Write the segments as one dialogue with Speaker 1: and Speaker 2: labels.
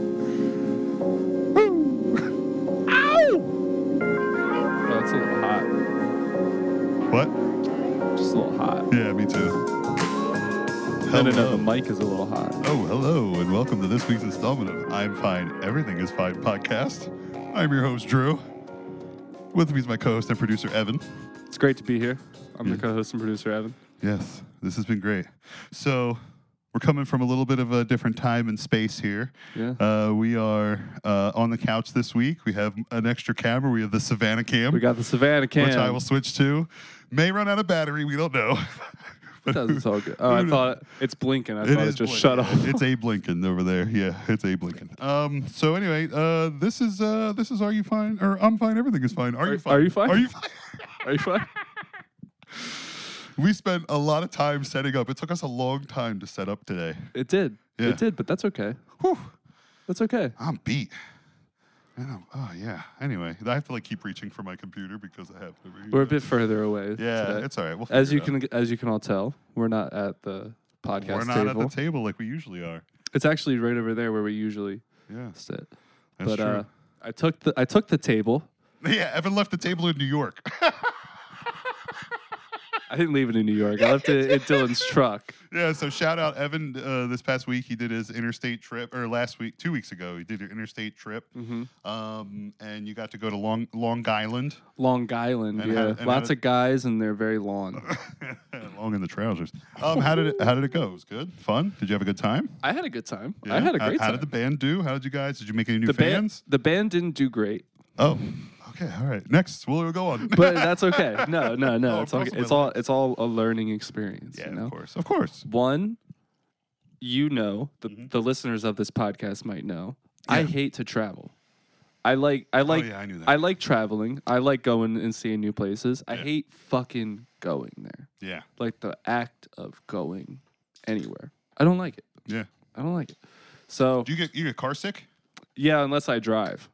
Speaker 1: Oh, No, no, no.
Speaker 2: Hello.
Speaker 1: The mic is a little high.
Speaker 2: Oh, hello, and welcome to this week's installment of I'm Fine, Everything is Fine podcast. I'm your host, Drew. With me is my co host and producer, Evan.
Speaker 1: It's great to be here. I'm your co-host and producer Evan.
Speaker 2: Yes, this has been great. So, we're coming from a little bit of a different time and space here.
Speaker 1: Yeah.
Speaker 2: Uh, we are uh, on the couch this week. We have an extra camera. We have the Savannah cam,
Speaker 1: We got the Savannah cam.
Speaker 2: which I will switch to. May run out of battery. We don't know. But
Speaker 1: That
Speaker 2: who-
Speaker 1: was all good. Oh, I
Speaker 2: who-
Speaker 1: thought it's blinking. I thought it just
Speaker 2: Blinken.
Speaker 1: shut off.
Speaker 2: It's a Blinken over there. Yeah, it's a Blinken. Um. So anyway, uh, this is uh, this is Are You Fine? Or I'm Fine. Everything is fine. Are,
Speaker 1: Are-
Speaker 2: you fine?
Speaker 1: Are You Fine?
Speaker 2: Are you fine?
Speaker 1: Are you fine?
Speaker 2: we spent a lot of time setting up. It took us a long time to set up today.
Speaker 1: It did.
Speaker 2: Yeah.
Speaker 1: It did, but that's okay.
Speaker 2: Whew.
Speaker 1: That's okay.
Speaker 2: I'm beat. And I'm, oh yeah. Anyway, I have to like keep reaching for my computer because I have. it over here.
Speaker 1: We're a bit further away.
Speaker 2: Yeah,
Speaker 1: today.
Speaker 2: it's all right. We'll
Speaker 1: as you
Speaker 2: figure it out.
Speaker 1: can as you can all tell, we're not at the podcast
Speaker 2: We're not
Speaker 1: table.
Speaker 2: at the table like we usually are.
Speaker 1: it's actually right over there where we usually
Speaker 2: Yeah,
Speaker 1: sit.
Speaker 2: that's
Speaker 1: but
Speaker 2: true.
Speaker 1: uh I took the I took the table.
Speaker 2: yeah, Evan left the table in New York.
Speaker 1: I didn't leave it in New York. I left it at Dylan's truck.
Speaker 2: Yeah, so shout out Evan. Uh, this past week, he did his interstate trip, or last week, two weeks ago, he did an interstate trip.
Speaker 1: Mm-hmm.
Speaker 2: Um, and you got to go to Long Long Island,
Speaker 1: Long Island,
Speaker 2: And
Speaker 1: yeah.
Speaker 2: how- and how
Speaker 1: Lots
Speaker 2: did-
Speaker 1: of guys and they're very long.
Speaker 2: long in the trousers. Um, how did it, how did it go? It was good, fun. Did you have a good time?
Speaker 1: I had a good time.
Speaker 2: Yeah?
Speaker 1: I had a
Speaker 2: How-
Speaker 1: great
Speaker 2: How
Speaker 1: time.
Speaker 2: did the band do? How did you guys? Did you make any new
Speaker 1: the band
Speaker 2: fans?
Speaker 1: the band didn't do great,
Speaker 2: Oh, okay, all right. Next, we'll go on.
Speaker 1: but that's okay. No, no, no.
Speaker 2: Oh,
Speaker 1: it's all
Speaker 2: impossible.
Speaker 1: it's all it's all a learning experience.
Speaker 2: yeah,
Speaker 1: you know?
Speaker 2: of course, of course.
Speaker 1: One, you know, the,
Speaker 2: Mm-hmm.
Speaker 1: the listeners of this podcast might know. I hate to travel. I like I like
Speaker 2: Oh, yeah, I knew that.
Speaker 1: like traveling. I like going and seeing new places. I hate fucking going there.
Speaker 2: Yeah,
Speaker 1: Like the act of going anywhere. I don't like it.
Speaker 2: yeah.
Speaker 1: I don't like it. So
Speaker 2: Do you get you get car sick?
Speaker 1: yeah, unless I drive.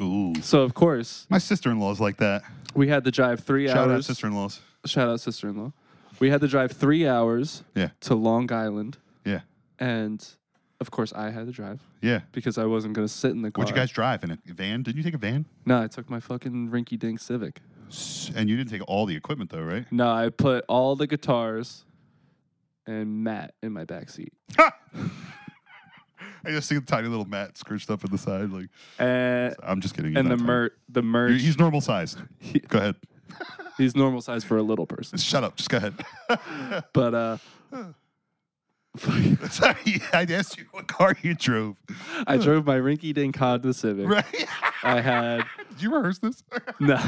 Speaker 2: Ooh,
Speaker 1: So of course
Speaker 2: my sister in law's like that.
Speaker 1: we had to drive three
Speaker 2: Shout out
Speaker 1: hours.
Speaker 2: sister in laws.
Speaker 1: Shout out sister-in-law. We had to drive three hours
Speaker 2: Yeah,
Speaker 1: to Long Island,
Speaker 2: yeah,
Speaker 1: and of course I had to drive.
Speaker 2: yeah.
Speaker 1: because I wasn't gonna sit in the car.
Speaker 2: What'd you guys drive in a van? Didn't you take a van?
Speaker 1: No, I took my fucking rinky dink Civic.
Speaker 2: And you didn't take all the equipment though, right?
Speaker 1: No, I put all the guitars and Matt in my back seat,
Speaker 2: I just see the tiny little Matt scrunched up in the side. Like
Speaker 1: and
Speaker 2: I'm just kidding. he's
Speaker 1: Eh, and
Speaker 2: not
Speaker 1: the
Speaker 2: tiny.
Speaker 1: mer the
Speaker 2: You're-
Speaker 1: merch.
Speaker 2: He's normal sized. Go ahead.
Speaker 1: He's normal size for a little person,
Speaker 2: Shut up. Just go ahead.
Speaker 1: but uh,
Speaker 2: Sorry, I asked you what car you drove.
Speaker 1: I drove my rinky dink Honda Civic.
Speaker 2: Right?
Speaker 1: I had
Speaker 2: Did you rehearse this?
Speaker 1: no.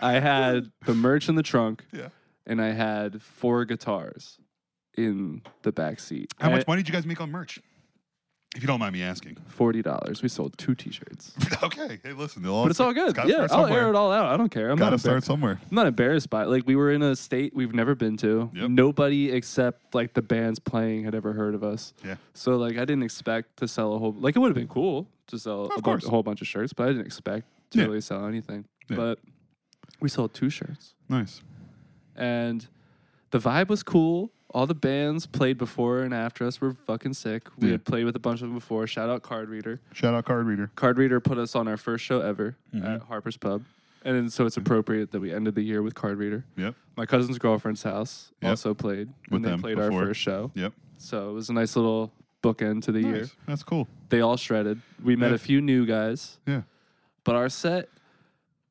Speaker 1: I had the merch in the trunk,
Speaker 2: yeah.
Speaker 1: and I had four guitars in the back seat.
Speaker 2: How much money did you guys make on merch? If you don't mind me asking.
Speaker 1: Forty dollars. We sold two T-shirts,
Speaker 2: okay. Hey, listen. they'll
Speaker 1: but it's all good.
Speaker 2: Oh, gotta
Speaker 1: Yeah,
Speaker 2: start
Speaker 1: I'll
Speaker 2: somewhere.
Speaker 1: air it all out. I don't care. I'm not
Speaker 2: Gotta
Speaker 1: embarrassed.
Speaker 2: start somewhere.
Speaker 1: I'm not embarrassed by it. Like we were in a state we've never been to.
Speaker 2: Yep.
Speaker 1: Nobody except like the bands playing had ever heard of us.
Speaker 2: Yeah.
Speaker 1: So like I didn't expect to sell a whole like it would have been cool to sell a, bunch,
Speaker 2: course.
Speaker 1: a whole bunch of shirts, but I didn't expect to
Speaker 2: Yeah.
Speaker 1: really sell anything.
Speaker 2: Yeah.
Speaker 1: But we sold two shirts.
Speaker 2: Nice.
Speaker 1: And the vibe was cool. All the bands played before and after us were fucking sick. We
Speaker 2: Yeah.
Speaker 1: had played with a bunch of them before. Shout out Card Reader.
Speaker 2: Shout out card reader.
Speaker 1: Card Reader put us on our first show ever
Speaker 2: Mm-hmm.
Speaker 1: at Harper's Pub. And then- so it's appropriate that we ended the year with Card Reader
Speaker 2: Yep.
Speaker 1: my cousin's girlfriend's house
Speaker 2: Yep.
Speaker 1: also played
Speaker 2: With
Speaker 1: and they
Speaker 2: them
Speaker 1: played
Speaker 2: before.
Speaker 1: our first show
Speaker 2: Yep.
Speaker 1: so it was a nice little bookend to the year
Speaker 2: Nice. That's cool.
Speaker 1: they all shredded we met
Speaker 2: Yeah.
Speaker 1: a few new guys
Speaker 2: Yeah.
Speaker 1: but our set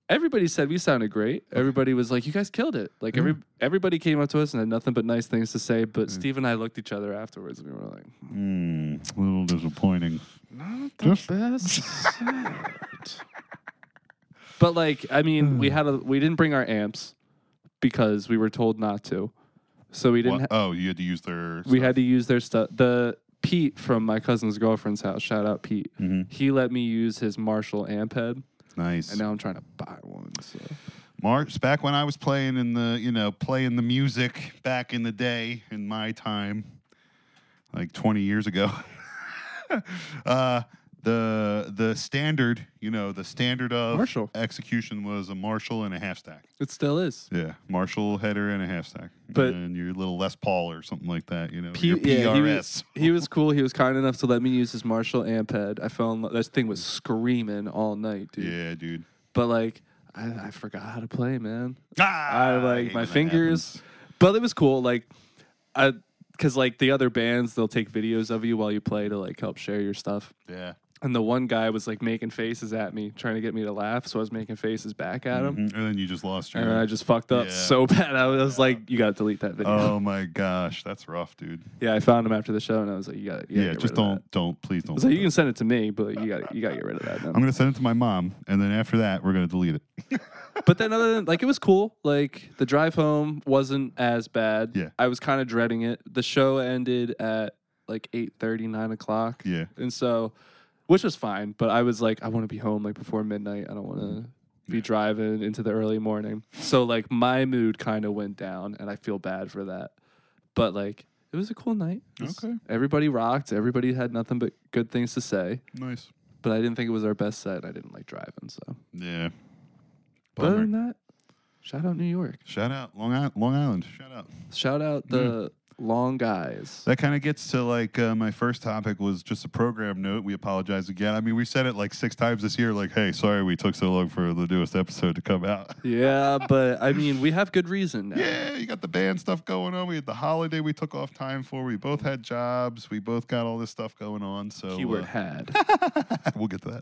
Speaker 1: everybody said we sounded great everybody was like you guys killed it like every
Speaker 2: Mm.
Speaker 1: everybody came up to us and had nothing but nice things to say but steve and i looked at each other afterwards and we were like
Speaker 2: Hmm. a little disappointing.
Speaker 1: Just
Speaker 2: Just-
Speaker 1: best set. but like i mean we had a we didn't bring our amps because we were told not to so we didn't
Speaker 2: What? oh, you had to use their.
Speaker 1: we had to use their stuff. The Pete from my cousin's girlfriend's house, shout out Pete.
Speaker 2: Mm-hmm.
Speaker 1: He let me use his Marshall amp head,
Speaker 2: nice.
Speaker 1: and now I'm trying to buy one. So
Speaker 2: March back when I was playing in the you know playing the music back in the day in my time, like 20 years ago. uh, the the standard you know the standard of
Speaker 1: Marshall.
Speaker 2: execution was a Marshall and a half stack.
Speaker 1: it still is.
Speaker 2: Yeah, Marshall header and a half stack.
Speaker 1: But-
Speaker 2: and your little Les Paul or something like that. You know, your
Speaker 1: Pete, yeah, he was,
Speaker 2: PRS.
Speaker 1: he was cool. He was kind enough to let me use his Marshall amp head. I fell in love. That thing was screaming all night, dude.
Speaker 2: yeah, dude.
Speaker 1: But like, I, I forgot how to play, man.
Speaker 2: Ah,
Speaker 1: I
Speaker 2: hate
Speaker 1: like
Speaker 2: when
Speaker 1: my
Speaker 2: that
Speaker 1: fingers, but it was cool. Like, I because like the other bands, they'll take videos of you while you play to like help share your stuff.
Speaker 2: Yeah.
Speaker 1: And the one guy was like making faces at me, trying to get me to laugh. So I was making faces back at him.
Speaker 2: Mhm. And then you just lost your.
Speaker 1: And I just fucked up
Speaker 2: Yeah.
Speaker 1: so bad. I was like, you got to delete that video.
Speaker 2: oh my gosh, that's rough, dude.
Speaker 1: Yeah, I found him after the show, and I was like, you got
Speaker 2: Yeah, just don't, don't, please don't.
Speaker 1: So
Speaker 2: do
Speaker 1: you can send it to me, but you got you got to get rid of that.
Speaker 2: that.
Speaker 1: Then.
Speaker 2: I'm gonna send it to my mom, and then after that, we're gonna delete it.
Speaker 1: but then other than like it was cool like the drive home wasn't as bad
Speaker 2: Yeah.
Speaker 1: i was kind of dreading it the show ended at like 8 9 o'clock
Speaker 2: Yeah,
Speaker 1: and so which was fine but i was like i want to be home like before midnight i don't want to be
Speaker 2: Mm. Yeah.
Speaker 1: driving into the early morning so like my mood kind of went down and i feel bad for that but like it was a cool night It was-
Speaker 2: Okay.
Speaker 1: everybody rocked everybody had nothing but good things to say
Speaker 2: nice.
Speaker 1: but i didn't think it was our best set and i didn't like driving so
Speaker 2: Yeah.
Speaker 1: but other
Speaker 2: Bummer.
Speaker 1: than that shout out new york
Speaker 2: Shout out Long Island. Long Island. Shout out.
Speaker 1: Shout out the
Speaker 2: Mm.
Speaker 1: long guys.
Speaker 2: That kind of gets to like uh, my first topic was just a program note. We apologize again. I mean, we said it like six times this year. Like, hey, sorry we took so long for the newest episode to come out.
Speaker 1: Yeah, but I mean, we have good reason now.
Speaker 2: yeah, you got the band stuff going on. We had the holiday we took off time for. We both had jobs. We both got all this stuff going on. So
Speaker 1: Keyword
Speaker 2: uh,
Speaker 1: had.
Speaker 2: we'll get to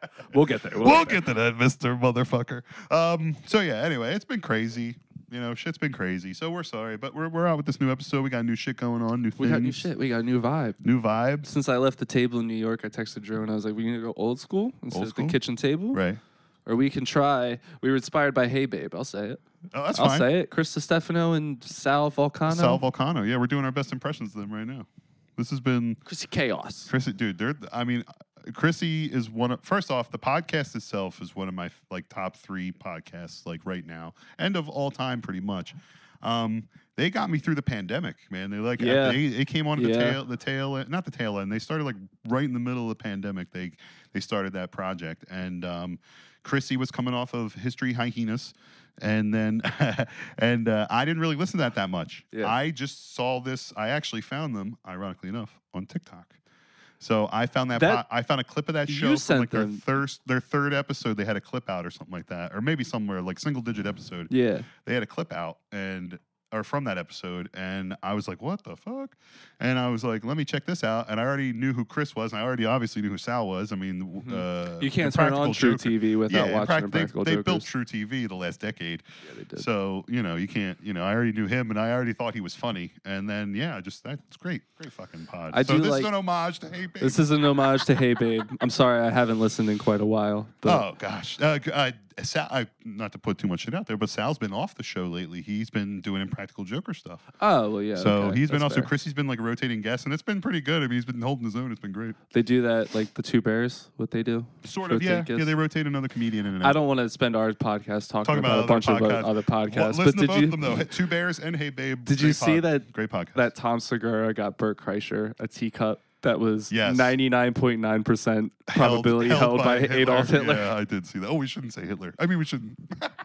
Speaker 1: We'll get there.
Speaker 2: we'll get to that, Mister Motherfucker. Um. So yeah. Anyway, it's been crazy. You know, shit's been crazy. So we're sorry, but we're we're out with this new episode. We got new shit going on. New things.
Speaker 1: We got new shit. We got a new vibe.
Speaker 2: New vibes.
Speaker 1: Since I left the table in New York, I texted Drew and I was like, "We need to go old school instead
Speaker 2: Old
Speaker 1: of
Speaker 2: school?
Speaker 1: the kitchen table,
Speaker 2: Right.
Speaker 1: or we can try." We were inspired by Hey Babe. I'll say it.
Speaker 2: Oh, that's
Speaker 1: I'll
Speaker 2: fine.
Speaker 1: say it. Chris Stefano and Sal Volcano.
Speaker 2: Sal Volcano. Yeah, we're doing our best impressions of them right now. This has been
Speaker 1: Chrissy Chaos.
Speaker 2: Chrissy, dude. They're, I mean, Chrissy is one of. First off, the podcast itself is one of my like top three podcasts, like right now, and of all time, pretty much. Um, they got me through the pandemic, man. They like
Speaker 1: Yeah.
Speaker 2: they, they came on at the
Speaker 1: Yeah.
Speaker 2: tail, the tail, end, not the tail end. They started like right in the middle of the pandemic. They they started that project, and um, Chrissy was coming off of History Hyenas, and then and uh, I didn't really listen to that that much.
Speaker 1: Yeah.
Speaker 2: I just saw this. I actually found them, ironically enough, on TikTok. So I found that,
Speaker 1: That-
Speaker 2: po- I found a clip of that
Speaker 1: You
Speaker 2: show from
Speaker 1: sent
Speaker 2: like their
Speaker 1: them-
Speaker 2: thirst their third episode. They had a clip out or something like that, or maybe somewhere like single digit episode.
Speaker 1: Yeah.
Speaker 2: They had a clip out and or from that episode, and I was like, "What the fuck?" And I was like, "Let me check this out." And I already knew who Chris was, and I already obviously knew who Sal was. I mean, w- uh,
Speaker 1: Mm-hmm. You can't turn
Speaker 2: Impractical
Speaker 1: on True
Speaker 2: Joker-
Speaker 1: TV without
Speaker 2: yeah,
Speaker 1: watching
Speaker 2: Imprac- they-
Speaker 1: Impractical
Speaker 2: they,
Speaker 1: Jokers.
Speaker 2: built True TV the last decade.
Speaker 1: yeah, they did.
Speaker 2: So you know you can't. You know I already knew him, and I already thought he was funny. And then yeah, just that's great, great fucking pod.
Speaker 1: I
Speaker 2: so
Speaker 1: do
Speaker 2: this
Speaker 1: like-
Speaker 2: is an homage to Hey Babe.
Speaker 1: This is an homage to Hey Babe. I'm sorry I haven't listened in quite a while. But
Speaker 2: oh gosh, uh, g- uh, Sal, I, not to put too much shit out there, but Sal's been off the show lately. He's been doing impractical Joker stuff.
Speaker 1: Oh well, yeah.
Speaker 2: so
Speaker 1: okay,
Speaker 2: he's been
Speaker 1: that's
Speaker 2: also
Speaker 1: fair.
Speaker 2: Chrissy's been like rotating guests, and it's been pretty good. I mean, he's been holding his own. It's been great.
Speaker 1: They do that like the two bears. What they do?
Speaker 2: Sort
Speaker 1: for
Speaker 2: of, yeah.
Speaker 1: Tinkus.
Speaker 2: Yeah, they rotate another comedian in and out.
Speaker 1: I don't want to spend our podcast talking
Speaker 2: talk
Speaker 1: about,
Speaker 2: about,
Speaker 1: a bunch
Speaker 2: other
Speaker 1: of
Speaker 2: podcasts.
Speaker 1: o- other podcasts.
Speaker 2: Well,
Speaker 1: but
Speaker 2: listen to
Speaker 1: did
Speaker 2: both
Speaker 1: you
Speaker 2: of them though. Two Bears and Hey Babe.
Speaker 1: Did you
Speaker 2: Great
Speaker 1: see
Speaker 2: pod-
Speaker 1: that-
Speaker 2: great podcast?
Speaker 1: that Tom Segura got Bert Kreischer a teacup that was
Speaker 2: Yes.
Speaker 1: ninety nine point nine percent
Speaker 2: Held-
Speaker 1: probability held, by, Adolf Hitler.
Speaker 2: Yeah, I did see that. Oh, we shouldn't say Hitler. I mean, we shouldn't.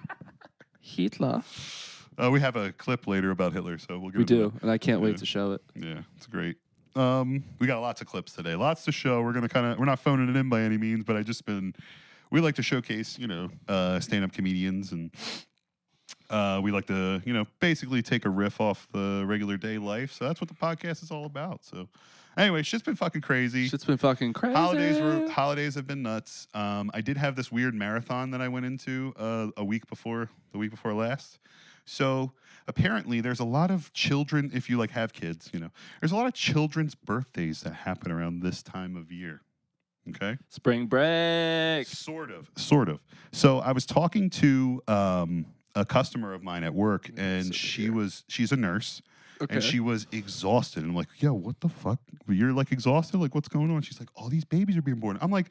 Speaker 1: Hitler.
Speaker 2: Uh, we have a clip later about Hitler, so we'll get
Speaker 1: We
Speaker 2: into
Speaker 1: do, and I can't
Speaker 2: Yeah.
Speaker 1: wait to show it.
Speaker 2: that. Yeah, it's great. Um, we got lots of clips today, lots to show. We're gonna kind of we're not phoning it in by any means, but I just been we like to showcase you know uh, stand up comedians and uh, we like to you know basically take a riff off the regular day life. So that's what the podcast is all about. So anyway, shit's been fucking crazy.
Speaker 1: Shit's been fucking crazy.
Speaker 2: Holidays were holidays have been nuts. Um, I did have this weird marathon that I went into uh, a week before the week before last. So apparently, there's a lot of children. If you like have kids, you know, there's a lot of children's birthdays that happen around this time of year. Okay.
Speaker 1: Spring break.
Speaker 2: Sort of. Sort of. So I was talking to um, a customer of mine at work,
Speaker 1: sit
Speaker 2: and
Speaker 1: over
Speaker 2: she
Speaker 1: here.
Speaker 2: was she's a nurse,
Speaker 1: Okay.
Speaker 2: and she was exhausted. And I'm like, yo, what the fuck? You're like exhausted? Like, what's going on? She's like, all these babies are being born. I'm like,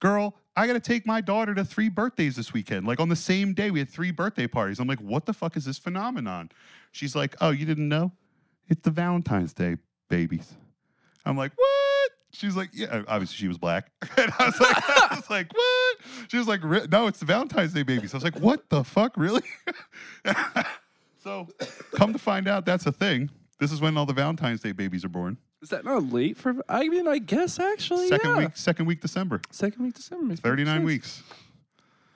Speaker 2: girl, I got to take my daughter to three birthdays this weekend. Like, on the same day, we had three birthday parties. I'm like, what the fuck is this phenomenon? She's like, oh, you didn't know? It's the Valentine's Day babies. I'm like, what? She's like, yeah, obviously she was black. And I was like, I was like, what? She was like, "Re- no, it's the Valentine's Day babies. I was like, what the fuck, really? so come to find out, that's a thing. This is when all the Valentine's Day babies are born.
Speaker 1: Is that not late for? I mean, I guess actually.
Speaker 2: Second
Speaker 1: Oh, yeah.
Speaker 2: week, second week December.
Speaker 1: Second week December. makes perfect
Speaker 2: 39
Speaker 1: sense.
Speaker 2: weeks.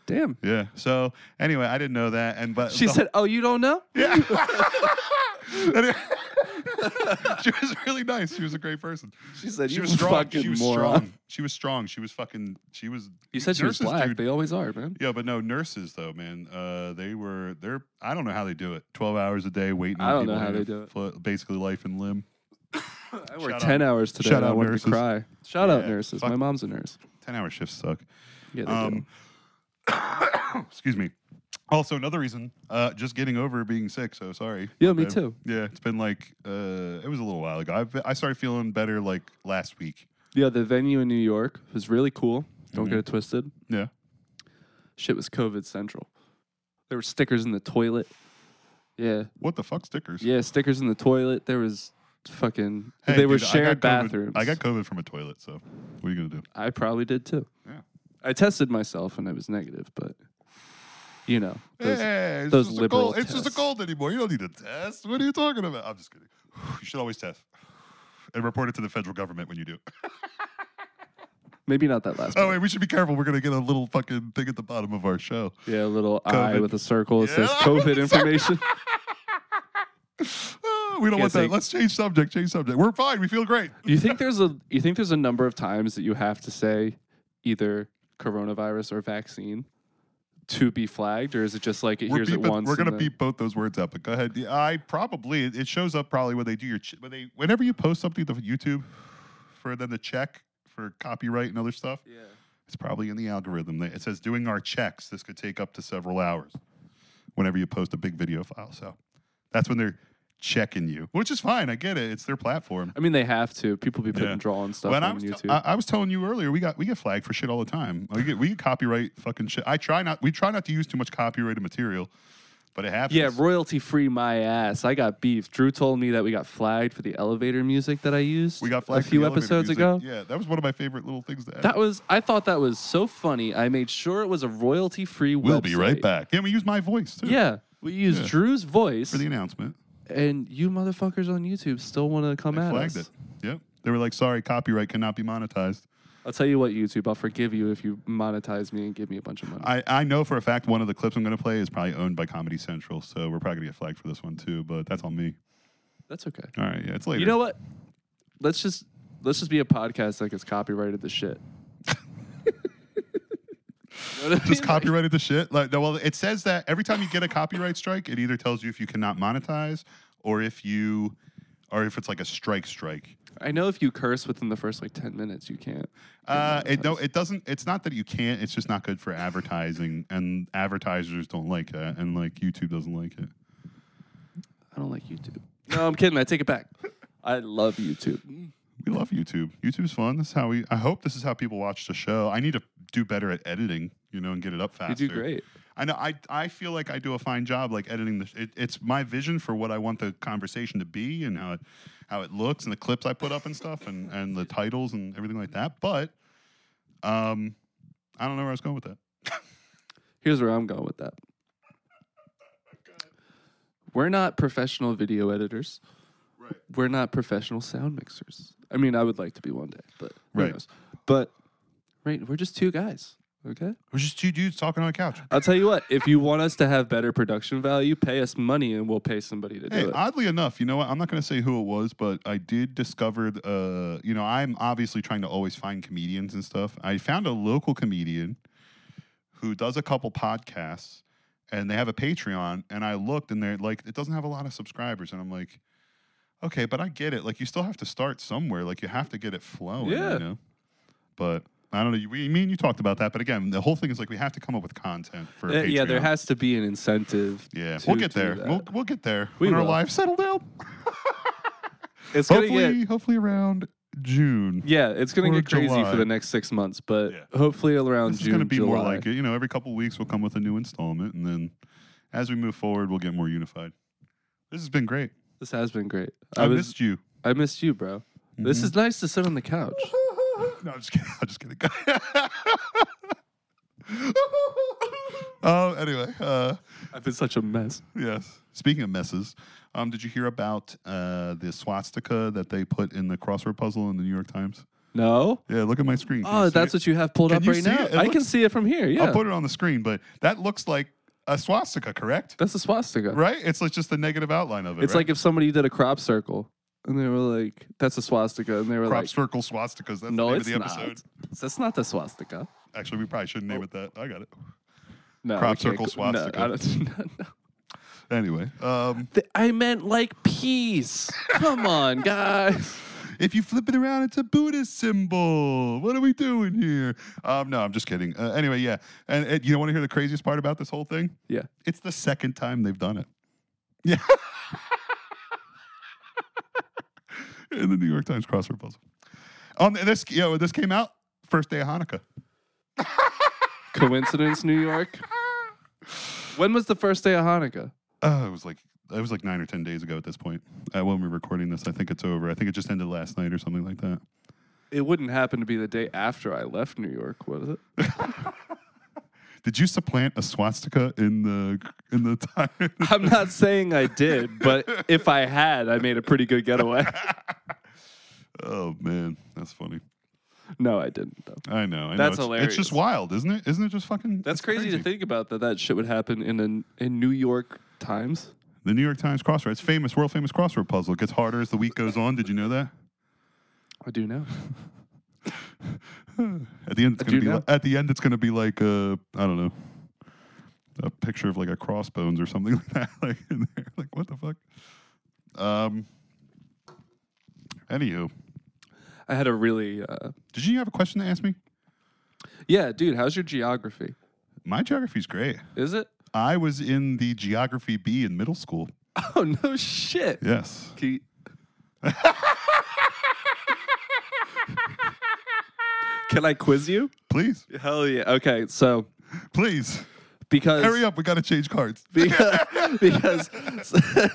Speaker 1: Damn.
Speaker 2: Yeah. So anyway, I didn't know that. And but
Speaker 1: She
Speaker 2: the-
Speaker 1: said, "Oh, you don't know?
Speaker 2: Yeah. And it- she was really nice. She was a great person.
Speaker 1: She said,
Speaker 2: She
Speaker 1: "You
Speaker 2: was strong.
Speaker 1: fucking
Speaker 2: She was
Speaker 1: moron."
Speaker 2: strong. She was strong. She was fucking. She was.
Speaker 1: You said she was
Speaker 2: Nurses,
Speaker 1: black.
Speaker 2: dude.
Speaker 1: They always are, man.
Speaker 2: Yeah, but no nurses though, man. Uh, they were. They're. I don't know how they do it. Twelve hours a day waiting.
Speaker 1: I
Speaker 2: on
Speaker 1: don't
Speaker 2: people
Speaker 1: know how
Speaker 2: to
Speaker 1: they do it.
Speaker 2: fl- Basically, life and limb.
Speaker 1: I worked
Speaker 2: Shout
Speaker 1: ten hours today.
Speaker 2: shout
Speaker 1: and I
Speaker 2: out
Speaker 1: wanted
Speaker 2: nurses.
Speaker 1: to cry. Shout out
Speaker 2: Yeah,
Speaker 1: nurses.
Speaker 2: fuck-
Speaker 1: My mom's a nurse.
Speaker 2: Ten-hour shifts suck.
Speaker 1: Yeah, they do.
Speaker 2: Um, excuse me. Also, another reason, uh, just getting over being sick. So sorry.
Speaker 1: Yeah,
Speaker 2: My
Speaker 1: me
Speaker 2: bad.
Speaker 1: too.
Speaker 2: Yeah, it's been like uh, it was a little while ago. I've, I started feeling better like last week.
Speaker 1: Yeah, the venue in New York was really cool. Don't
Speaker 2: Mm-hmm.
Speaker 1: get it twisted.
Speaker 2: Yeah.
Speaker 1: Shit was COVID central. There were stickers in the toilet. Yeah,
Speaker 2: What the fuck stickers?
Speaker 1: yeah, stickers in the toilet. There was fucking.
Speaker 2: Hey,
Speaker 1: they were
Speaker 2: dude, I got
Speaker 1: shared
Speaker 2: COVID-
Speaker 1: bathrooms.
Speaker 2: I got COVID from a toilet, so what are you gonna do?
Speaker 1: I probably did too.
Speaker 2: Yeah.
Speaker 1: I tested myself and it was negative, but you know, those-
Speaker 2: Hey, it's
Speaker 1: those
Speaker 2: just a cold.
Speaker 1: liberal
Speaker 2: It's just a
Speaker 1: tests.
Speaker 2: cold anymore. You don't need a test. What are you talking about? I'm just kidding. You should always test and report it to the federal government when you do.
Speaker 1: maybe not that last.
Speaker 2: Oh
Speaker 1: part.
Speaker 2: wait, we should be careful. We're gonna get a little fucking thing at the bottom of our show.
Speaker 1: Yeah, a little eye
Speaker 2: COVID.
Speaker 1: with a circle. It says
Speaker 2: Yeah.
Speaker 1: COVID information.
Speaker 2: Ah, we
Speaker 1: Can't
Speaker 2: don't want that.
Speaker 1: say-
Speaker 2: Let's change subject. Change subject. We're fine. We feel great.
Speaker 1: you think there's a you think there's a number of times that you have to say either coronavirus or vaccine to be flagged, or is it just like it
Speaker 2: We're,
Speaker 1: hears it
Speaker 2: beeping-
Speaker 1: once?
Speaker 2: we're
Speaker 1: and
Speaker 2: gonna
Speaker 1: then-
Speaker 2: beep both those words up. But go ahead. Yeah, I probably it it shows up probably when they do your ch- when they whenever you post something to YouTube for them to check for copyright and other stuff.
Speaker 1: Yeah.
Speaker 2: It's probably in the algorithm. It says doing our checks. This could take up to several hours whenever you post a big video file. So that's when they're checking you, which is fine. I get it. It's their platform.
Speaker 1: I mean, they have to. People be putting
Speaker 2: Yeah.
Speaker 1: draw and stuff
Speaker 2: When I
Speaker 1: on
Speaker 2: was,
Speaker 1: YouTube.
Speaker 2: I, I was telling you earlier, we got we get flagged for shit all the time. We get we get copyright fucking shit. I try not. We try not to use too much copyrighted material, but it happens.
Speaker 1: yeah, royalty free my ass. I got beef. Drew told me that we got flagged for the elevator music that I used.
Speaker 2: we
Speaker 1: a
Speaker 2: got flagged for the
Speaker 1: few
Speaker 2: elevator
Speaker 1: episodes
Speaker 2: music.
Speaker 1: ago.
Speaker 2: Yeah, that was one of my favorite little things to add.
Speaker 1: That was I thought that was so funny. I made sure it was a royalty free.
Speaker 2: we'll be right back. Yeah, we use my voice too
Speaker 1: Yeah, we used
Speaker 2: Yeah.
Speaker 1: Drew's voice,
Speaker 2: for the announcement.
Speaker 1: and you motherfuckers on YouTube still want to come
Speaker 2: They
Speaker 1: at
Speaker 2: flagged
Speaker 1: us.
Speaker 2: it. Yep. They were like, "Sorry, copyright cannot be monetized."
Speaker 1: I'll tell you what, YouTube, I'll forgive you if you monetize me and give me a bunch of money.
Speaker 2: I, I know for a fact one of the clips I'm going to play is probably owned by Comedy Central, so we're probably going to get flagged for this one too. But that's on me.
Speaker 1: That's okay.
Speaker 2: All right, yeah, it's later.
Speaker 1: You know what? Let's just let's just be a podcast that gets copyrighted the shit. You know what I
Speaker 2: Just
Speaker 1: mean?
Speaker 2: copyrighted the shit. Like, no, well, it says that every time you get a copyright strike, it either tells you if you cannot monetize, or if you, or if it's like a strike strike.
Speaker 1: I know if you curse within the first like ten minutes, you can't.
Speaker 2: Uh, it no, it doesn't. It's not that you can't. It's just not good for advertising, and advertisers don't like that, and like YouTube doesn't like it.
Speaker 1: I don't like YouTube. No, I'm kidding. I take it back. I love YouTube.
Speaker 2: We love YouTube. YouTube's fun. This is how we. I hope this is how people watch the show. I need to do better at editing, you know, and get it up
Speaker 1: You
Speaker 2: faster.
Speaker 1: do great.
Speaker 2: I know. I I feel like I do a fine job, like editing the. Sh- it, it's my vision for what I want the conversation to be and how it how it looks and the clips I put up and stuff and and the titles and everything like that. But, um, I don't know where I was going with that.
Speaker 1: Here's where I'm going with that. We're not professional video editors.
Speaker 2: Right.
Speaker 1: We're not professional sound mixers. I mean, I would like to be one day, but who
Speaker 2: Right.
Speaker 1: knows? But right, we're just two guys. Okay.
Speaker 2: We're just two dudes talking on a couch.
Speaker 1: I'll tell you what. If you want us to have better production value, pay us money, and we'll pay somebody to do
Speaker 2: Hey,
Speaker 1: it.
Speaker 2: oddly enough, you know what? I'm not going to say who it was, but I did discover. Uh, you know, I'm obviously trying to always find comedians and stuff. I found a local comedian who does a couple podcasts, and they have a Patreon. And I looked, and they're like, it doesn't have a lot of subscribers, and I'm like, okay, but I get it. Like, you still have to start somewhere. Like, you have to get it flowing.
Speaker 1: Yeah.
Speaker 2: You know? But I don't know. You, we, me and you talked about that, but again, the whole thing is like we have to come up with content for.
Speaker 1: Uh, yeah, there
Speaker 2: Patreon.
Speaker 1: has to be an incentive.
Speaker 2: Yeah,
Speaker 1: to
Speaker 2: we'll get
Speaker 1: do
Speaker 2: there.
Speaker 1: that.
Speaker 2: We'll, we'll get there
Speaker 1: We
Speaker 2: when our
Speaker 1: will.
Speaker 2: lives settle down.
Speaker 1: It's gonna
Speaker 2: hopefully,
Speaker 1: get
Speaker 2: hopefully around June.
Speaker 1: yeah, it's gonna
Speaker 2: or
Speaker 1: get crazy
Speaker 2: July.
Speaker 1: for the next six months, but
Speaker 2: Yeah.
Speaker 1: hopefully around
Speaker 2: This is
Speaker 1: June,
Speaker 2: going to be more
Speaker 1: July.
Speaker 2: like it. You know, every couple weeks we'll come with a new installment, and then as we move forward, we'll get more unified. This has been great.
Speaker 1: This has been great.
Speaker 2: I,
Speaker 1: I, was
Speaker 2: missed you.
Speaker 1: I missed you, bro. This is nice to sit on the couch.
Speaker 2: No, I'm just kidding. I'm just kidding. Oh, anyway, uh,
Speaker 1: I've been such a mess.
Speaker 2: yes. Speaking of messes, um, did you hear about uh, the swastika that they put in the crossword puzzle in the New York Times?
Speaker 1: No.
Speaker 2: Yeah, look at my screen. Can you
Speaker 1: Oh,
Speaker 2: see
Speaker 1: that's
Speaker 2: it?
Speaker 1: what you have pulled
Speaker 2: Can
Speaker 1: up
Speaker 2: you
Speaker 1: right
Speaker 2: see
Speaker 1: now.
Speaker 2: it? It
Speaker 1: I can
Speaker 2: looks-
Speaker 1: see it from here. Yeah.
Speaker 2: I'll put it on the screen, but that looks like a swastika, correct?
Speaker 1: that's a swastika.
Speaker 2: Right? It's like just the negative outline of it.
Speaker 1: It's
Speaker 2: right?
Speaker 1: like if somebody did a crop circle And they were like, that's a swastika. And they were
Speaker 2: Crop
Speaker 1: like,
Speaker 2: circle swastikas.
Speaker 1: no,
Speaker 2: That's the name
Speaker 1: it's
Speaker 2: of the
Speaker 1: not.
Speaker 2: episode.
Speaker 1: That's not the swastika.
Speaker 2: Actually, we probably shouldn't name it that. I got it.
Speaker 1: No,
Speaker 2: Crop
Speaker 1: we can't
Speaker 2: circle
Speaker 1: go-
Speaker 2: swastika.
Speaker 1: No, I, don't- no, no.
Speaker 2: Anyway, um,
Speaker 1: Th- I meant like peace. Come on, guys.
Speaker 2: if you flip it around, it's a Buddhist symbol. What are we doing here? Um, no, I'm just kidding. Uh, anyway, yeah. And, and you want to hear the craziest part about this whole thing?
Speaker 1: Yeah.
Speaker 2: It's the second time they've done it. Yeah. In the New York Times crossword puzzle. On the- this, you know, this came out first day of Hanukkah.
Speaker 1: Coincidence, New York. When was the first day of Hanukkah?
Speaker 2: Uh, it was like it was like nine or ten days ago at this point. Uh, when we we're recording this, I think it's over. I think it just ended last night or something like that.
Speaker 1: It wouldn't happen to be the day after I left New York, was it?
Speaker 2: Did you supplant a swastika in the in the time?
Speaker 1: I'm not saying I did, but if I had, I made a pretty good getaway.
Speaker 2: oh man, that's funny.
Speaker 1: No, I didn't. Though.
Speaker 2: I know. I know.
Speaker 1: That's
Speaker 2: it's, It's
Speaker 1: hilarious.
Speaker 2: just wild, isn't it? Isn't it just fucking?
Speaker 1: That's
Speaker 2: it's
Speaker 1: crazy, to think about that that shit would happen in an, in New York Times.
Speaker 2: The New York Times crossword. It's famous, world famous crossword puzzle. It gets harder as the week goes on. Did you know that?
Speaker 1: I do know.
Speaker 2: At the end,
Speaker 1: I
Speaker 2: it's gonna
Speaker 1: do
Speaker 2: be
Speaker 1: know.
Speaker 2: like, at the end, it's gonna be like uh, I don't know, a picture of like a crossbones or something like that, like in there. Like what the fuck? Um. Anywho,
Speaker 1: I had a really uh,
Speaker 2: did you have a question to ask me?
Speaker 1: yeah, dude. How's your geography?
Speaker 2: My geography's great.
Speaker 1: Is it?
Speaker 2: I was in the geography B in middle school.
Speaker 1: Oh no, shit.
Speaker 2: Yes.
Speaker 1: Can you- Can I quiz you?
Speaker 2: Please,
Speaker 1: Hell yeah. Okay, so
Speaker 2: please
Speaker 1: because
Speaker 2: hurry up. We gotta change cards.
Speaker 1: because, because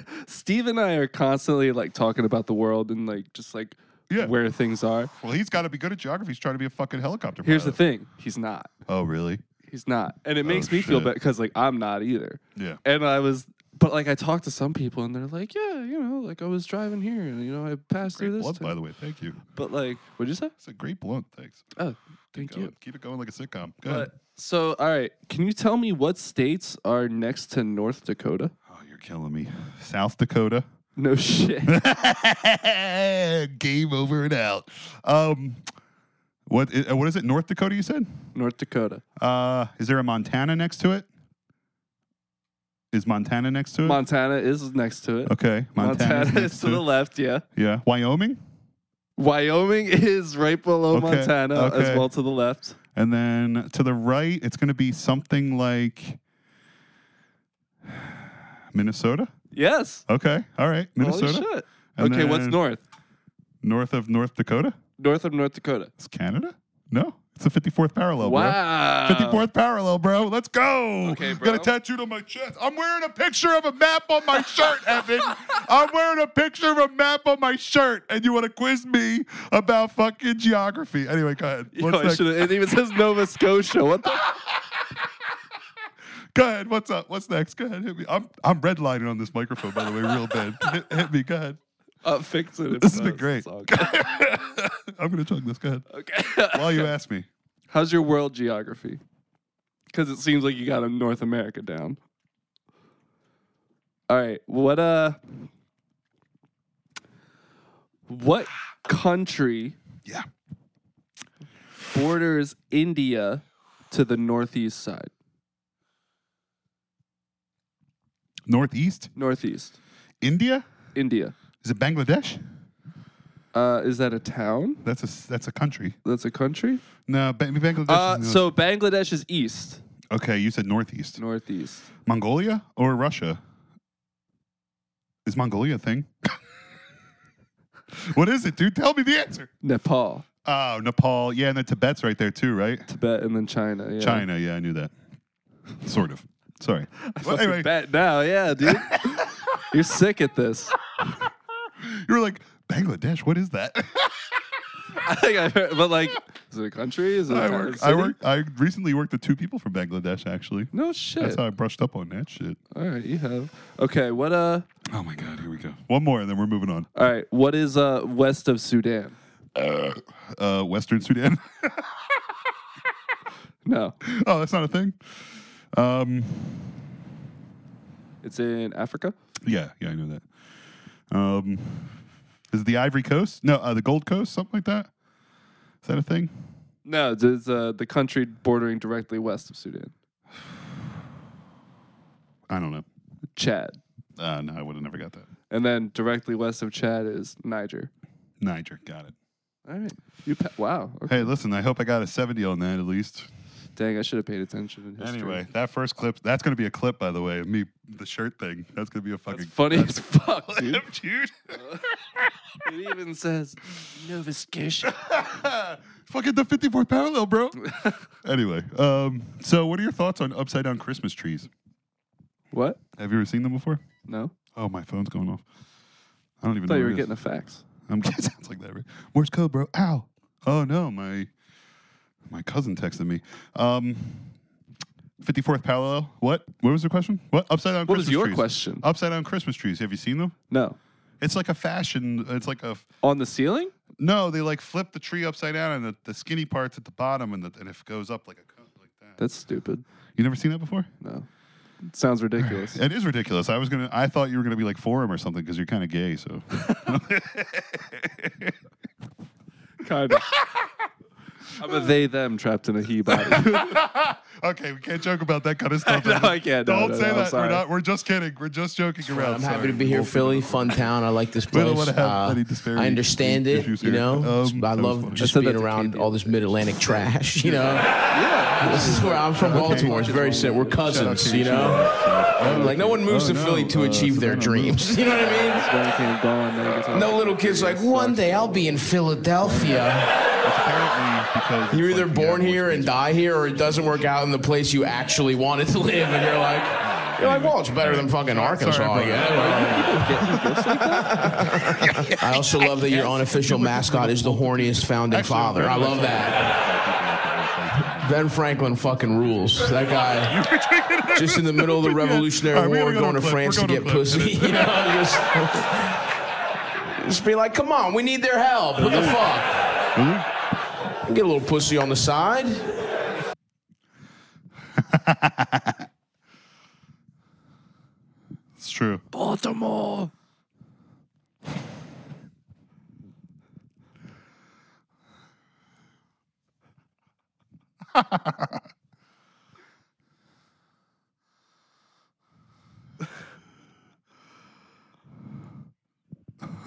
Speaker 1: Steve and I are constantly like talking about the world and like just like
Speaker 2: Yeah.
Speaker 1: where things are.
Speaker 2: Well, he's got to be good at geography. He's trying to be a fucking helicopter.
Speaker 1: Here's the
Speaker 2: pilot.
Speaker 1: thing: he's not.
Speaker 2: Oh, really?
Speaker 1: He's not, and it makes me feel
Speaker 2: oh, shit.
Speaker 1: bad because like I'm not either.
Speaker 2: Yeah.
Speaker 1: And I was, but like I talked to some people and they're like, yeah, you know, like I was driving here and you know I passed
Speaker 2: Great
Speaker 1: through this.
Speaker 2: blunt,
Speaker 1: town."
Speaker 2: by the way. Thank you.
Speaker 1: But like, what'd you say?
Speaker 2: It's a great blunt. Thanks.
Speaker 1: Oh, thank
Speaker 2: Go
Speaker 1: you.
Speaker 2: on. Keep it going like a sitcom. Go ahead.
Speaker 1: But so, all right, can you tell me what states are next to North Dakota?
Speaker 2: Oh, you're killing me. South Dakota.
Speaker 1: No shit.
Speaker 2: Game over and out. Um, what is, what is it? North Dakota, you said?
Speaker 1: North Dakota,
Speaker 2: Uh, is there a Montana next to it? Is Montana next to it?
Speaker 1: Montana is next to it.
Speaker 2: okay, Montana's
Speaker 1: Montana
Speaker 2: next
Speaker 1: is to the
Speaker 2: it.
Speaker 1: left, yeah.
Speaker 2: Yeah, Wyoming,
Speaker 1: Wyoming is right below
Speaker 2: Okay,
Speaker 1: Montana
Speaker 2: okay.
Speaker 1: as well to the left.
Speaker 2: and then to the right, it's going to be something like Minnesota.
Speaker 1: Yes.
Speaker 2: Okay, all right, Minnesota.
Speaker 1: Holy shit.
Speaker 2: And
Speaker 1: okay, what's
Speaker 2: then-
Speaker 1: north?
Speaker 2: North of North Dakota.
Speaker 1: North of North Dakota.
Speaker 2: It's Canada. No, it's the 54th parallel, bro.
Speaker 1: wow.
Speaker 2: 54th parallel, bro. Let's go.
Speaker 1: Um, Okay,
Speaker 2: Got
Speaker 1: bro.
Speaker 2: a tattooed on my chest. I'm wearing a picture of a map on my shirt, Evan. I'm wearing a picture of a map on my shirt, and you want to quiz me about fucking geography. Anyway, go ahead.
Speaker 1: Yo,
Speaker 2: What's
Speaker 1: I
Speaker 2: next?
Speaker 1: should've- it even says Nova Scotia. What the?
Speaker 2: Go ahead. What's up? What's next? Go ahead. Hit me. I'm, I'm redlining on this microphone, by the way, real bad. hit, hit me. Go ahead.
Speaker 1: Uh, fix it. if
Speaker 2: This has
Speaker 1: it
Speaker 2: been
Speaker 1: does.
Speaker 2: great.
Speaker 1: It's all good.
Speaker 2: I'm going to chug this. Go ahead.
Speaker 1: okay.
Speaker 2: While you ask me.
Speaker 1: How's your world geography? Because it seems like you got a North America down. All right, what uh, what country
Speaker 2: Yeah.
Speaker 1: borders India to the northeast side?
Speaker 2: Northeast,
Speaker 1: Northeast,
Speaker 2: India.
Speaker 1: India.
Speaker 2: Is it Bangladesh?
Speaker 1: Uh, is that a town?
Speaker 2: That's a s- that's a country.
Speaker 1: That's a country.
Speaker 2: No, Ba- Bangladesh.
Speaker 1: Uh,
Speaker 2: is in the-
Speaker 1: so Bangladesh is east,
Speaker 2: okay, you said northeast.
Speaker 1: northeast.
Speaker 2: Mongolia or Russia? Is Mongolia a thing? what is it, dude? Tell me the answer.
Speaker 1: Nepal,
Speaker 2: Oh, Nepal. Yeah, and then Tibet's right there too, right?
Speaker 1: Tibet, and then China. Yeah.
Speaker 2: China. Yeah, I knew that. Sort of. Sorry. Well,
Speaker 1: Fucking bet now, yeah, dude. You're sick at this.
Speaker 2: you were like Bangladesh. What is that?
Speaker 1: I think I heard, but like, is it a country? Is it a
Speaker 2: I
Speaker 1: town-
Speaker 2: work. I
Speaker 1: city?
Speaker 2: work. I recently worked with two people from Bangladesh. Actually,
Speaker 1: No shit.
Speaker 2: that's how I brushed up on that shit.
Speaker 1: all right, you have. Okay, what uh?
Speaker 2: Oh my god, here we go. One more, and then we're moving on.
Speaker 1: All right, what is uh west of Sudan?
Speaker 2: uh, uh, Western Sudan.
Speaker 1: No,
Speaker 2: oh, that's not a thing. Um,
Speaker 1: it's in Africa.
Speaker 2: yeah, yeah, I know that. Um, Is it the Ivory Coast? No, uh, the Gold Coast, something like that. Is that a thing?
Speaker 1: No, it's uh, the country bordering directly west of Sudan.
Speaker 2: I don't know.
Speaker 1: Chad.
Speaker 2: Uh, no, I would have never got that.
Speaker 1: And then directly west of Chad is Niger.
Speaker 2: Niger, got it.
Speaker 1: All right. You pa- wow. Okay.
Speaker 2: Hey, listen, I hope I got a 70 on that at least.
Speaker 1: Dang, I should have paid attention in history.
Speaker 2: Anyway, that first clip, that's going to be a clip, by the way, of me, the shirt thing. That's going to be a
Speaker 1: That's
Speaker 2: fucking
Speaker 1: funny as fuck, dude.
Speaker 2: clip, dude.
Speaker 1: It even says Nova Scotia.
Speaker 2: fucking the 54th parallel, bro. anyway, um, so what are your thoughts on upside down Christmas trees?
Speaker 1: What?
Speaker 2: Have you ever seen them before?
Speaker 1: No?
Speaker 2: Oh, my phone's going off. I don't even
Speaker 1: I
Speaker 2: know.
Speaker 1: thought you
Speaker 2: what
Speaker 1: were
Speaker 2: it is.
Speaker 1: getting the facts.
Speaker 2: I'm it sounds like that. Right? Morse code, bro. Ow. Oh no, my my cousin texted me. Um, 54th parallel. What? What was the Oh. question? What upside down?
Speaker 1: What
Speaker 2: Christmas
Speaker 1: was your
Speaker 2: trees.
Speaker 1: question?
Speaker 2: Upside down Christmas trees. Have you seen them?
Speaker 1: No.
Speaker 2: It's like a fashion. It's like a
Speaker 1: On the ceiling?
Speaker 2: no. They like flip the tree upside down, and the, the skinny parts at the bottom, and, the, and it goes up like a cone like that.
Speaker 1: That's stupid.
Speaker 2: You never seen that before?
Speaker 1: No. It sounds ridiculous.
Speaker 2: It is ridiculous. I was gonna. I thought you were gonna be like forum or something because you're kind of gay. So
Speaker 1: kind of. I'm a they them trapped in a he body.
Speaker 2: okay, we can't joke about that kind of stuff.
Speaker 1: No, I can't. No,
Speaker 2: Don't
Speaker 1: no, no,
Speaker 2: say
Speaker 1: I'm
Speaker 2: that. We're
Speaker 1: sorry.
Speaker 2: not. We're just kidding. We're just joking around.
Speaker 3: I'm happy
Speaker 2: Sorry.
Speaker 3: to be here,
Speaker 2: Wolf-
Speaker 3: Philly. Fun town. I like this
Speaker 2: We
Speaker 3: place.
Speaker 2: don't wanna have
Speaker 3: Uh,
Speaker 2: any disparity
Speaker 3: I understand it.
Speaker 2: issues
Speaker 3: You
Speaker 2: here.
Speaker 3: know,
Speaker 2: Um,
Speaker 3: I
Speaker 2: that was
Speaker 3: love
Speaker 2: funny.
Speaker 1: I
Speaker 3: just
Speaker 1: said that
Speaker 3: being
Speaker 1: to
Speaker 3: around
Speaker 1: Katie.
Speaker 3: all this Mid Atlantic trash. You know,
Speaker 1: yeah.
Speaker 3: this is where I'm from. Baltimore. It's very simple. We're
Speaker 2: Shout out
Speaker 3: cousins.
Speaker 2: to
Speaker 3: You know,
Speaker 2: Oh,
Speaker 3: like no one moves
Speaker 2: oh,
Speaker 3: to
Speaker 2: no,
Speaker 3: Philly to
Speaker 2: uh,
Speaker 3: achieve their
Speaker 2: Savannah
Speaker 3: dreams. You know what I
Speaker 1: When it came gone, then it's all-
Speaker 3: mean? No little kids like one day I'll be in Philadelphia.
Speaker 2: It's apparently because it's
Speaker 3: You're either
Speaker 2: like,
Speaker 3: born
Speaker 2: yeah,
Speaker 3: here and die here, or it doesn't work out in the place you actually wanted to live, and you're like, you're like, well, it's better than fucking Arkansas,
Speaker 2: sorry,
Speaker 3: I
Speaker 2: bro.
Speaker 3: guess. I also love that your unofficial mascot is the horniest founding father. I love that. Ben Franklin fucking rules. That guy, just in the middle of the Revolutionary
Speaker 2: All right, we
Speaker 3: War,
Speaker 2: gotta go to
Speaker 3: going to
Speaker 2: a clip.
Speaker 3: France
Speaker 2: We're
Speaker 3: to
Speaker 2: going
Speaker 3: get
Speaker 2: to a clip.
Speaker 3: pussy. You know, just, just be like, come on, we need their help. What the fuck?
Speaker 2: Really?
Speaker 3: Get a little pussy on the side.
Speaker 2: It's true.
Speaker 1: Baltimore.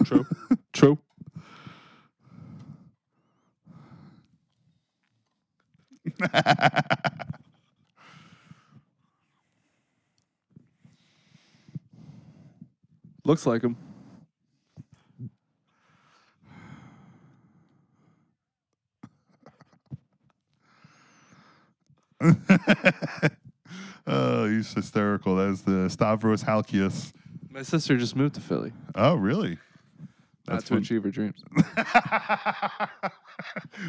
Speaker 1: True. True. Looks like him.
Speaker 2: Oh, he's hysterical. That's the Stavros Halkias.
Speaker 1: My sister just moved to Philly.
Speaker 2: Oh, really?
Speaker 1: Not
Speaker 2: That's
Speaker 1: to
Speaker 2: fun.
Speaker 1: achieve her dreams.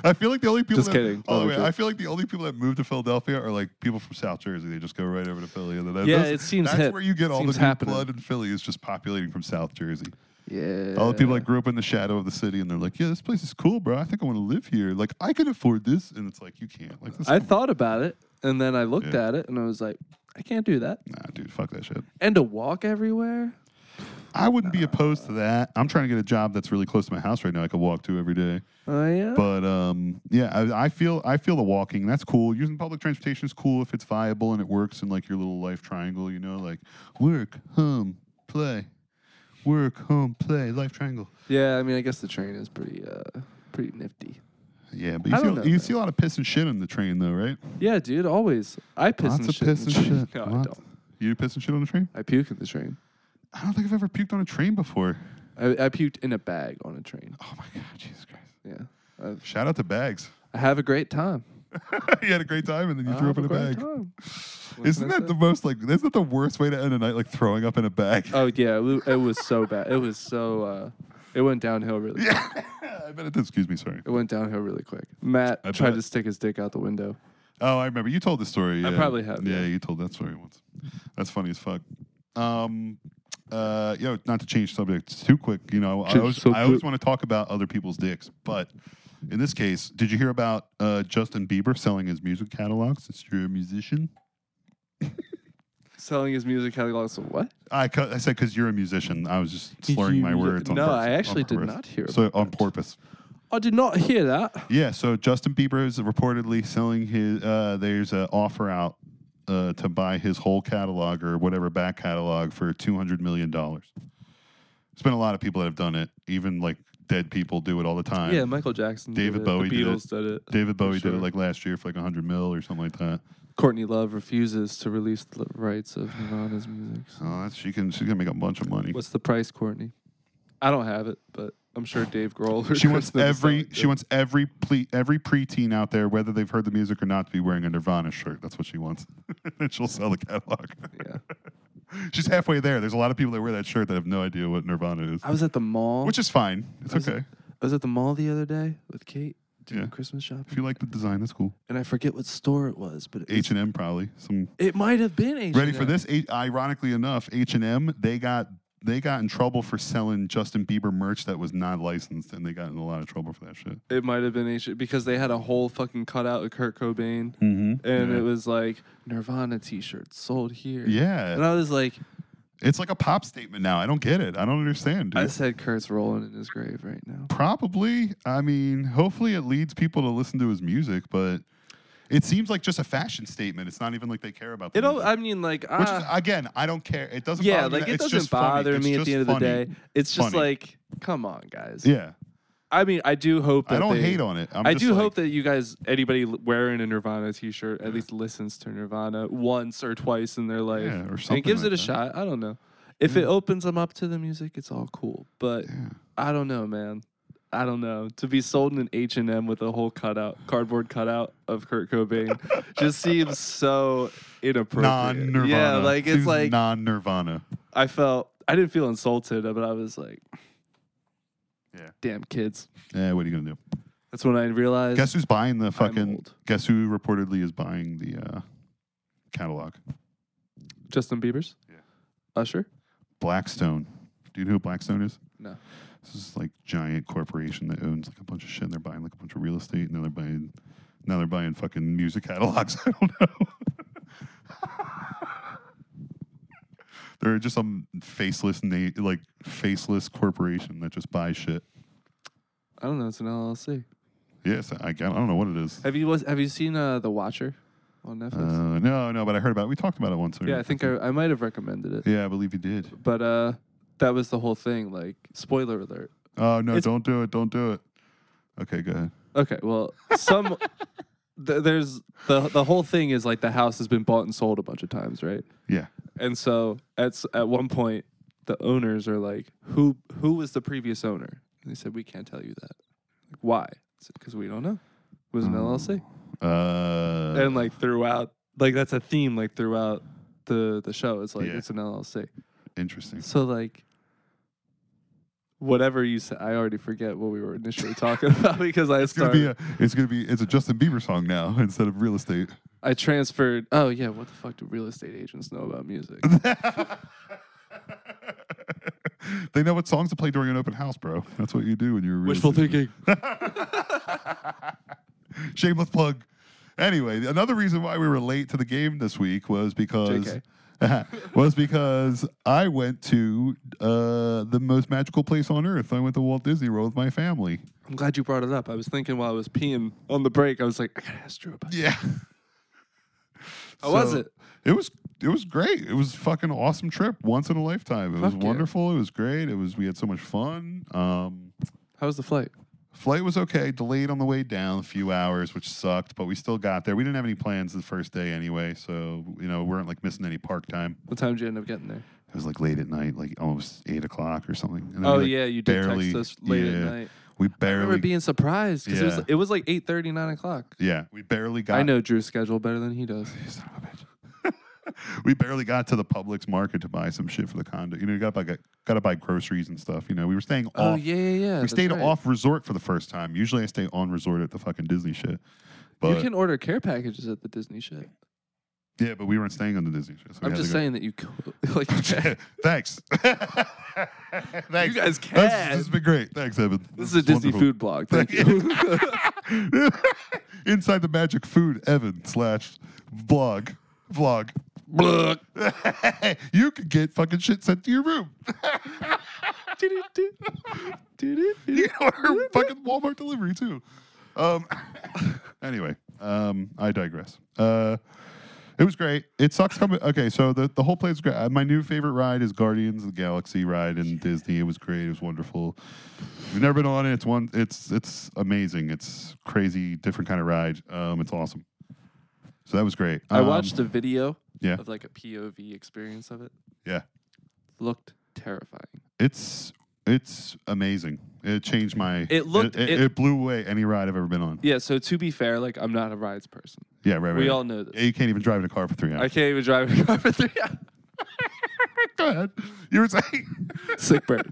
Speaker 2: I feel like the only people.
Speaker 1: Just
Speaker 2: that,
Speaker 1: kidding.
Speaker 2: Oh,
Speaker 1: Totally
Speaker 2: wait,
Speaker 1: joke.
Speaker 2: I feel like the only people that move to Philadelphia are like people from South Jersey. They just go right over to Philly, and then that-
Speaker 1: Yeah, it
Speaker 2: that's,
Speaker 1: seems
Speaker 2: that's
Speaker 1: hip.
Speaker 2: where you get all
Speaker 1: Seems
Speaker 2: the new
Speaker 1: happening.
Speaker 2: blood in Philly is just populating from South Jersey.
Speaker 1: Yeah.
Speaker 2: All the people that grew up in the shadow of the city, and they're like, "Yeah, this place is cool, bro. I think I want to live here. Like, I can afford this." And it's like, you can't. Like, this,
Speaker 1: I thought about it and then I looked
Speaker 2: Yeah.
Speaker 1: at it and I was like, I can't do that.
Speaker 2: nah, dude, fuck that shit.
Speaker 1: And to walk everywhere?
Speaker 2: I wouldn't be opposed to that. I'm trying to get a job that's really close to my house right now. I could walk to every day.
Speaker 1: Oh yeah.
Speaker 2: But um, yeah, I, I feel I feel the walking. That's cool. Using public transportation is cool if it's viable and it works in like your little life triangle. You know, like work, home, play, work, home, play, life triangle.
Speaker 1: yeah, I mean I guess the train is pretty uh pretty nifty.
Speaker 2: Yeah, but you
Speaker 1: I
Speaker 2: see,
Speaker 1: don't know,
Speaker 2: you
Speaker 1: man.
Speaker 2: see a lot of piss and shit on the train though, right?
Speaker 1: Yeah, dude, always. I piss
Speaker 2: Lots
Speaker 1: and
Speaker 2: of
Speaker 1: shit.
Speaker 2: piss and shit.
Speaker 1: no, I
Speaker 2: Lots-
Speaker 1: don't.
Speaker 2: You piss and shit on the train?
Speaker 1: I puke in the train.
Speaker 2: I don't think I've ever puked on a train before.
Speaker 1: I, I puked in a bag on a train.
Speaker 2: Oh my god, Jesus Christ!
Speaker 1: Yeah. I,
Speaker 2: Shout out to Bags.
Speaker 1: I have a great time.
Speaker 2: you had a great time and then you
Speaker 1: I
Speaker 2: threw up
Speaker 1: have
Speaker 2: in a
Speaker 1: great
Speaker 2: bag.
Speaker 1: time. What
Speaker 2: Isn't
Speaker 1: can I
Speaker 2: that the
Speaker 1: say?
Speaker 2: most like? Isn't that the worst way to end a night? Like throwing up in a bag.
Speaker 1: Oh yeah, it wa- it was so bad. It was so uh it went downhill really quick.
Speaker 2: I bet it did. Excuse me, sorry.
Speaker 1: It went downhill really quick. Matt
Speaker 2: I
Speaker 1: tried
Speaker 2: bet.
Speaker 1: to stick his dick out the window.
Speaker 2: Oh, I remember. You told the story.
Speaker 1: I
Speaker 2: yeah.
Speaker 1: probably have,
Speaker 2: Yeah,
Speaker 1: yeah.
Speaker 2: you told that story once. That's funny as fuck. Um, uh, yo, not to change subjects too quick. You know, I
Speaker 1: Change
Speaker 2: always, I always want to talk about other people's dicks, but in this case, did you hear about uh, Justin Bieber selling his music catalogs? Since you're a musician,
Speaker 1: selling his music catalog. So what?
Speaker 2: I, cu- I said because you're a musician. I was just
Speaker 1: Did
Speaker 2: slurring
Speaker 1: you-
Speaker 2: my words. On
Speaker 1: No,
Speaker 2: purpose,
Speaker 1: I actually
Speaker 2: on
Speaker 1: did
Speaker 2: purpose.
Speaker 1: not hear
Speaker 2: So on purpose.
Speaker 1: I did not hear that.
Speaker 2: Yeah. So Justin Bieber is reportedly selling his. Uh, there's an offer out uh, to buy his whole catalog or whatever back catalog for two hundred million dollars. There's been a lot of people that have done it. Even like dead people do it all the time.
Speaker 1: Yeah, Michael Jackson. did
Speaker 2: David
Speaker 1: it.
Speaker 2: Bowie
Speaker 1: The
Speaker 2: did
Speaker 1: Beatles did it.
Speaker 2: David Bowie did
Speaker 1: Sure.
Speaker 2: it like last year for like hundred mil or something like that.
Speaker 1: Courtney Love refuses to release the rights of Nirvana's music.
Speaker 2: So Oh, that's, she can she's gonna make a bunch of money.
Speaker 1: What's the price, Courtney? I don't have it, but I'm sure Dave Grohl. Or
Speaker 2: She wants
Speaker 1: Kristen would sell
Speaker 2: every
Speaker 1: it
Speaker 2: she
Speaker 1: good.
Speaker 2: wants every ple- every preteen out there, whether they've heard the music or not, to be wearing a Nirvana shirt. That's what she wants. and she'll sell the catalog.
Speaker 1: Yeah.
Speaker 2: She's halfway there. There's a lot of people that wear that shirt that have no idea what Nirvana is,
Speaker 1: I was at the mall.
Speaker 2: which is fine. It's
Speaker 1: Was it-
Speaker 2: okay.
Speaker 1: I was at the mall the other day with Kate doing
Speaker 2: Yeah.
Speaker 1: Christmas shopping,
Speaker 2: If you like the design, that's cool.
Speaker 1: and I forget what store it was, but it, was-
Speaker 2: H and M probably some.
Speaker 1: it might have been H.
Speaker 2: Ready for this? A- ironically enough, H and M they got they got in trouble for selling Justin Bieber merch that was not licensed, and they got in a lot of trouble for that shit.
Speaker 1: It might have been H because they had a whole fucking cutout of Kurt Cobain,
Speaker 2: Mm-hmm.
Speaker 1: and
Speaker 2: yeah.
Speaker 1: it was like Nirvana T-shirts sold here.
Speaker 2: Yeah.
Speaker 1: and I was like,
Speaker 2: it's like a pop statement now. I don't get it. I don't understand. Dude.
Speaker 1: I said, Kurt's rolling in his grave right now.
Speaker 2: Probably. I mean, hopefully it leads people to listen to his music, but it seems like just a fashion statement. It's not even like they care about the
Speaker 1: It all,
Speaker 2: music.
Speaker 1: I mean, like,
Speaker 2: Which
Speaker 1: ah,
Speaker 2: is, again, I don't care. It doesn't.
Speaker 1: yeah,
Speaker 2: bother me
Speaker 1: like
Speaker 2: that-
Speaker 1: it
Speaker 2: it's
Speaker 1: doesn't
Speaker 2: just funny.
Speaker 1: bother
Speaker 2: It's
Speaker 1: me at
Speaker 2: just
Speaker 1: the end of
Speaker 2: funny.
Speaker 1: the day. It's just
Speaker 2: Funny.
Speaker 1: like, come on, guys.
Speaker 2: Yeah,
Speaker 1: I mean, I do hope. That
Speaker 2: I don't
Speaker 1: they-
Speaker 2: hate on it. I'm
Speaker 1: i
Speaker 2: just
Speaker 1: do
Speaker 2: like,
Speaker 1: hope that you guys, anybody l- wearing a Nirvana T-shirt, at least listens to Nirvana once or twice in their life,
Speaker 2: Yeah, or
Speaker 1: and
Speaker 2: something
Speaker 1: gives
Speaker 2: like
Speaker 1: it a
Speaker 2: that.
Speaker 1: shot. I don't know. If it opens them up to the music, it's all cool. But
Speaker 2: Yeah.
Speaker 1: I don't know, man. I don't know. To be sold in an H and M with a whole cutout, cardboard cutout of Kurt Cobain, just seems so inappropriate.
Speaker 2: non-Nirvana.
Speaker 1: Yeah, like it's
Speaker 2: Seems
Speaker 1: like
Speaker 2: non-Nirvana.
Speaker 1: I felt I didn't feel insulted, but I was like,
Speaker 2: Yeah.
Speaker 1: damn kids."
Speaker 2: Yeah, what are you gonna do?
Speaker 1: That's when I realized.
Speaker 2: Guess who's buying the fucking?
Speaker 1: old.
Speaker 2: Guess who reportedly is buying the uh, catalog?
Speaker 1: Justin Bieber's.
Speaker 2: Yeah.
Speaker 1: Usher.
Speaker 2: Blackstone. Do you know who Blackstone is?
Speaker 1: No.
Speaker 2: This is like giant corporation that owns like a bunch of shit. And they're buying like a bunch of real estate. And now they're buying, now they're buying fucking music catalogs. I don't know. they're just some faceless, na- like faceless corporation that just buys shit.
Speaker 1: I don't know. It's an LLC.
Speaker 2: Yes, I, I don't know what it is.
Speaker 1: Have you was, have you seen uh, The Watcher on Netflix?
Speaker 2: Uh, no, no, but I heard about. it. We talked about it once.
Speaker 1: yeah, I think I, I might have recommended it.
Speaker 2: Yeah, I believe you did.
Speaker 1: But uh, that was the whole thing. Like spoiler alert.
Speaker 2: Oh no!
Speaker 1: It's-
Speaker 2: don't do it! Don't do it! Okay, go ahead.
Speaker 1: Okay, well, some th- there's the the whole thing is like the house has been bought and sold a bunch of times, right?
Speaker 2: Yeah,
Speaker 1: And so at s- at one point, the owners are like, "Who who was the previous owner?" And they said, "We can't tell you that. Like, Why? Because we don't know. It was an
Speaker 2: Oh.
Speaker 1: LLC."
Speaker 2: uh,
Speaker 1: and like throughout like that's a theme like throughout the the show it's like
Speaker 2: Yeah.
Speaker 1: it's an llc
Speaker 2: interesting.
Speaker 1: so like whatever you said i already forget what we were initially talking about because i
Speaker 2: It's gonna be
Speaker 1: started
Speaker 2: a, it's gonna be it's a Justin Bieber song now instead of real estate.
Speaker 1: I transferred oh yeah what the fuck do real estate agents know about music
Speaker 2: they know what songs to play during an open house, bro. That's what you do when you're a real
Speaker 1: wishful
Speaker 2: estate
Speaker 1: thinking
Speaker 2: agent. Shameless plug. Anyway, another reason why we were late to the game this week was because was because I went to uh, the most magical place on earth. I went to Walt Disney World with my family.
Speaker 1: i'm glad you brought it up i was thinking while i was peeing on the break i was like i gotta ask drew about it
Speaker 2: Yeah.
Speaker 1: How was it?
Speaker 2: It was it was great. It was fucking awesome trip, once in a lifetime. It was
Speaker 1: Fuck yeah.
Speaker 2: wonderful. It was great. It was we had so much fun. Um,
Speaker 1: how was the flight
Speaker 2: flight was okay. Delayed on the way down a few hours, which sucked, but we still got there. We didn't have any plans the first day anyway, so you know we weren't like missing any park time.
Speaker 1: what time did you end up getting there
Speaker 2: It was like late at night, like almost eight o'clock or something. And then
Speaker 1: oh
Speaker 2: we, like,
Speaker 1: yeah you did
Speaker 2: barely-
Speaker 1: text us late
Speaker 2: yeah,
Speaker 1: at night
Speaker 2: We
Speaker 1: i remember
Speaker 2: barely,
Speaker 1: being surprised because it,
Speaker 2: Yeah.
Speaker 1: was, it was like 8 9 o'clock
Speaker 2: yeah, we barely got.
Speaker 1: I know Drew's schedule better than he does.
Speaker 2: You son of a bitch. we barely got to the Publix market to buy some shit for the condo. You know, you got to buy, got to buy groceries and stuff. You know, we were staying
Speaker 1: Oh
Speaker 2: off.
Speaker 1: yeah, yeah, yeah.
Speaker 2: we
Speaker 1: that's
Speaker 2: stayed
Speaker 1: right.
Speaker 2: off resort for the first time. Usually, I stay on resort at the fucking Disney shit.
Speaker 1: you
Speaker 2: But
Speaker 1: can order care packages at the Disney shit.
Speaker 2: yeah, but we weren't staying on the Disney shit. So we
Speaker 1: I'm
Speaker 2: had to
Speaker 1: just
Speaker 2: go-
Speaker 1: saying that you could. Like,
Speaker 2: Thanks.
Speaker 1: you
Speaker 2: Thanks.
Speaker 1: guys can.
Speaker 2: That's- this has been great. Thanks, Evan.
Speaker 1: this is a Disney
Speaker 2: wonderful.
Speaker 1: food blog. Thank you.
Speaker 2: Inside the Magic Food Evan slash blog vlog.
Speaker 1: Blah.
Speaker 2: you could get fucking shit sent to your room. you order fucking Walmart delivery too. Um, anyway, um, I digress. Uh, it was great. It sucks coming. Okay, so the, the whole place was great. Uh, My new favorite ride is Guardians of the Galaxy ride in Disney. It was great. It was wonderful. If you've never been on it, it's one. It's it's amazing. It's crazy, different kind of ride. Um, it's awesome. So that was great.
Speaker 1: I
Speaker 2: Um,
Speaker 1: watched a video
Speaker 2: yeah.
Speaker 1: of like a POV experience of it.
Speaker 2: Yeah.
Speaker 1: Looked terrifying.
Speaker 2: It's it's amazing. It changed my.
Speaker 1: It looked-
Speaker 2: It, it,
Speaker 1: it-
Speaker 2: it blew away any ride I've ever been on.
Speaker 1: Yeah, so to be fair, like I'm not a rides person.
Speaker 2: Yeah, right. right
Speaker 1: We
Speaker 2: right.
Speaker 1: all know this.
Speaker 2: You can't even drive in a car for three
Speaker 1: I
Speaker 2: hours.
Speaker 1: can't even drive a car for three hours.
Speaker 2: Go ahead. You were saying.
Speaker 1: Sick bird.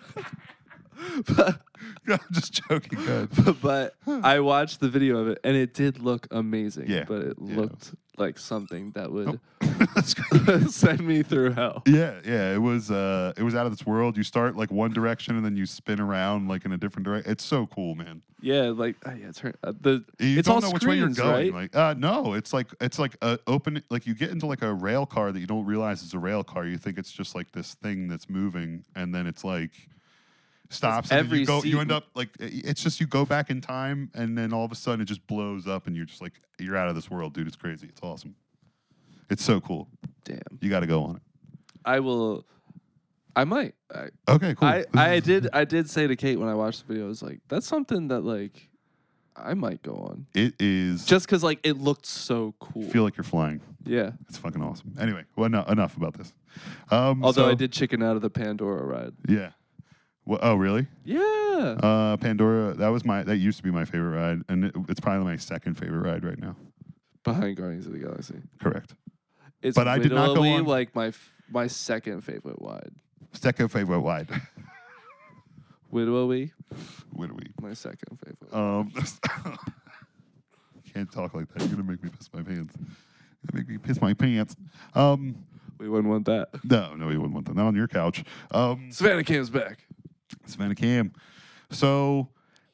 Speaker 1: but,
Speaker 2: I'm just joking. Go ahead.
Speaker 1: but I watched the video of it and it did look amazing.
Speaker 2: Yeah,
Speaker 1: But it
Speaker 2: yeah.
Speaker 1: looked like something that would
Speaker 2: That's good.
Speaker 1: send me through hell.
Speaker 2: Yeah, yeah, it was uh it was out of this world. You start like one direction and then you spin around like in a different direction. It's so cool, man.
Speaker 1: Yeah, like oh yeah, turn uh, the
Speaker 2: You
Speaker 1: it's
Speaker 2: don't
Speaker 1: all
Speaker 2: know
Speaker 1: screens,
Speaker 2: which way you're going.
Speaker 1: right?
Speaker 2: Like uh no, it's like it's like a open like you get into like a rail car that you don't realize is a rail car. You think it's just like this thing that's moving and then it's like stops and then
Speaker 1: every
Speaker 2: you go you
Speaker 1: scene-
Speaker 2: end up like i- it's just you go back in time and then all of a sudden it just blows up and you're just like you're out of this world, dude. It's crazy. It's awesome. It's so cool.
Speaker 1: Damn,
Speaker 2: You got to go on it.
Speaker 1: I will. I might. I,
Speaker 2: Okay, cool.
Speaker 1: I, I did. I did say to Kate when I watched the video, I was like, "That's something that like I might go on."
Speaker 2: it is
Speaker 1: Just because like it looked so cool.
Speaker 2: feel like you're flying.
Speaker 1: yeah.
Speaker 2: It's fucking awesome. Anyway, well, no, enough about this. Um,
Speaker 1: Although I
Speaker 2: so-
Speaker 1: did chicken out of the Pandora ride.
Speaker 2: yeah. Wha- oh, really?
Speaker 1: Yeah.
Speaker 2: Uh, Pandora. That was my. That used to be my favorite ride, and it, it's probably my second favorite ride right now.
Speaker 1: Behind Guardians of the Galaxy.
Speaker 2: Correct.
Speaker 1: It's
Speaker 2: But I did not go
Speaker 1: literally,
Speaker 2: on-
Speaker 1: like my f- my second favorite wide.
Speaker 2: Second favorite ride.
Speaker 1: Widowy,
Speaker 2: what do we?
Speaker 1: my second favorite.
Speaker 2: Um, can't talk like that. You're gonna make me piss my pants. Gonna Make me piss my pants. Um,
Speaker 1: we wouldn't want that.
Speaker 2: no, no, you wouldn't want that. Not on your couch. Um,
Speaker 1: Savannah Cam's back.
Speaker 2: Savannah Cam. So,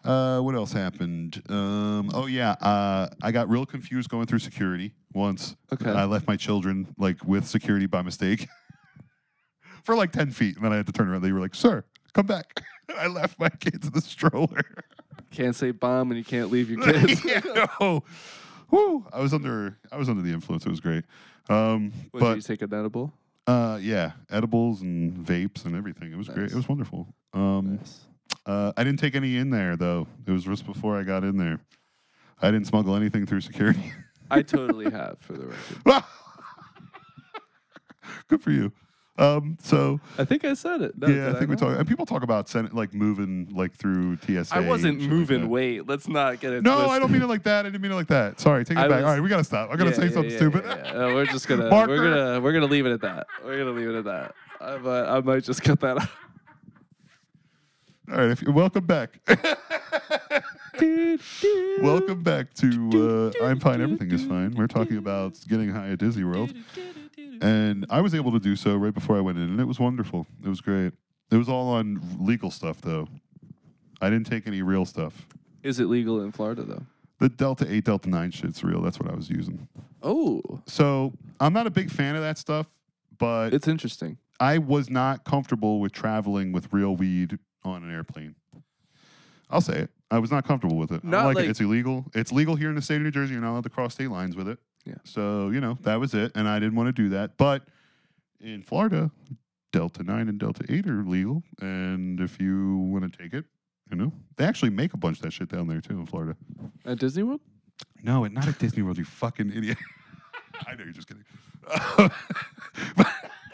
Speaker 2: uh, what else happened? Um, oh yeah, uh, I got real confused going through security once.
Speaker 1: Okay.
Speaker 2: I left my children like with security by mistake for like ten feet, and then I had to turn around. They were like, "Sir, come back." I left my kids in the stroller.
Speaker 1: Can't say bomb and you can't leave your kids.
Speaker 2: yeah, no. Woo. I was under I was under the influence. It was great. Um,
Speaker 1: What,
Speaker 2: but
Speaker 1: did you take an edible?
Speaker 2: uh, yeah, edibles and vapes and everything. It was great.
Speaker 1: Nice.
Speaker 2: It was wonderful. Um,
Speaker 1: Yes.
Speaker 2: Uh, I didn't take any in there though. It was just before I got in there. I didn't smuggle anything through security.
Speaker 1: I totally have, for the record.
Speaker 2: Good for you. Um, so
Speaker 1: I think I said it. No,
Speaker 2: yeah, I
Speaker 1: did
Speaker 2: think we
Speaker 1: not?
Speaker 2: talk. And people talk about sen- like moving like through TSA.
Speaker 1: I wasn't
Speaker 2: and shit like
Speaker 1: moving
Speaker 2: that.
Speaker 1: weight. Let's not get it.
Speaker 2: No, I
Speaker 1: twisted.
Speaker 2: don't mean it like that. I didn't mean it like that. Sorry, take it
Speaker 1: I
Speaker 2: back.
Speaker 1: was-
Speaker 2: All right, we gotta stop. I gotta
Speaker 1: Yeah,
Speaker 2: say
Speaker 1: yeah,
Speaker 2: something
Speaker 1: yeah,
Speaker 2: stupid.
Speaker 1: yeah, yeah. Uh, we're just gonna
Speaker 2: Marker.
Speaker 1: we're gonna we're gonna leave it at that. We're gonna leave it at that. I might I might just cut that out.
Speaker 2: All right, if you welcome back.
Speaker 1: Dude,
Speaker 2: welcome back to uh, I'm Fine, Everything is Fine. We're talking about getting high at Disney World. and I was able to do so right before I went in, and it was wonderful. It was great. It was all on legal stuff, though. I didn't take any real stuff.
Speaker 1: Is it legal in Florida though?
Speaker 2: The Delta 8, Delta 9 shit's real. That's what I was using.
Speaker 1: Oh,
Speaker 2: So I'm not a big fan of that stuff, but
Speaker 1: it's interesting.
Speaker 2: I was not comfortable with traveling with real weed on an airplane. I'll say it. I was not comfortable with it. I don't
Speaker 1: Not
Speaker 2: like,
Speaker 1: like-
Speaker 2: it. It's illegal. It's legal here in the state of New Jersey. You're not allowed to cross state lines with it.
Speaker 1: Yeah.
Speaker 2: So, you know, that was it. And I didn't want to do that. But in Florida, Delta 9 and Delta 8 are legal. And if you want to take it, you know, they actually make a bunch of that shit down there too in Florida.
Speaker 1: At Disney World?
Speaker 2: No, and not at Disney World, you fucking idiot. I know you're just kidding.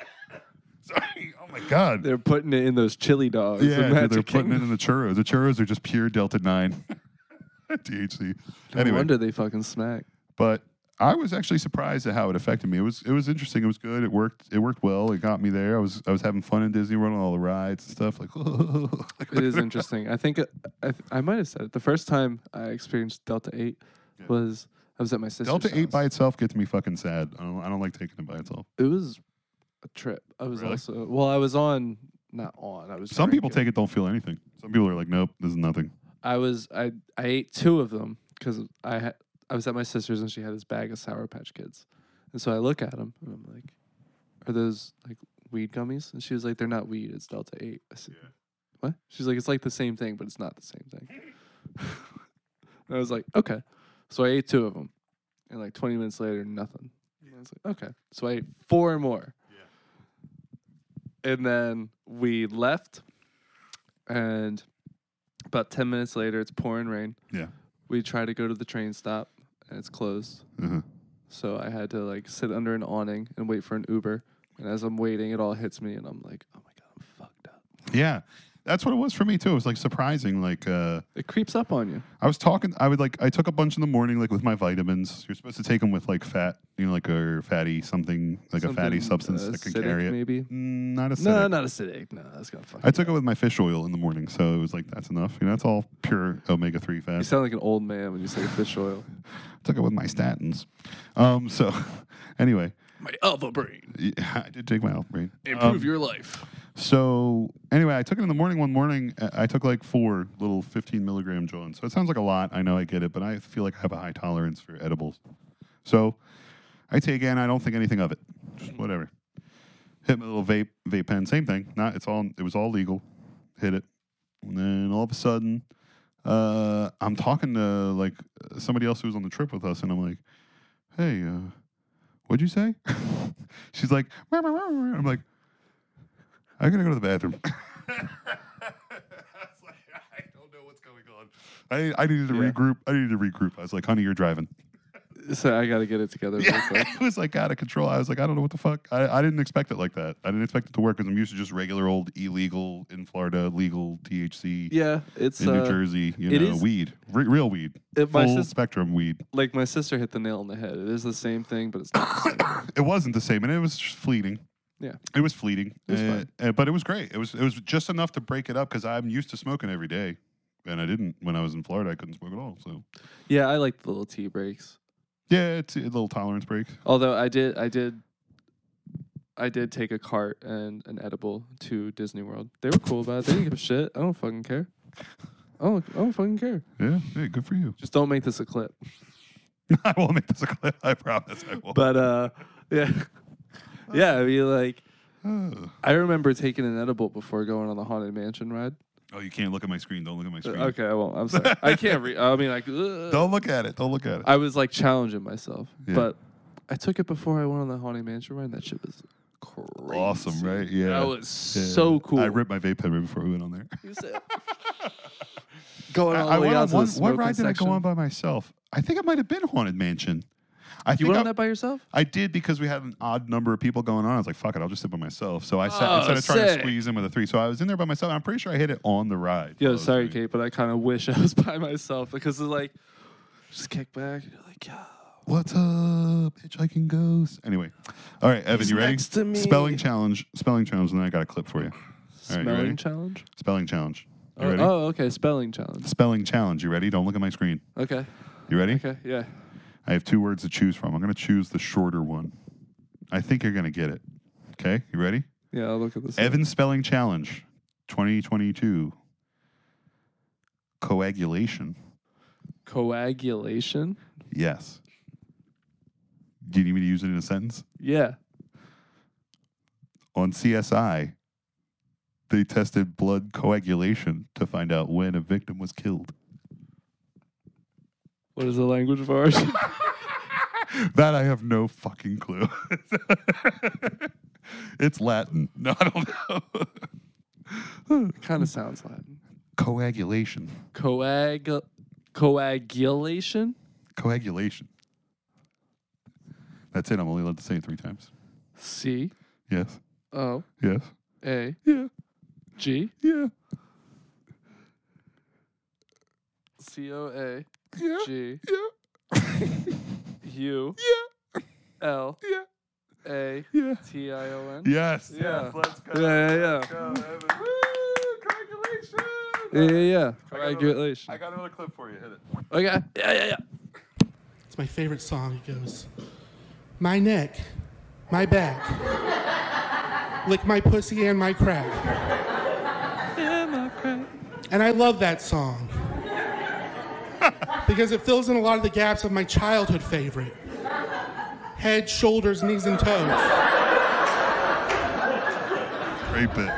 Speaker 2: Sorry. Oh my God.
Speaker 1: They're putting it in those chili dogs. in
Speaker 2: Yeah, dude,
Speaker 1: Magic
Speaker 2: they're putting it
Speaker 1: Kingdom.
Speaker 2: in the churros. The churros are just pure Delta 9 THC.
Speaker 1: No
Speaker 2: Anyway,
Speaker 1: wonder they fucking smack.
Speaker 2: but I was actually surprised at how it affected me. It was it was interesting. It was good. It worked. It worked well. It got me there. I was I was having fun in Disney World on all the rides and stuff. Like,
Speaker 1: It is interesting. I think uh, I, th- I might have said it. The first time I experienced Delta Eight was I was at my sister's.
Speaker 2: Delta 8
Speaker 1: house.
Speaker 2: by itself gets me fucking sad. I don't, I don't like taking it by itself.
Speaker 1: It was a trip. I was
Speaker 2: Really?
Speaker 1: also well. I was on not on. I was.
Speaker 2: Some people
Speaker 1: drinking.
Speaker 2: take it, don't feel anything. Some people are like, nope, this is nothing.
Speaker 1: I was. I I ate two of them because I had. I was at my sister's and she had this bag of Sour Patch Kids, And so I look at them and I'm like, are those like weed gummies? And she was like, they're not weed, it's Delta 8. I said, what? She's like, it's like the same thing, but it's not the same thing. and I was like, okay. So I ate two of them. And like 20 minutes later, nothing. And I was like, okay. So I ate four more. And then we left. And about 10 minutes later, it's pouring rain.
Speaker 2: Yeah.
Speaker 1: We try to go to the train stop and it's closed.
Speaker 2: Uh-huh.
Speaker 1: So I had to like sit under an awning and wait for an Uber. And as I'm waiting, it all hits me, and I'm like, oh my god, I'm fucked up.
Speaker 2: Yeah. That's what it was for me too. It was like surprising. Like uh,
Speaker 1: It creeps up on you.
Speaker 2: I was talking. I would like. I took a bunch in the morning, like with my vitamins. You're supposed to take them with like fat, you know, like a fatty something, like a fatty
Speaker 1: Something,
Speaker 2: substance
Speaker 1: uh,
Speaker 2: that can
Speaker 1: acidic,
Speaker 2: carry it.
Speaker 1: maybe?
Speaker 2: Mm, not acidic.
Speaker 1: No, not acidic. No, that's gonna fuck.
Speaker 2: I took it with my fish oil in the morning, so it was like that's enough. You know, that's all pure omega three fat.
Speaker 1: You sound like an old man when you say fish oil.
Speaker 2: took it with my statins. Um, so anyway,
Speaker 1: My alpha brain,
Speaker 2: yeah, I did take my Alprin.
Speaker 1: improve your life.
Speaker 2: So anyway, I took it in the morning. One morning, Uh, I- I took like four little 15 milligram joints. So it sounds like a lot. I know I get it, but I feel like I have a high tolerance for edibles. So I take it and I don't think anything of it. Just whatever. Hit my little vape vape pen. Same thing. Not it's all it was all legal. Hit it. And then all of a sudden, uh, I'm talking to like somebody else who was on the trip with us, and I'm like, "Hey, uh, what'd you say?" She's like, "Meow, meow, meow, meow." "I'm like, I gotta go to the bathroom." I was like, "I don't know what's going on." I, I needed to
Speaker 1: Yeah.
Speaker 2: regroup. I needed to regroup. I was like, honey, you're driving.
Speaker 1: So I gotta get it together. real
Speaker 2: Yeah,
Speaker 1: quick.
Speaker 2: it was like out of control. I was like, I don't know what the fuck. I, I didn't expect it like that. I didn't expect it to work because I'm used to just regular old illegal in Florida legal THC
Speaker 1: yeah. It's
Speaker 2: in New
Speaker 1: uh,
Speaker 2: Jersey. You
Speaker 1: it
Speaker 2: know,
Speaker 1: is-
Speaker 2: weed, Re- real weed,
Speaker 1: It- my
Speaker 2: full
Speaker 1: sis-
Speaker 2: spectrum weed.
Speaker 1: like my sister hit the nail on the head. It is the same thing, but it's not. The same.
Speaker 2: It wasn't the same, and it was just fleeting.
Speaker 1: Yeah.
Speaker 2: It was fleeting,
Speaker 1: It was
Speaker 2: uh,
Speaker 1: fine.
Speaker 2: uh, but it was great. It was it was just enough to break it up because I'm used to smoking every day, and I didn't when I was in Florida. I couldn't smoke at all. So
Speaker 1: Yeah, I like the little tea breaks.
Speaker 2: yeah, it's a little tolerance break.
Speaker 1: Although I did, I did, I did take a cart and an edible to Disney World. They were cool about it. They didn't give a shit. I don't fucking care. I don't, I don't fucking care.
Speaker 2: Yeah, hey, good for you.
Speaker 1: Just don't make this a clip.
Speaker 2: I will make this a clip. I promise. I will.
Speaker 1: But uh, yeah, yeah. I mean, like,
Speaker 2: oh.
Speaker 1: I remember taking an edible before going on the haunted mansion ride.
Speaker 2: Oh, you can't look at my screen. Don't look at my
Speaker 1: Uh,
Speaker 2: screen.
Speaker 1: Okay, I won't. I'm sorry. I can't read. I mean, like, ugh.
Speaker 2: Don't look at it. Don't look at it.
Speaker 1: I was like challenging myself,
Speaker 2: Yeah.
Speaker 1: but I took it before I went on the haunted mansion ride. That shit was crazy.
Speaker 2: Awesome, right? Yeah.
Speaker 1: That was
Speaker 2: Yeah.
Speaker 1: so cool.
Speaker 2: I ripped my vape pen right before we went on there.
Speaker 1: going all
Speaker 2: I
Speaker 1: the way
Speaker 2: went
Speaker 1: out
Speaker 2: on
Speaker 1: to
Speaker 2: one-
Speaker 1: the
Speaker 2: what
Speaker 1: smoking
Speaker 2: ride did
Speaker 1: section.
Speaker 2: I go on by myself? I think it might have been Haunted Mansion. I
Speaker 1: You
Speaker 2: think
Speaker 1: went
Speaker 2: I,
Speaker 1: on that by yourself?
Speaker 2: I did because we had an odd number of people going on. I was like, fuck it, I'll just sit by myself. So I sat
Speaker 1: Oh,
Speaker 2: instead of trying
Speaker 1: sick.
Speaker 2: to squeeze in with a three. So I was in there by myself. and I'm pretty sure I hit it on the ride.
Speaker 1: Yo,
Speaker 2: while I was
Speaker 1: sorry,
Speaker 2: doing it.
Speaker 1: Kate, but I kind of wish I was by myself because it's like, just kick back. You're like, yo.
Speaker 2: What's up, hitchhiking ghost? Anyway, all right, Evan,
Speaker 1: He's
Speaker 2: you ready?
Speaker 1: next to me.
Speaker 2: Spelling challenge, spelling challenge, and then I got a clip for you. All right, you
Speaker 1: Spelling
Speaker 2: ready?
Speaker 1: challenge?
Speaker 2: Spelling challenge. You
Speaker 1: Oh,
Speaker 2: ready?
Speaker 1: oh, okay. Spelling challenge.
Speaker 2: Spelling challenge. You ready? Don't look at my screen.
Speaker 1: Okay.
Speaker 2: You ready?
Speaker 1: Okay. Yeah.
Speaker 2: I have two words to choose from. I'm going to choose the shorter one. I think you're going to get it. Okay, you ready?
Speaker 1: Yeah, I'll look at this.
Speaker 2: Evan Spelling Challenge 2022. Coagulation.
Speaker 1: Coagulation?
Speaker 2: Yes. Do you need me to use it in a sentence?
Speaker 1: Yeah.
Speaker 2: On CSI, they tested blood coagulation to find out when a victim was killed.
Speaker 1: What is the language for it?
Speaker 2: That I have no fucking clue. it's Latin. No, I don't know.
Speaker 1: kind of sounds Latin.
Speaker 2: Coagulation.
Speaker 1: Coag- coagulation?
Speaker 2: Coagulation. That's it. I'm only allowed to say it three times.
Speaker 1: C
Speaker 2: Yes.
Speaker 1: O
Speaker 2: Yes.
Speaker 1: A
Speaker 2: Yeah.
Speaker 1: G
Speaker 2: Yeah.
Speaker 1: C O A
Speaker 2: Yeah.
Speaker 1: G
Speaker 2: Yeah.
Speaker 1: U L
Speaker 2: Yeah.
Speaker 1: A
Speaker 2: Yeah.
Speaker 1: T I O N.
Speaker 2: Yes.
Speaker 1: Yeah.
Speaker 2: Yes. Let's go.
Speaker 1: Yeah, yeah,
Speaker 2: Let's go, Evan. Woo!
Speaker 1: Yeah,
Speaker 2: Congratulations.
Speaker 1: yeah, yeah.
Speaker 2: got another-
Speaker 1: Coagulation.
Speaker 2: I got another clip for you. Hit it.
Speaker 1: Okay. Yeah, yeah, yeah.
Speaker 4: It's my favorite song. It goes, My neck, my back, lick my pussy and my crack. And I love that song because it fills in a lot of the gaps of my childhood favorite. head, shoulders, knees, and toes.
Speaker 2: Great bit.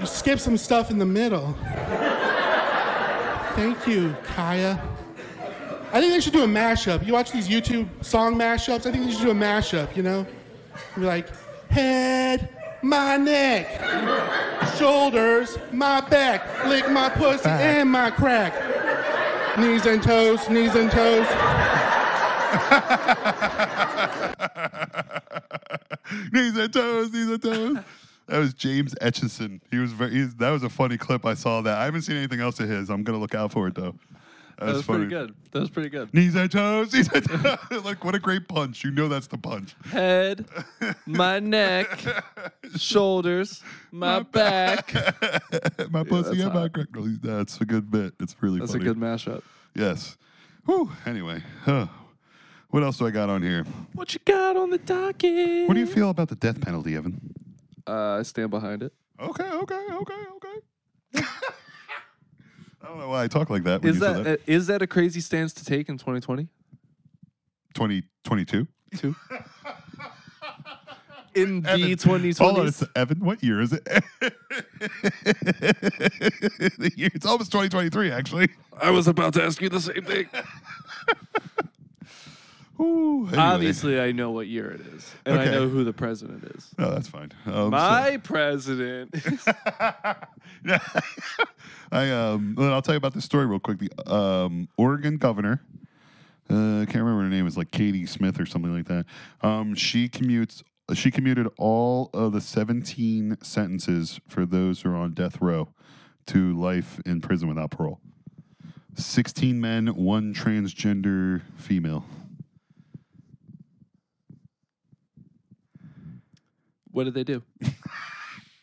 Speaker 4: You skip some stuff in the middle. Thank you, Kaya. I think they should do a mashup. You watch these YouTube song mashups. I think they should do a mashup. You know, you're like head, my neck, shoulders, my back, lick my pussy and my crack, knees and toes, knees and toes.
Speaker 2: knees and toes, knees and toes. That was James Etchison. He was very. He's, that was a funny clip. I saw that. I haven't seen anything else of his. I'm gonna look out for it though. That,
Speaker 1: That
Speaker 2: was,
Speaker 1: was
Speaker 2: funny.
Speaker 1: pretty good. That was pretty good.
Speaker 2: Knees and toes, knees and toes. like what a great punch. You know that's the punch.
Speaker 1: Head, my neck, shoulders, my back.
Speaker 2: my pussy
Speaker 1: that's
Speaker 2: and my
Speaker 1: hot.
Speaker 2: crack. No, That's a good bit. It's really
Speaker 1: That's a
Speaker 2: funny.
Speaker 1: good mashup.
Speaker 2: Yes. Whew. Anyway, huh. what else do I got on here?
Speaker 1: What you got on the docket?
Speaker 2: What do you feel about the death penalty, Evan?
Speaker 1: Uh, I stand behind it.
Speaker 2: Okay, okay, okay, okay. I don't know why I talk like that. When
Speaker 1: Is
Speaker 2: you said
Speaker 1: that,
Speaker 2: that
Speaker 1: uh, is that a crazy stance to take in 2020?
Speaker 2: 2022?
Speaker 1: Two. In the
Speaker 2: Hold on,
Speaker 1: 2020s.
Speaker 2: it's Evan. What year is it? The year- it's almost 2023, actually.
Speaker 1: I was about to ask you the same thing.
Speaker 2: Ooh, anyway.
Speaker 1: Obviously, I know what year it is, and
Speaker 2: Okay.
Speaker 1: I know who the president is.
Speaker 2: No, that's fine. Um,
Speaker 1: My president.
Speaker 2: Yeah. I um. well, I'll tell you about this story real quick. The um Oregon governor, uh, I can't remember her name. It's like Katie Smith or something like that. Um, she commutes. She commuted all of the 17 sentences for those who are on death row to life in prison without parole. 16 men, one transgender female.
Speaker 1: what did they do?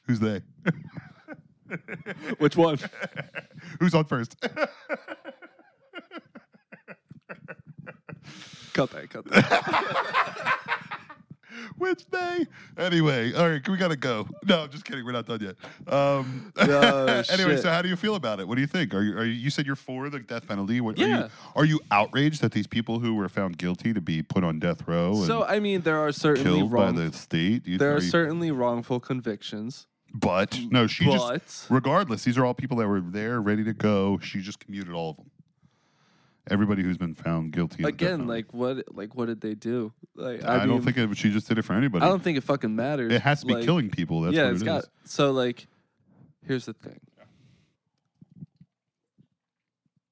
Speaker 2: Who's they?
Speaker 1: Which one?
Speaker 2: Who's on first?
Speaker 1: cut that. Cut that.
Speaker 2: Which they? Anyway, all right, we gotta go. No, I'm just kidding. We're not done yet. Um,
Speaker 1: No,
Speaker 2: anyway,
Speaker 1: shit.
Speaker 2: so how do you feel about it? What do you think? Are you? Are you, you said you're for the death penalty. What,
Speaker 1: Yeah.
Speaker 2: Are you, are you outraged that these people who were found guilty to be put on death row and
Speaker 1: So I mean, there are certainly
Speaker 2: killed by
Speaker 1: wrong.
Speaker 2: the state? Do you-
Speaker 1: there are
Speaker 2: you-
Speaker 1: certainly wrongful convictions.
Speaker 2: But no, she just.
Speaker 1: But-
Speaker 2: Regardless, these are all people that were there, ready to go. She just commuted all of them. Everybody who's been found guilty. of the death
Speaker 1: Again,
Speaker 2: penalty.
Speaker 1: like what? Like what did they do? Like
Speaker 2: I,
Speaker 1: I,
Speaker 2: don't
Speaker 1: mean,
Speaker 2: think it, she just did it for anybody.
Speaker 1: I don't think it fucking matters.
Speaker 2: it has to be
Speaker 1: Like,
Speaker 2: killing people. That's
Speaker 1: yeah,
Speaker 2: what
Speaker 1: it's
Speaker 2: it
Speaker 1: got.
Speaker 2: is.
Speaker 1: So like, here's the thing.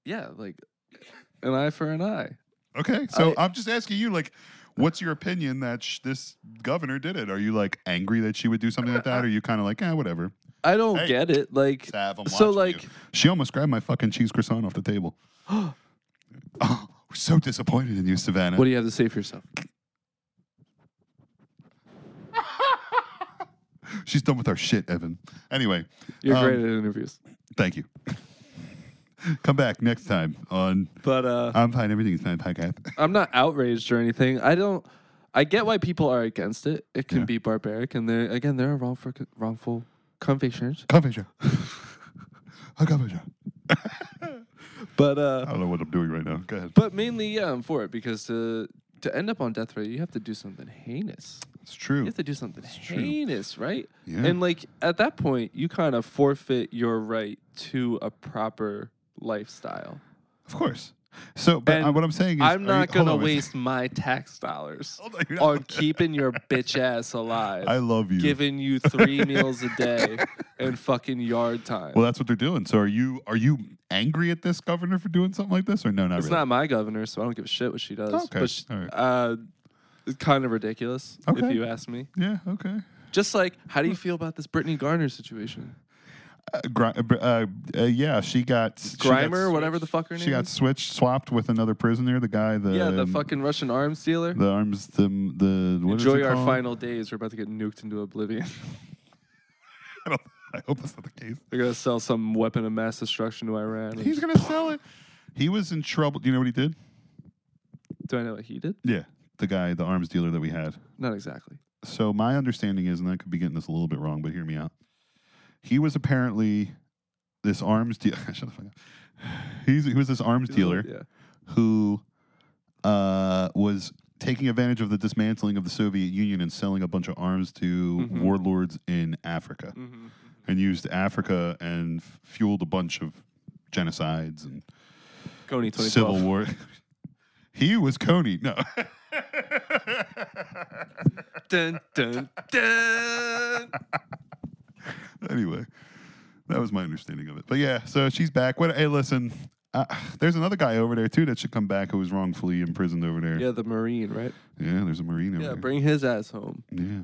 Speaker 1: Yeah, like an eye for an eye.
Speaker 2: Okay, so
Speaker 1: I-
Speaker 2: I, am just asking you, like, what's your opinion that sh- this governor did it? Are you like angry that she would do something like that, or are you kind of like, eh, whatever?
Speaker 1: I don't
Speaker 2: Hey,
Speaker 1: get it. Like
Speaker 2: Sav, I'm
Speaker 1: so,
Speaker 2: watching
Speaker 1: like
Speaker 2: you. she almost grabbed my fucking cheese croissant off the table. oh, we're so disappointed in you, Savannah.
Speaker 1: what do you have to say for yourself?
Speaker 2: She's done with our shit, Evan. Anyway,
Speaker 1: You're
Speaker 2: um,
Speaker 1: great at interviews.
Speaker 2: Thank you. Come back next time on
Speaker 1: But uh,
Speaker 2: I'm fine. Everything's fine podcast.
Speaker 1: I'm not outraged or anything. I don't. I get why people are against it. It can
Speaker 2: Yeah.
Speaker 1: be barbaric, and there again, there are wrongful wrongful convictions.
Speaker 2: Confession. I confession.
Speaker 1: But
Speaker 2: I
Speaker 1: uh,
Speaker 2: don't know what I'm doing right now. Go ahead.
Speaker 1: but mainly, yeah, I'm for it because to to end up on death row, you have to do something heinous.
Speaker 2: It's true.
Speaker 1: You have to do something
Speaker 2: true.
Speaker 1: heinous, right?
Speaker 2: Yeah.
Speaker 1: And like at that point, you kind of forfeit your right to a proper lifestyle.
Speaker 2: Of course. So, but
Speaker 1: And
Speaker 2: uh, what I'm saying is,
Speaker 1: I'm
Speaker 2: are you-
Speaker 1: not
Speaker 2: hold
Speaker 1: gonna
Speaker 2: on a
Speaker 1: waste
Speaker 2: second.
Speaker 1: my tax dollars
Speaker 2: Hold on, you're not-
Speaker 1: on keeping your bitch ass alive.
Speaker 2: I love you.
Speaker 1: Giving you three meals a day and fucking yard time.
Speaker 2: well, that's what they're doing. So, are you are you angry at this governor for doing something like this, or no? Not
Speaker 1: it's
Speaker 2: really.
Speaker 1: not my governor, so I don't give a shit what she does.
Speaker 2: Okay,
Speaker 1: But sh
Speaker 2: all right.
Speaker 1: uh, it's kind of ridiculous,
Speaker 2: Okay.
Speaker 1: if you ask me.
Speaker 2: yeah. Okay.
Speaker 1: Just like, how do you feel about this Brittany Garner situation?
Speaker 2: Uh, gri- uh, br- uh, uh, yeah, she got she got
Speaker 1: Grimer, whatever the
Speaker 2: switched-
Speaker 1: fuck her
Speaker 2: She
Speaker 1: name
Speaker 2: got
Speaker 1: is?
Speaker 2: switched, swapped with another prisoner. The guy, the
Speaker 1: yeah, the
Speaker 2: um,
Speaker 1: fucking Russian arms dealer.
Speaker 2: the arms, the the what is
Speaker 1: Enjoy
Speaker 2: it
Speaker 1: our
Speaker 2: called?
Speaker 1: final days. We're about to get nuked into oblivion.
Speaker 2: I, don't- I hope that's not the case.
Speaker 1: They're gonna sell some weapon of mass destruction to Iran.
Speaker 2: He's gonna sell it. He was in trouble. Do you know what he did?
Speaker 1: Do I know what he did?
Speaker 2: Yeah, the guy, the arms dealer that we had.
Speaker 1: Not exactly.
Speaker 2: so my understanding is, and I could be getting this a little bit wrong, but hear me out. He was apparently this arms dealer. Shut the fuck up. He's, he was this arms dealer
Speaker 1: Yeah.
Speaker 2: who uh, was taking advantage of the dismantling of the Soviet Union and selling a bunch of arms to warlords in Africa, and used Africa and f- fueled a bunch of genocides and
Speaker 1: Coney 2012.
Speaker 2: civil war. he was Coney. No,
Speaker 1: Dun, dun, dun.
Speaker 2: anyway, that was my understanding of it. But yeah, so she's back. What? Hey, listen. Uh, there's another guy over there too that should come back who was wrongfully imprisoned over there.
Speaker 1: Yeah, the Marine, right?
Speaker 2: Yeah, there's a marine over
Speaker 1: Yeah,
Speaker 2: there.
Speaker 1: bring his ass home.
Speaker 2: yeah.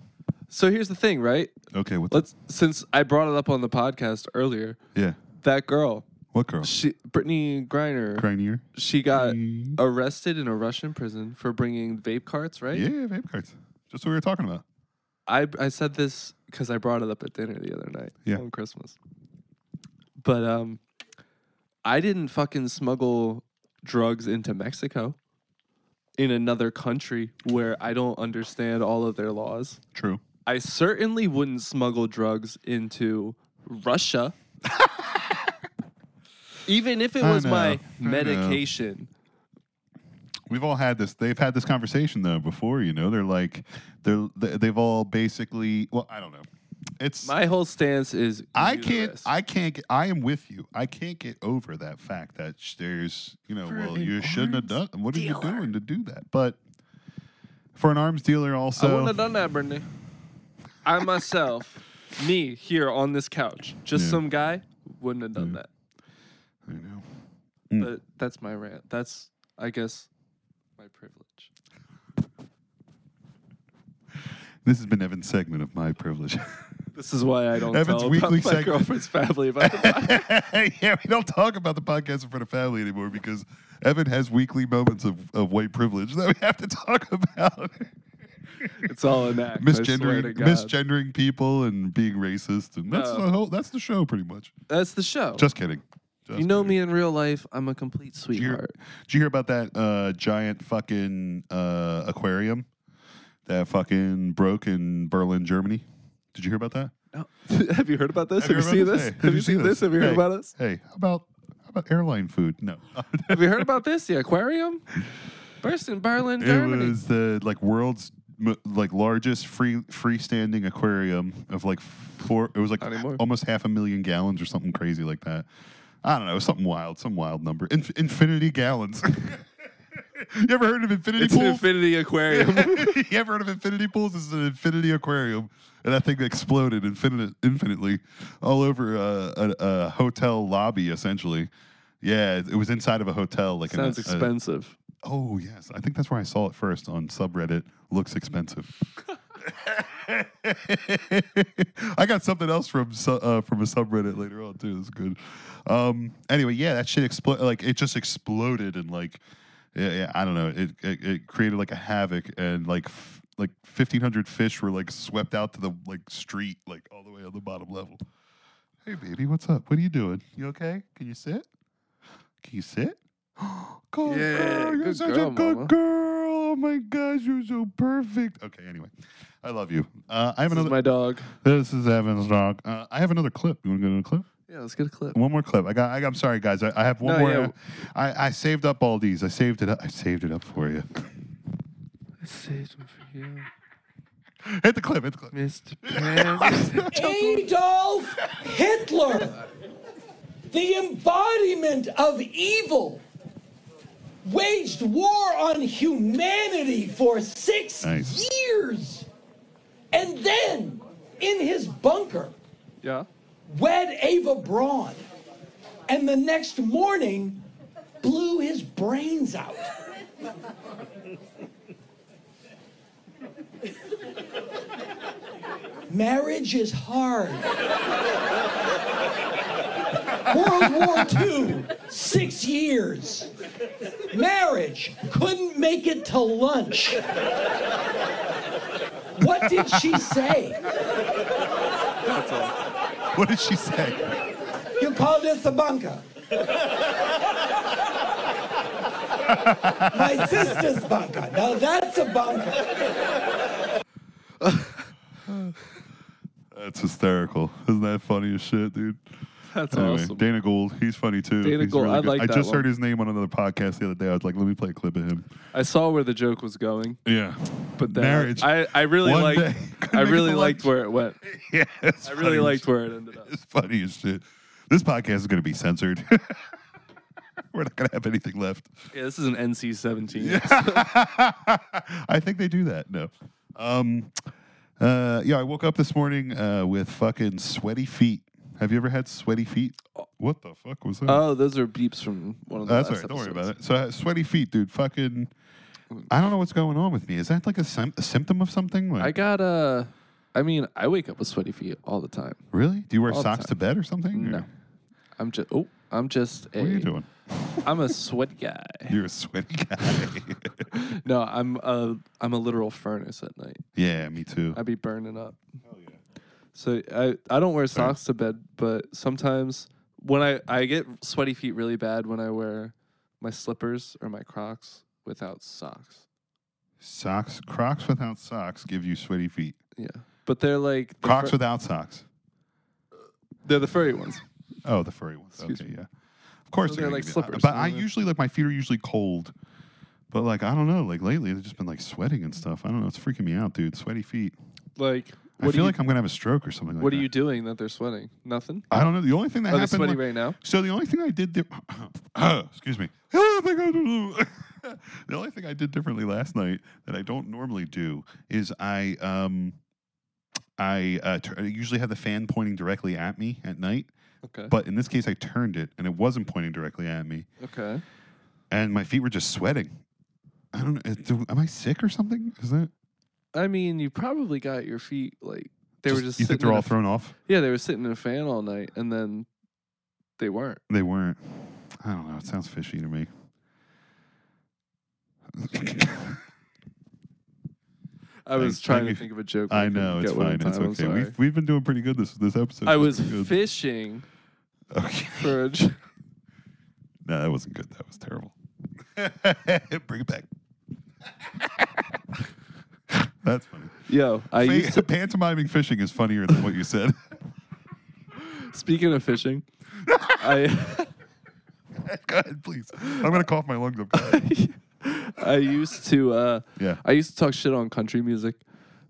Speaker 1: So here's the thing, right?
Speaker 2: Okay, what's
Speaker 1: Let's since I brought it up on the podcast earlier,
Speaker 2: yeah?
Speaker 1: that girl,
Speaker 2: What girl?
Speaker 1: she Brittany Griner,
Speaker 2: Cranier?
Speaker 1: she got
Speaker 2: Mm-hmm.
Speaker 1: arrested in a Russian prison for bringing vape carts, right?
Speaker 2: Yeah, vape cards. Just what we were talking about.
Speaker 1: I I said this because I brought it up at dinner the other night
Speaker 2: Yeah.
Speaker 1: on Christmas. But um, I didn't fucking smuggle drugs into Mexico, in another country where I don't understand all of their laws.
Speaker 2: True.
Speaker 1: I certainly wouldn't smuggle drugs into Russia. Even if it
Speaker 2: I
Speaker 1: was
Speaker 2: know, I
Speaker 1: my
Speaker 2: know.
Speaker 1: medication.
Speaker 2: We've all had this. They've had this conversation though before. You know, they're like, they're they- they've all basically. Well, I don't know. It's
Speaker 1: My whole stance is
Speaker 2: I can't.
Speaker 1: uterus.
Speaker 2: I can't. Get, I am with you. I can't get over that fact that sh- there's. You know, well, you shouldn't have done. What are you doing to do that? But for an arms dealer,
Speaker 1: I wouldn't
Speaker 2: also,
Speaker 1: have done that, Brittany. I myself, me here on this couch, just
Speaker 2: Yeah. Mm.
Speaker 1: some guy, wouldn't have done that.
Speaker 2: I know. Mm.
Speaker 1: But that's my rant. That's, I guess, my privilege.
Speaker 2: This has been Evan's segment of my privilege.
Speaker 1: This is why I don't
Speaker 2: Evan's
Speaker 1: tell
Speaker 2: weekly
Speaker 1: about my
Speaker 2: segment.
Speaker 1: girlfriend's family about the podcast.
Speaker 2: yeah, we don't talk about the podcast in front of family anymore because Evan has weekly moments of, of white privilege that we have to talk about.
Speaker 1: It's all an act. I swear to
Speaker 2: misgendering,
Speaker 1: God.
Speaker 2: misgendering people and being racist, and that's
Speaker 1: No.
Speaker 2: the whole, that's the show pretty much.
Speaker 1: That's the show.
Speaker 2: Just kidding. Just
Speaker 1: you know
Speaker 2: kidding.
Speaker 1: me in real life. I'm a complete
Speaker 2: Did you, hear,
Speaker 1: sweetheart.
Speaker 2: did you hear about that uh, giant fucking uh, aquarium that fucking broke in Berlin, Germany? Did you hear about that?
Speaker 1: No. Have you heard about this? Have, you
Speaker 2: heard
Speaker 1: seen
Speaker 2: about
Speaker 1: this?
Speaker 2: Hey,
Speaker 1: Have you seen this? Have you heard
Speaker 2: Hey,
Speaker 1: about us?
Speaker 2: Hey, how about how about airline food? No.
Speaker 1: Have you heard about this? The aquarium burst in Berlin, Germany.
Speaker 2: It was the like world's m- like largest free freestanding aquarium of like four. It was like
Speaker 1: Not anymore.
Speaker 2: almost half a million gallons or something crazy like that. I don't know, something wild, some wild number. Inf- infinity gallons. you ever heard of infinity
Speaker 1: it's an
Speaker 2: pools?
Speaker 1: infinity aquarium.
Speaker 2: you ever heard of infinity pools? This is an infinity aquarium, and that thing exploded infinite, infinitely all over uh, a, a hotel lobby, essentially. Yeah, it was inside of a hotel, like in a-
Speaker 1: Sounds
Speaker 2: a-
Speaker 1: expensive.
Speaker 2: Oh yes, I think that's where I saw it first on subreddit. Looks expensive. I got something else from su- uh, from a subreddit later on too. That's good. Um, anyway, yeah, that shit exploded. Like it just exploded and like, yeah, yeah, I don't know. It, it it created like a havoc and like f- like fifteen hundred fish were like swept out to the like street, like all the way on the bottom level. Hey baby, what's up? What are you doing? You okay? Can you sit? Can you sit? Go,
Speaker 1: Yeah,
Speaker 2: girl. You're
Speaker 1: good
Speaker 2: such
Speaker 1: girl,
Speaker 2: a good
Speaker 1: mama.
Speaker 2: girl. Oh my gosh, you're so perfect. Okay, anyway, I love you. Uh, I have
Speaker 1: This is
Speaker 2: another.
Speaker 1: my dog.
Speaker 2: this is Evan's dog. Uh, I have another clip. You want to go to the clip?
Speaker 1: Yeah, let's get a clip.
Speaker 2: One more clip. I got. I, I'm sorry, guys. I, I have one
Speaker 1: No,
Speaker 2: more.
Speaker 1: yeah.
Speaker 2: I, I saved up all these. I saved it. Up. I saved it up for you.
Speaker 1: I saved him for you,
Speaker 2: hit the clip. Hit the clip.
Speaker 1: Mr. President.
Speaker 5: Adolf Hitler, the embodiment of evil, waged war on humanity for six
Speaker 2: Nice.
Speaker 5: years. And then, in his bunker,
Speaker 1: yeah.
Speaker 5: wed Ava Braun, and the next morning blew his brains out. Marriage is hard. World War II, six years. Marriage couldn't make it to lunch. What did she say?
Speaker 2: What did she say?
Speaker 5: You call this a bunker? My sister's bunker. Now that's a bunker.
Speaker 2: That's hysterical. Isn't that funny as shit, dude?
Speaker 1: That's
Speaker 2: Anyway,
Speaker 1: awesome.
Speaker 2: Dana Gould, he's funny too.
Speaker 1: Dana
Speaker 2: He's
Speaker 1: Gould, I
Speaker 2: good.
Speaker 1: like
Speaker 2: I
Speaker 1: that
Speaker 2: just
Speaker 1: one.
Speaker 2: heard his name on another podcast the other day. I was like, let me play a clip of him.
Speaker 1: I saw where the joke was going,
Speaker 2: Yeah,
Speaker 1: but then
Speaker 2: Marriage.
Speaker 1: I, I really
Speaker 2: One
Speaker 1: liked
Speaker 2: day.
Speaker 1: I
Speaker 2: Couldn't make it
Speaker 1: really
Speaker 2: to
Speaker 1: liked
Speaker 2: lunch.
Speaker 1: where it went.
Speaker 2: yeah. it's
Speaker 1: I really
Speaker 2: funny as
Speaker 1: liked
Speaker 2: shit.
Speaker 1: where it ended up.
Speaker 2: It's funny as shit. This podcast is going to be censored. We're not going to have anything left.
Speaker 1: Yeah, this is an NC-17.
Speaker 2: I think they do that. No. Um, uh, yeah, I woke up this morning uh, with fucking sweaty feet. Have you ever had sweaty feet? What the fuck was that? Uh,
Speaker 1: Oh, those are beeps from one of the
Speaker 2: That's all
Speaker 1: last
Speaker 2: right. Don't worry
Speaker 1: episodes.
Speaker 2: about it. So uh, sweaty feet, dude. Fucking. I don't know what's going on with me. Is that like a, sym- a symptom of something? Like,
Speaker 1: I got Uh, I mean, I wake up with sweaty feet all the time.
Speaker 2: really? Do you wear
Speaker 1: all the
Speaker 2: socks
Speaker 1: time.
Speaker 2: to bed or something?
Speaker 1: No,
Speaker 2: Or-
Speaker 1: I'm just. Oh, I'm just a.
Speaker 2: What are you doing?
Speaker 1: I'm a sweat guy.
Speaker 2: You're a sweaty guy.
Speaker 1: No, I'm a. I'm a literal furnace at night.
Speaker 2: yeah, me too.
Speaker 1: I'd be burning up. So I I don't wear socks to bed, but sometimes when I I get sweaty feet really bad when I wear my slippers or my Crocs without socks.
Speaker 2: Socks, Crocs without socks give you sweaty feet.
Speaker 1: Yeah, but they're like the
Speaker 2: Crocs
Speaker 1: fur-
Speaker 2: without socks.
Speaker 1: they're the furry ones.
Speaker 2: Oh, the furry ones.
Speaker 1: Excuse
Speaker 2: okay, yeah. Of course,
Speaker 1: So they're
Speaker 2: they're, gonna
Speaker 1: like
Speaker 2: give you-
Speaker 1: slippers,
Speaker 2: But
Speaker 1: so
Speaker 2: I
Speaker 1: they're-
Speaker 2: usually like my feet are usually cold. But like I don't know, like lately they've just been like sweating and stuff. I don't know, it's freaking me out, dude. Sweaty feet.
Speaker 1: Like
Speaker 2: I
Speaker 1: what do
Speaker 2: feel
Speaker 1: you
Speaker 2: like I'm gonna have a stroke or something. Like
Speaker 1: what are
Speaker 2: that.
Speaker 1: you doing that they're sweating? Nothing.
Speaker 2: I don't know. The only thing that
Speaker 1: Are they
Speaker 2: happened.
Speaker 1: sweating
Speaker 2: wa-
Speaker 1: right now?
Speaker 2: So the only thing I did. Di- excuse me. the only thing I did differently last night that I don't normally do is I um I uh, tur- I usually have the fan pointing directly at me at night,
Speaker 1: Okay.
Speaker 2: but in this case I turned it and it wasn't pointing directly at me,
Speaker 1: okay.
Speaker 2: and my feet were just sweating. I don't. know. Do, am I sick or something? Is that?
Speaker 1: I mean, you probably got your feet like they were just
Speaker 2: You
Speaker 1: sitting
Speaker 2: think they're
Speaker 1: in
Speaker 2: all
Speaker 1: a-
Speaker 2: thrown off?
Speaker 1: Yeah, they were sitting in a fan all night, and then they weren't.
Speaker 2: They weren't. I don't know. It sounds fishy to me.
Speaker 1: I was trying
Speaker 2: Thank- thank
Speaker 1: to
Speaker 2: you.
Speaker 1: think of a joke. but
Speaker 2: I
Speaker 1: couldn't
Speaker 2: know it's
Speaker 1: get one in
Speaker 2: fine. It's
Speaker 1: time, I'm
Speaker 2: okay.
Speaker 1: sorry.
Speaker 2: We've, we've been doing pretty good this this episode.
Speaker 1: I
Speaker 2: It's
Speaker 1: was
Speaker 2: been good.
Speaker 1: fishing
Speaker 2: Okay.
Speaker 1: for a j-
Speaker 2: No, that wasn't good. That was terrible. Bring it back. That's funny.
Speaker 1: yo. I
Speaker 2: Fa-
Speaker 1: used to
Speaker 2: pantomiming fishing is funnier than what you said.
Speaker 1: speaking of fishing. I
Speaker 2: Go ahead, please. I'm gonna cough my lungs up. Go ahead.
Speaker 1: I used to uh,
Speaker 2: Yeah.
Speaker 1: I used to talk shit on country music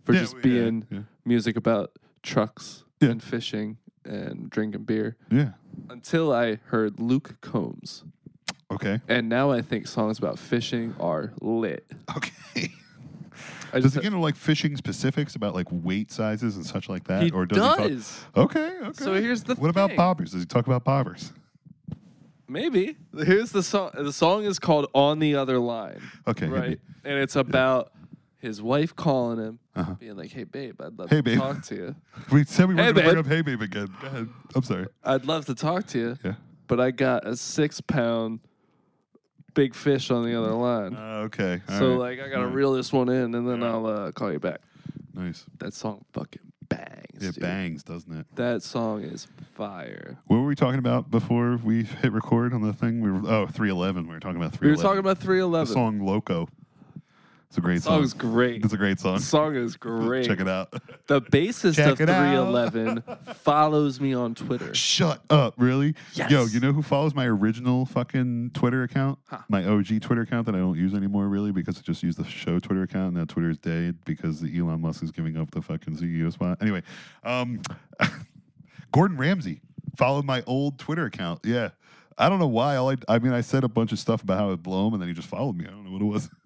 Speaker 1: for
Speaker 2: Yeah,
Speaker 1: just
Speaker 2: we- yeah,
Speaker 1: being
Speaker 2: yeah.
Speaker 1: music about trucks
Speaker 2: Yeah.
Speaker 1: and fishing and drinking beer
Speaker 2: yeah.
Speaker 1: until I heard Luke Combs.
Speaker 2: Okay.
Speaker 1: And now I think songs about fishing are lit.
Speaker 2: Okay.
Speaker 1: I
Speaker 2: Does
Speaker 1: just
Speaker 2: he get into like fishing specifics about like weight sizes and such like that?
Speaker 1: He
Speaker 2: talk-
Speaker 1: does.
Speaker 2: Okay. Okay.
Speaker 1: So here's the
Speaker 2: What about
Speaker 1: thing.
Speaker 2: bobbers? Does he talk about bobbers?
Speaker 1: maybe here's the song. The song is called "On the Other Line,"
Speaker 2: Okay. hit me.
Speaker 1: right? And it's about his wife calling him, being like, "Hey babe, I'd love
Speaker 2: Uh-huh. Hey,
Speaker 1: to
Speaker 2: babe."
Speaker 1: talk to you.
Speaker 2: We said we
Speaker 1: Hey,
Speaker 2: weren't going to bring
Speaker 1: babe.
Speaker 2: up Hey Babe again. Go ahead. I'm sorry.
Speaker 1: I'd love to talk to you,
Speaker 2: Yeah.
Speaker 1: but I got a six pound big fish on the other line."
Speaker 2: Uh, okay. All
Speaker 1: so
Speaker 2: right.
Speaker 1: like I gotta
Speaker 2: All right.
Speaker 1: reel this one in and then I'll uh, call you back.
Speaker 2: nice.
Speaker 1: That song fucking bangs.
Speaker 2: It
Speaker 1: dude.
Speaker 2: bangs, doesn't it?
Speaker 1: That song is fire.
Speaker 2: What were we talking about before we hit record on the thing? We were oh 311. We were talking about 311.
Speaker 1: We were talking about
Speaker 2: the
Speaker 1: 311.
Speaker 2: song "Loco." It's a great song.
Speaker 1: song's great.
Speaker 2: It's a great song.
Speaker 1: The song is great.
Speaker 2: Check it out.
Speaker 1: The bassist
Speaker 2: Check
Speaker 1: of
Speaker 2: it out.
Speaker 1: 311 follows me on Twitter.
Speaker 2: Shut up, really? Yo,
Speaker 1: Yes.
Speaker 2: you know who follows my original fucking Twitter account? My OG Twitter account that I don't use anymore, really, because I just use the show Twitter account. and Now Twitter is dead because the Elon Musk is giving up the fucking CEO spot. Anyway, um, Gordon Ramsay followed my old Twitter account. Yeah. I don't know why. All I, I mean, I said a bunch of stuff about how it blow him, and then he just followed me. I don't know what it was.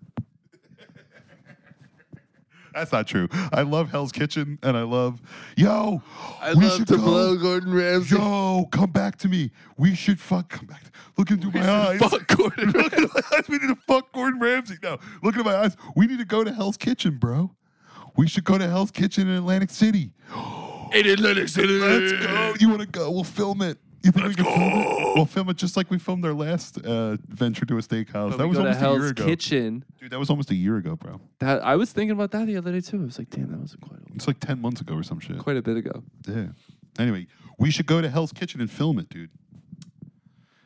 Speaker 2: That's not true. I love Hell's Kitchen, and I love, yo,
Speaker 1: I
Speaker 2: we
Speaker 1: love
Speaker 2: should
Speaker 1: to
Speaker 2: go.
Speaker 1: blow Gordon Ramsay.
Speaker 2: Yo, come back to me. We should fuck. Come back. Look into my eyes.
Speaker 1: Fuck Gordon.
Speaker 2: Look into my eyes. We need to fuck Gordon Ramsay. No, look into my eyes. We need to go to Hell's Kitchen, bro. We should go to Hell's Kitchen in Atlantic City.
Speaker 1: In Atlantic City.
Speaker 2: Let's go. You want to go? We'll film it. You think we can film it? We'll film it just like we filmed our last uh, venture to a steakhouse. that was
Speaker 1: go to
Speaker 2: almost a year
Speaker 1: Hell's
Speaker 2: ago.
Speaker 1: Kitchen.
Speaker 2: Dude, that was almost a year ago, bro.
Speaker 1: That I was thinking about that the other day too. I was like, damn, that was quite a,
Speaker 2: It's like 10 months ago or some shit.
Speaker 1: quite a bit ago.
Speaker 2: Yeah. Anyway, we should go to Hell's Kitchen and film it, dude.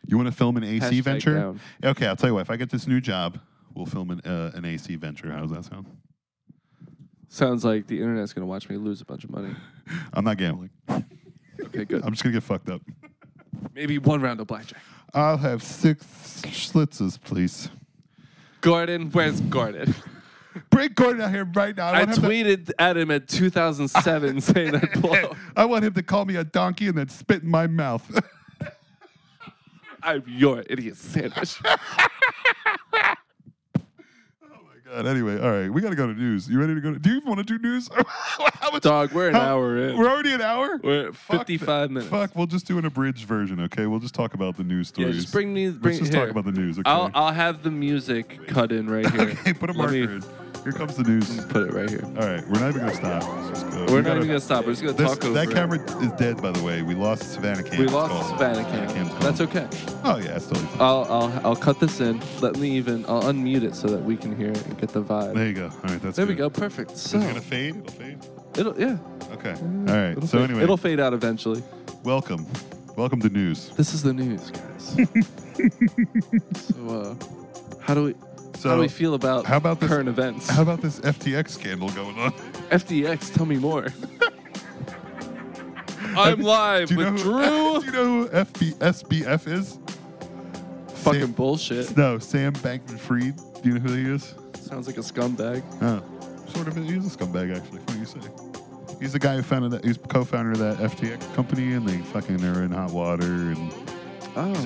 Speaker 2: You want to film an AC
Speaker 1: Hashtag
Speaker 2: venture?
Speaker 1: down.
Speaker 2: Okay, I'll tell you what. If I get this new job, we'll film an uh, an AC venture. How does that sound?
Speaker 1: Sounds like the internet's gonna watch me lose a bunch of money.
Speaker 2: I'm not gambling.
Speaker 1: Okay, good.
Speaker 2: I'm just gonna get fucked up.
Speaker 1: Maybe one round of blackjack.
Speaker 2: I'll have six schlitzes, please.
Speaker 1: Gordon, where's Gordon?
Speaker 2: Bring Gordon out here right now.
Speaker 1: I
Speaker 2: I, want him to-
Speaker 1: tweeted at him at 2007 saying that blow.
Speaker 2: I want him to call me a donkey and then spit in my mouth. Oh
Speaker 1: I'm your idiot sandwich.
Speaker 2: God, anyway, all right, we got to go to news. You ready to go to? Do you want to do news? How much-
Speaker 1: Dog, we're an
Speaker 2: how-
Speaker 1: hour in.
Speaker 2: We're already an hour.
Speaker 1: We're at
Speaker 2: Fuck that.
Speaker 1: 55 minutes.
Speaker 2: Fuck, we'll just do an abridged version, okay? We'll just talk about the news
Speaker 1: Yeah,
Speaker 2: stories.
Speaker 1: just bring me. Bring,
Speaker 2: Let's just
Speaker 1: here.
Speaker 2: talk about the news, okay?
Speaker 1: I'll, I'll have the music cut in right here.
Speaker 2: okay, put a
Speaker 1: Let
Speaker 2: marker
Speaker 1: me
Speaker 2: in. Here comes the news.
Speaker 1: Put it right here.
Speaker 2: All right, we're not even gonna stop. Let's just go.
Speaker 1: We're
Speaker 2: We
Speaker 1: not
Speaker 2: gotta-
Speaker 1: even gonna stop. We're just gonna
Speaker 2: this-
Speaker 1: talk over.
Speaker 2: That
Speaker 1: it.
Speaker 2: camera is dead, by the way. We lost Savannah Cam.
Speaker 1: We
Speaker 2: it's
Speaker 1: lost
Speaker 2: called.
Speaker 1: Savannah
Speaker 2: Cam's
Speaker 1: cam.
Speaker 2: called.
Speaker 1: That's okay. Uh,
Speaker 2: Oh yeah, it's totally. fine.
Speaker 1: I'll, I'll I'll cut this in. Let me even. I'll unmute it so that we can hear it and get the vibe.
Speaker 2: There you go. All right, that's.
Speaker 1: There we go.
Speaker 2: good.
Speaker 1: Perfect. So
Speaker 2: Is it gonna fade? It'll fade.
Speaker 1: it'll yeah.
Speaker 2: Okay. All right.
Speaker 1: It'll
Speaker 2: So
Speaker 1: fade-
Speaker 2: anyway,
Speaker 1: it'll fade out eventually.
Speaker 2: welcome, welcome to news.
Speaker 1: This is the news, guys. so uh, how do we
Speaker 2: So
Speaker 1: how do we feel about
Speaker 2: how about this-
Speaker 1: current events?
Speaker 2: How about this FTX scandal going on?
Speaker 1: FDX, tell me more. I'm live
Speaker 2: Do you, know
Speaker 1: with
Speaker 2: who,
Speaker 1: Drew.
Speaker 2: do you know who FB, SBF is?
Speaker 1: Fucking
Speaker 2: Sam-
Speaker 1: bullshit.
Speaker 2: No, Sam Bankman Fried. Do you know who he is?
Speaker 1: Sounds like a scumbag.
Speaker 2: Oh, sort of. He's a scumbag, actually. What do you say? He's the guy who founded that. He's co-founder of that FTX company, and they fucking are in hot water. And he's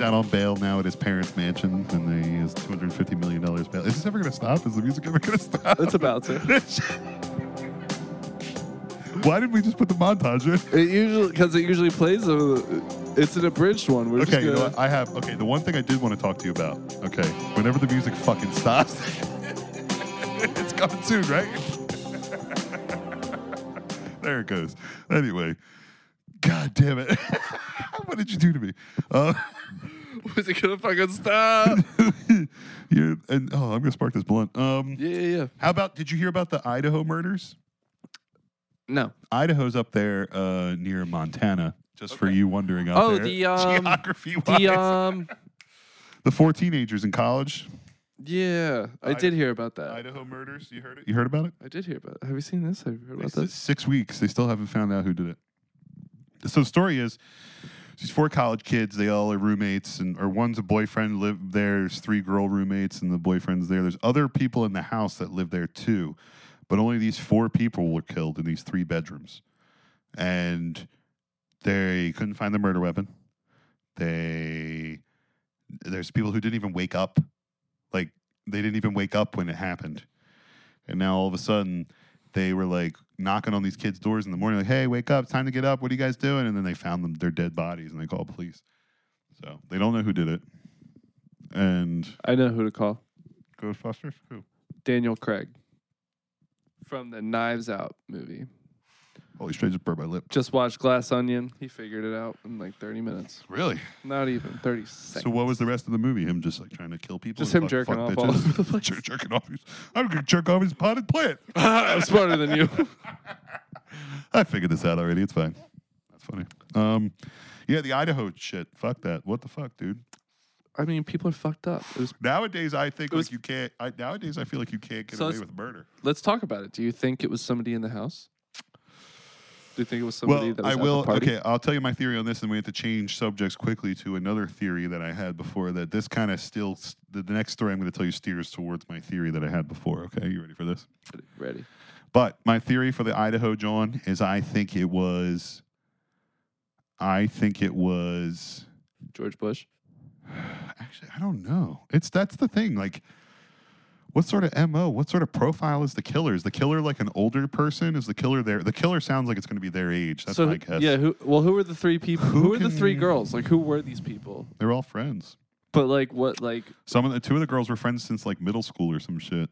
Speaker 1: Oh,
Speaker 2: out on bail now at his parents' mansion, and they, he has two hundred fifty million dollars bail. Is this ever gonna stop? Is the music ever gonna stop?
Speaker 1: it's about to.
Speaker 2: Why did we just put the montage in?
Speaker 1: It usually because it usually plays. A, it's an abridged one. We're
Speaker 2: Okay,
Speaker 1: just
Speaker 2: you
Speaker 1: gonna,
Speaker 2: know what? I have. Okay, the one thing I did want to talk to you about. Okay, whenever the music fucking stops, it's coming soon, right? there it goes. Anyway, god damn it! what did you do to me? Uh,
Speaker 1: was it gonna fucking stop?
Speaker 2: you're, and oh, I'm gonna spark this blunt. Um,
Speaker 1: yeah, yeah, yeah.
Speaker 2: how about? Did you hear about the Idaho murders?
Speaker 1: No.
Speaker 2: Idaho's up there uh, near Montana. Just for you wondering out
Speaker 1: Oh,
Speaker 2: there,
Speaker 1: the, um,
Speaker 2: geography wise,
Speaker 1: The
Speaker 2: the,
Speaker 1: um,
Speaker 2: four teenagers in college.
Speaker 1: yeah, I
Speaker 2: I-
Speaker 1: did hear about that.
Speaker 2: Idaho murders. You heard it. You heard about it.
Speaker 1: I did hear about. Have you seen this? Have you heard about
Speaker 2: They said
Speaker 1: this?
Speaker 2: Six weeks. They still haven't found out who did it. So the story is these four college kids, they all are roommates and or one's a boyfriend live there, there's three girl roommates and the boyfriend's there. There's other people in the house that live there too. But only these four people were killed in these three bedrooms. And they couldn't find the murder weapon. They there's people who didn't even wake up. Like they didn't even wake up when it happened. And now all of a sudden they were like knocking on these kids' doors in the morning, like, "Hey, wake up! It's time to get up. What are you guys doing?" And then they found them their dead bodies, and they called police. So they don't know who did it. And
Speaker 1: I know who to call.
Speaker 2: Ghostbusters, who?
Speaker 1: Daniel Craig from the Knives Out movie.
Speaker 2: Holy shit! I Oh, Just burned my lip.
Speaker 1: Just watched Glass Onion. He figured it out in like 30 minutes.
Speaker 2: Really?
Speaker 1: Not even 30 seconds.
Speaker 2: So what was the rest of the movie? Him just like trying to kill people.
Speaker 1: Just
Speaker 2: and
Speaker 1: him
Speaker 2: fuck-
Speaker 1: jerking off
Speaker 2: fuck
Speaker 1: all
Speaker 2: bitches?
Speaker 1: over the place.
Speaker 2: Jer- jerking off. He's, I'm gonna jerk off his potted plant.
Speaker 1: I'm smarter than you.
Speaker 2: I figured this out already. It's fine. That's funny. Um, yeah, the Idaho shit. Fuck that. What the fuck, dude?
Speaker 1: I mean, people are fucked up. It was,
Speaker 2: Nowadays, I think
Speaker 1: It was-
Speaker 2: like you can't. I, nowadays, I feel like you can't get
Speaker 1: So
Speaker 2: away
Speaker 1: it's-
Speaker 2: with murder.
Speaker 1: let's talk about it. Do you think it was somebody in the house? Do you think it was somebody that was
Speaker 2: I
Speaker 1: at
Speaker 2: will.
Speaker 1: the party?
Speaker 2: Okay, I'll tell you my theory on this, and we have to change subjects quickly to another theory that I had before. That this kind of still, s- the, the next story I'm going to tell you steers towards my theory that I had before. Okay, you ready for this?
Speaker 1: Ready.
Speaker 2: But my theory for the Idaho John is I think it was, I think it was.
Speaker 1: George Bush.
Speaker 2: Actually, I don't know. It's that's the thing. Like, what sort of mo? What sort of profile is the killer? Is the killer like an older person? Is the killer there? The killer sounds like it's going to be their age. That's
Speaker 1: so
Speaker 2: my
Speaker 1: who-
Speaker 2: guess.
Speaker 1: yeah, who well who were the three people who,
Speaker 2: Who
Speaker 1: were the three
Speaker 2: can-
Speaker 1: girls? Like who were these people?
Speaker 2: they're all friends.
Speaker 1: But like what like
Speaker 2: Some of the two of the girls were friends since like middle school or some shit.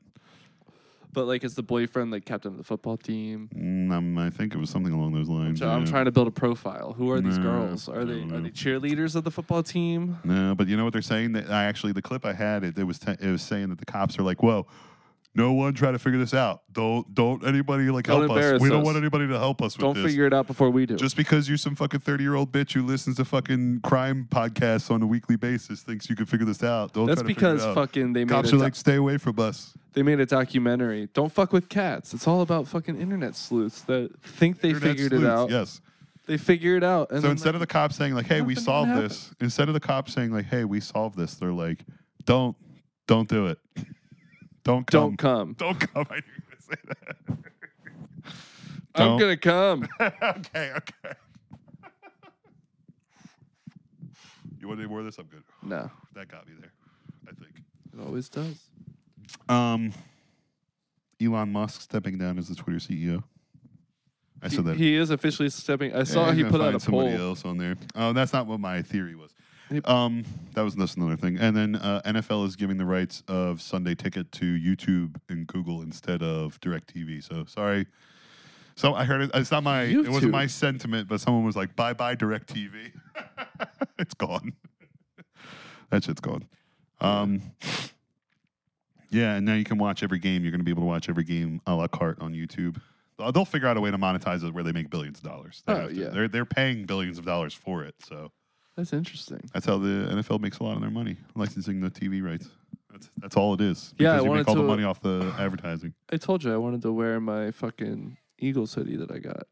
Speaker 1: but like is the boyfriend like captain of the football team?
Speaker 2: Mm, um, I think it was something along those lines.
Speaker 1: So I'm
Speaker 2: yeah.
Speaker 1: trying to build a profile. Who are these
Speaker 2: No,
Speaker 1: girls?
Speaker 2: I
Speaker 1: Are they
Speaker 2: don't
Speaker 1: are
Speaker 2: know.
Speaker 1: they cheerleaders of the football team?
Speaker 2: No, but you know what they're saying? That I actually the clip I had it, it was te- it was saying that the cops are like, "Whoa, no one try to figure this out. Don't don't anybody like
Speaker 1: Don't
Speaker 2: help us.
Speaker 1: embarrass
Speaker 2: We don't
Speaker 1: us.
Speaker 2: want anybody to help us with
Speaker 1: Don't
Speaker 2: this.
Speaker 1: figure it out before we do.
Speaker 2: Just because you're some fucking thirty year old bitch who listens to fucking crime podcasts on a weekly basis thinks you can figure this out. Don't
Speaker 1: That's
Speaker 2: try to figure it
Speaker 1: because
Speaker 2: out.
Speaker 1: fucking they made
Speaker 2: cops
Speaker 1: a
Speaker 2: are
Speaker 1: doc-
Speaker 2: like, "Stay away from us."
Speaker 1: They made a documentary. Don't fuck with cats. It's all about fucking internet sleuths that think they
Speaker 2: Internet
Speaker 1: figured it
Speaker 2: sleuths,
Speaker 1: out
Speaker 2: Yes.
Speaker 1: They figure it out. And
Speaker 2: So
Speaker 1: then
Speaker 2: instead of
Speaker 1: they-
Speaker 2: the cops saying like, "Hey, we
Speaker 1: Nothing
Speaker 2: solved
Speaker 1: happened.
Speaker 2: this," instead of the cops saying like, "Hey, we solved this," they're like, "Don't, don't do it. Don't
Speaker 1: don't
Speaker 2: come.
Speaker 1: come,
Speaker 2: Don't come." I knew you were gonna say that.
Speaker 1: I'm
Speaker 2: Don't.
Speaker 1: gonna come.
Speaker 2: okay, okay. you want any more of this? I'm good.
Speaker 1: no,
Speaker 2: That got me there, I think.
Speaker 1: it always does.
Speaker 2: Um, Elon Musk stepping down as the Twitter CEO. I said
Speaker 1: He,
Speaker 2: that.
Speaker 1: he is officially stepping. I saw
Speaker 2: Yeah,
Speaker 1: he
Speaker 2: he's gonna
Speaker 1: put out a
Speaker 2: find somebody
Speaker 1: poll.
Speaker 2: else on there. Oh, that's not what my theory was.
Speaker 1: He-
Speaker 2: Um, that was just another thing. And then uh, NFL is giving the rights of Sunday Ticket to YouTube and Google instead of DirecTV. So sorry. So I heard it. It's not my. It
Speaker 1: YouTube.
Speaker 2: wasn't my sentiment, but someone was like, "Bye bye, DirecTV. it's gone. that shit's gone." Um, yeah, and now you can watch every game. You're going to be able to watch every game a la carte on YouTube. Uh, They'll figure out a way to monetize it where they make billions of dollars. They
Speaker 1: Oh,
Speaker 2: have to.
Speaker 1: yeah.
Speaker 2: They're, they're paying billions of dollars for it. So
Speaker 1: That's interesting.
Speaker 2: that's how the NFL makes a lot of their money, licensing the TV rights. That's, that's all it is.
Speaker 1: Yeah, I
Speaker 2: Because you
Speaker 1: wanted
Speaker 2: make all the
Speaker 1: to-
Speaker 2: money off the advertising.
Speaker 1: I told you I wanted to wear my fucking Eagles hoodie that I got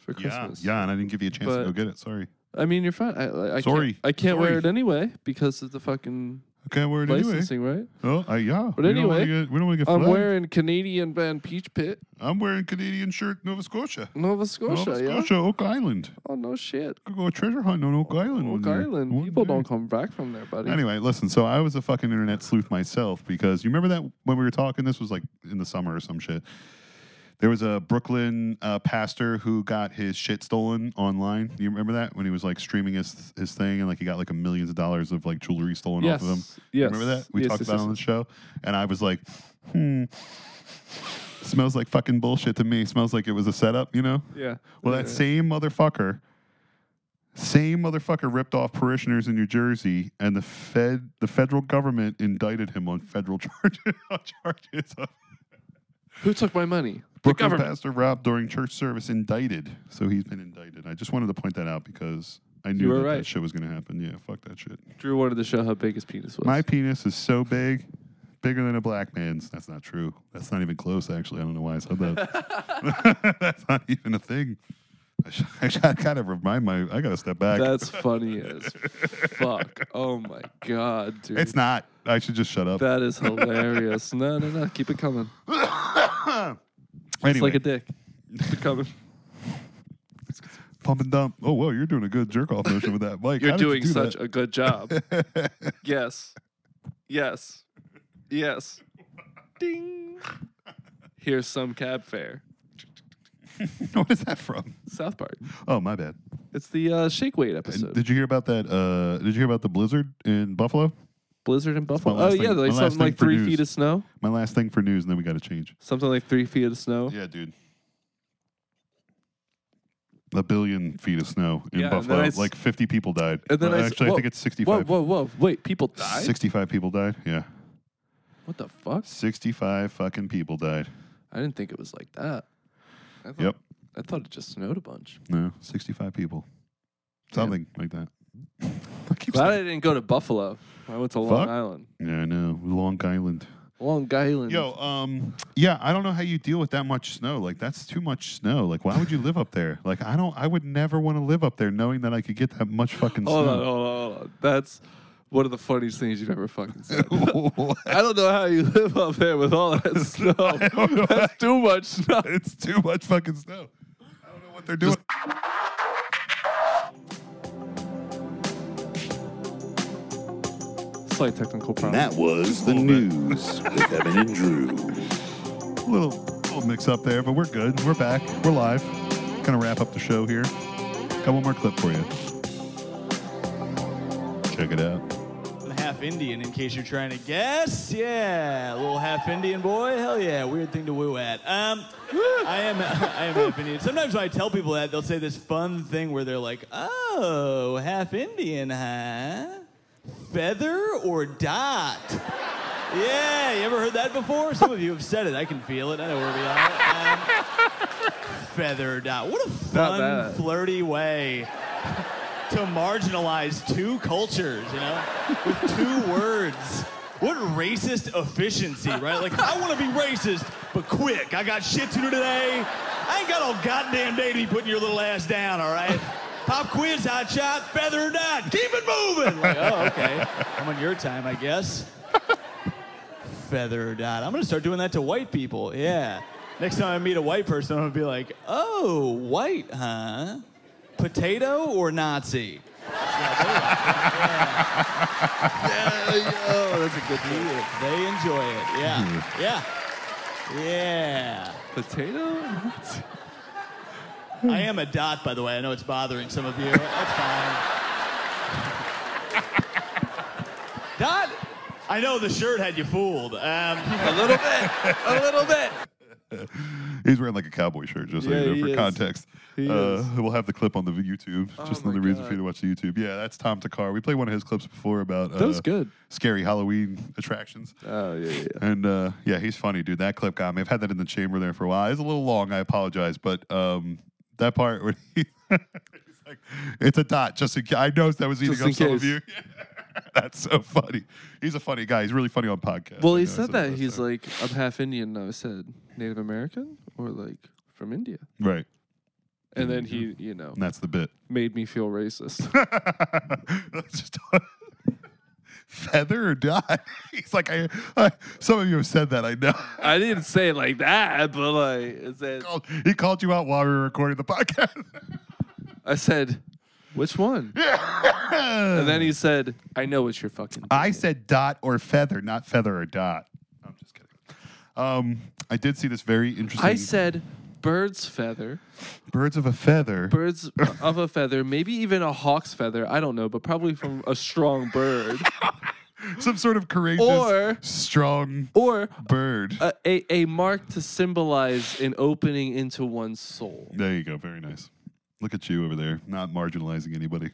Speaker 1: for
Speaker 2: Yeah,
Speaker 1: Christmas.
Speaker 2: yeah, and I didn't give you a chance
Speaker 1: But-
Speaker 2: to go get it. Sorry.
Speaker 1: I mean, you're fine. I, I, I
Speaker 2: Sorry.
Speaker 1: Can't, I can't wear
Speaker 2: Sorry.
Speaker 1: it anyway because of the fucking
Speaker 2: Okay, where it anyway.
Speaker 1: licensing, right?
Speaker 2: Oh, uh, yeah.
Speaker 1: But
Speaker 2: we don't wanna
Speaker 1: anyway,
Speaker 2: get- we don't want to get
Speaker 1: I'm
Speaker 2: flagged.
Speaker 1: wearing Canadian band Peach Pit,
Speaker 2: I'm wearing Canadian shirt, Nova Scotia.
Speaker 1: Nova Scotia.
Speaker 2: Nova
Speaker 1: yeah.
Speaker 2: Scotia, Oak Island.
Speaker 1: Oh no shit.
Speaker 2: Could go treasure hunt on Oak Island. one
Speaker 1: Oak
Speaker 2: year.
Speaker 1: Island.
Speaker 2: One
Speaker 1: People
Speaker 2: day.
Speaker 1: don't come back from there, buddy.
Speaker 2: Anyway, listen. So I was a fucking internet sleuth myself because you remember that when we were talking, this was like in the summer or some shit. There was a Brooklyn uh, pastor who got his shit stolen online. Do you remember that when he was like streaming his his thing and like he got like a millions of dollars of like jewelry stolen
Speaker 1: yes.
Speaker 2: off of him? You
Speaker 1: Yes.
Speaker 2: Remember that we
Speaker 1: yes,
Speaker 2: talked
Speaker 1: yes,
Speaker 2: about it
Speaker 1: yes.
Speaker 2: on the show, and I was like, hmm. Smells like fucking bullshit to me. Smells like it was a setup, you know?
Speaker 1: Yeah.
Speaker 2: Well, that same motherfucker, same motherfucker ripped off parishioners in New Jersey, and the Fed, the federal government indicted him on federal charges. on charges of
Speaker 1: Who took my money?
Speaker 2: Brooklyn
Speaker 1: government.
Speaker 2: pastor robbed during church service indicted. So he's been indicted. I just wanted to point that out because I knew
Speaker 1: were
Speaker 2: that, that
Speaker 1: right.
Speaker 2: shit was going to happen. Yeah, fuck that shit.
Speaker 1: Drew wanted to show how big his penis was.
Speaker 2: My penis is so big, bigger than a black man's. That's not true. That's not even close, actually. I don't know why I said that. That's not even a thing. I, sh- I, sh- I gotta remind my. I gotta step back.
Speaker 1: That's funny as fuck. Oh my god, dude.
Speaker 2: it's not. I should just shut up.
Speaker 1: That is hilarious. no, no, no. Keep it coming. It's
Speaker 2: anyway,
Speaker 1: like a dick. Keep it coming.
Speaker 2: pump and dump. Oh whoa, you're doing a good jerk off motion with that mic.
Speaker 1: You're
Speaker 2: How did you
Speaker 1: doing
Speaker 2: do
Speaker 1: such
Speaker 2: that?
Speaker 1: a good job. yes. Yes. Yes. Ding. Here's some cab fare.
Speaker 2: what is that from?
Speaker 1: South Park.
Speaker 2: Oh my bad.
Speaker 1: It's the uh, shake weight
Speaker 2: And
Speaker 1: episode.
Speaker 2: did you hear about that? Uh, did you hear about the blizzard in Buffalo?
Speaker 1: Blizzard and Buffalo. Oh
Speaker 2: last
Speaker 1: yeah, like
Speaker 2: thing- my last
Speaker 1: something
Speaker 2: thing
Speaker 1: like
Speaker 2: for
Speaker 1: three
Speaker 2: news.
Speaker 1: feet of snow.
Speaker 2: My last thing for news, and then we got to change.
Speaker 1: Something like three feet of snow.
Speaker 2: Yeah, dude. A billion feet of snow in
Speaker 1: Yeah, and then
Speaker 2: Buffalo.
Speaker 1: I s-
Speaker 2: like 50 people died.
Speaker 1: And then
Speaker 2: Well,
Speaker 1: I s-
Speaker 2: actually, I
Speaker 1: whoa,
Speaker 2: think it's 65.
Speaker 1: Whoa, whoa, whoa! Wait, people died.
Speaker 2: 65 people died. Yeah.
Speaker 1: What the fuck?
Speaker 2: 65 fucking people died.
Speaker 1: I didn't think it was like that. I thought,
Speaker 2: Yep.
Speaker 1: I thought it just snowed a bunch.
Speaker 2: No, 65 people. Something like that. I keep
Speaker 1: Glad I
Speaker 2: saying-
Speaker 1: didn't go to Buffalo. I went to Long
Speaker 2: Fuck.
Speaker 1: Island.
Speaker 2: yeah, I know. Long Island.
Speaker 1: Long Island.
Speaker 2: Yo, um, yeah, I don't know how you deal with that much snow. Like, that's too much snow. Like, why would you live up there? Like, I don't, I would never want to live up there knowing that I could get that much fucking
Speaker 1: Hold on,
Speaker 2: snow.
Speaker 1: hold on, hold on. That's one of the funniest things you've ever fucking said. I don't know how you live up there with all that
Speaker 2: don't
Speaker 1: snow.
Speaker 2: know
Speaker 1: That's too much snow.
Speaker 2: it's too much fucking snow. I don't know what they're doing.
Speaker 1: Slight technical problem.
Speaker 6: And that was the news with Evan and Drew.
Speaker 2: little little mix up there, but we're good. We're back. We're live. Gonna wrap up the show here. Got one more clip for you. Check it out.
Speaker 7: I'm half Indian, in case you're trying to guess. Yeah, a little half Indian boy. Hell yeah, weird thing to woo at. Um, I am, I am half Indian. Sometimes when I tell people that, they'll say this fun thing where they're like, "Oh, half Indian, huh? Feather or dot?" Yeah, you ever heard that before? Some of you have said it. I can feel it. I know where we are. Um, feather dot. What a fun,
Speaker 1: bad.
Speaker 7: flirty way to marginalize two cultures, you know, with two words. What racist efficiency, right? Like, I want to be racist, but quick. I got shit to do today. I ain't got all goddamn day to be putting your little ass down, all right? Pop quiz, hot shot, feather or not. Keep it moving. Like, oh, okay. I'm on your time, I guess. Feather or not. I'm going to start doing that to white people. Yeah. Next time I meet a white person, I'm going to be like, oh, white, huh? Potato or Nazi? oh, that's a good deal. They enjoy it. Yeah. Yeah. Yeah.
Speaker 1: Potato?
Speaker 7: I am a dot, by the way. I know it's bothering some of you. That's fine. dot? I know the shirt had you fooled. Um,
Speaker 5: A little bit. A little bit.
Speaker 2: He's wearing like a cowboy shirt, just so
Speaker 1: Yeah,
Speaker 2: you know,
Speaker 1: he
Speaker 2: for
Speaker 1: is.
Speaker 2: context.
Speaker 1: He
Speaker 2: uh,
Speaker 1: is. Oh
Speaker 2: We'll have the clip on the YouTube. just
Speaker 1: my
Speaker 2: another reason for you
Speaker 1: God.
Speaker 2: to watch the YouTube. Yeah, that's Tom Takar. We played one of his clips before about uh,
Speaker 1: That was good.
Speaker 2: scary Halloween attractions.
Speaker 1: Oh, yeah, yeah. yeah.
Speaker 2: And uh, yeah, he's funny, dude. That clip got me. I've had that in the chamber there for a while. It's a little long. I apologize, but um, that part where he, he's like, "It's a dot." Just in case. I noticed that was eating
Speaker 1: Just in
Speaker 2: up some of you.
Speaker 1: case.
Speaker 2: That's so funny. He's a funny guy. He's really funny on podcasts.
Speaker 1: Well,
Speaker 2: I
Speaker 1: he
Speaker 2: noticed
Speaker 1: said
Speaker 2: the
Speaker 1: that.
Speaker 2: first
Speaker 1: He's
Speaker 2: time.
Speaker 1: like, I'm half Indian. And I said, Native American or like from India.
Speaker 2: right.
Speaker 1: And then he, you know,
Speaker 2: And that's the bit.
Speaker 1: made me feel racist.
Speaker 2: Just- feather or die. He's like, I, I. Some of you have said that. I know.
Speaker 1: I didn't say it like that, but like, is that,
Speaker 2: Called- he called you out while we were recording the podcast.
Speaker 1: I said, which one? And then he said, I know it's your fucking.
Speaker 2: I said dot or feather, not feather or dot. I'm just kidding. Um, I did see this very interesting.
Speaker 1: I said, bird's feather,
Speaker 2: birds of a feather.
Speaker 1: birds of a feather, maybe even a hawk's feather. I don't know, but probably from a strong bird
Speaker 2: Some sort of courageous,
Speaker 1: Or- Uh,
Speaker 2: strong
Speaker 1: or
Speaker 2: bird.
Speaker 1: a, a, a mark to symbolize an opening into one's soul.
Speaker 2: there you go. Very nice. Look at you over there, not marginalizing anybody.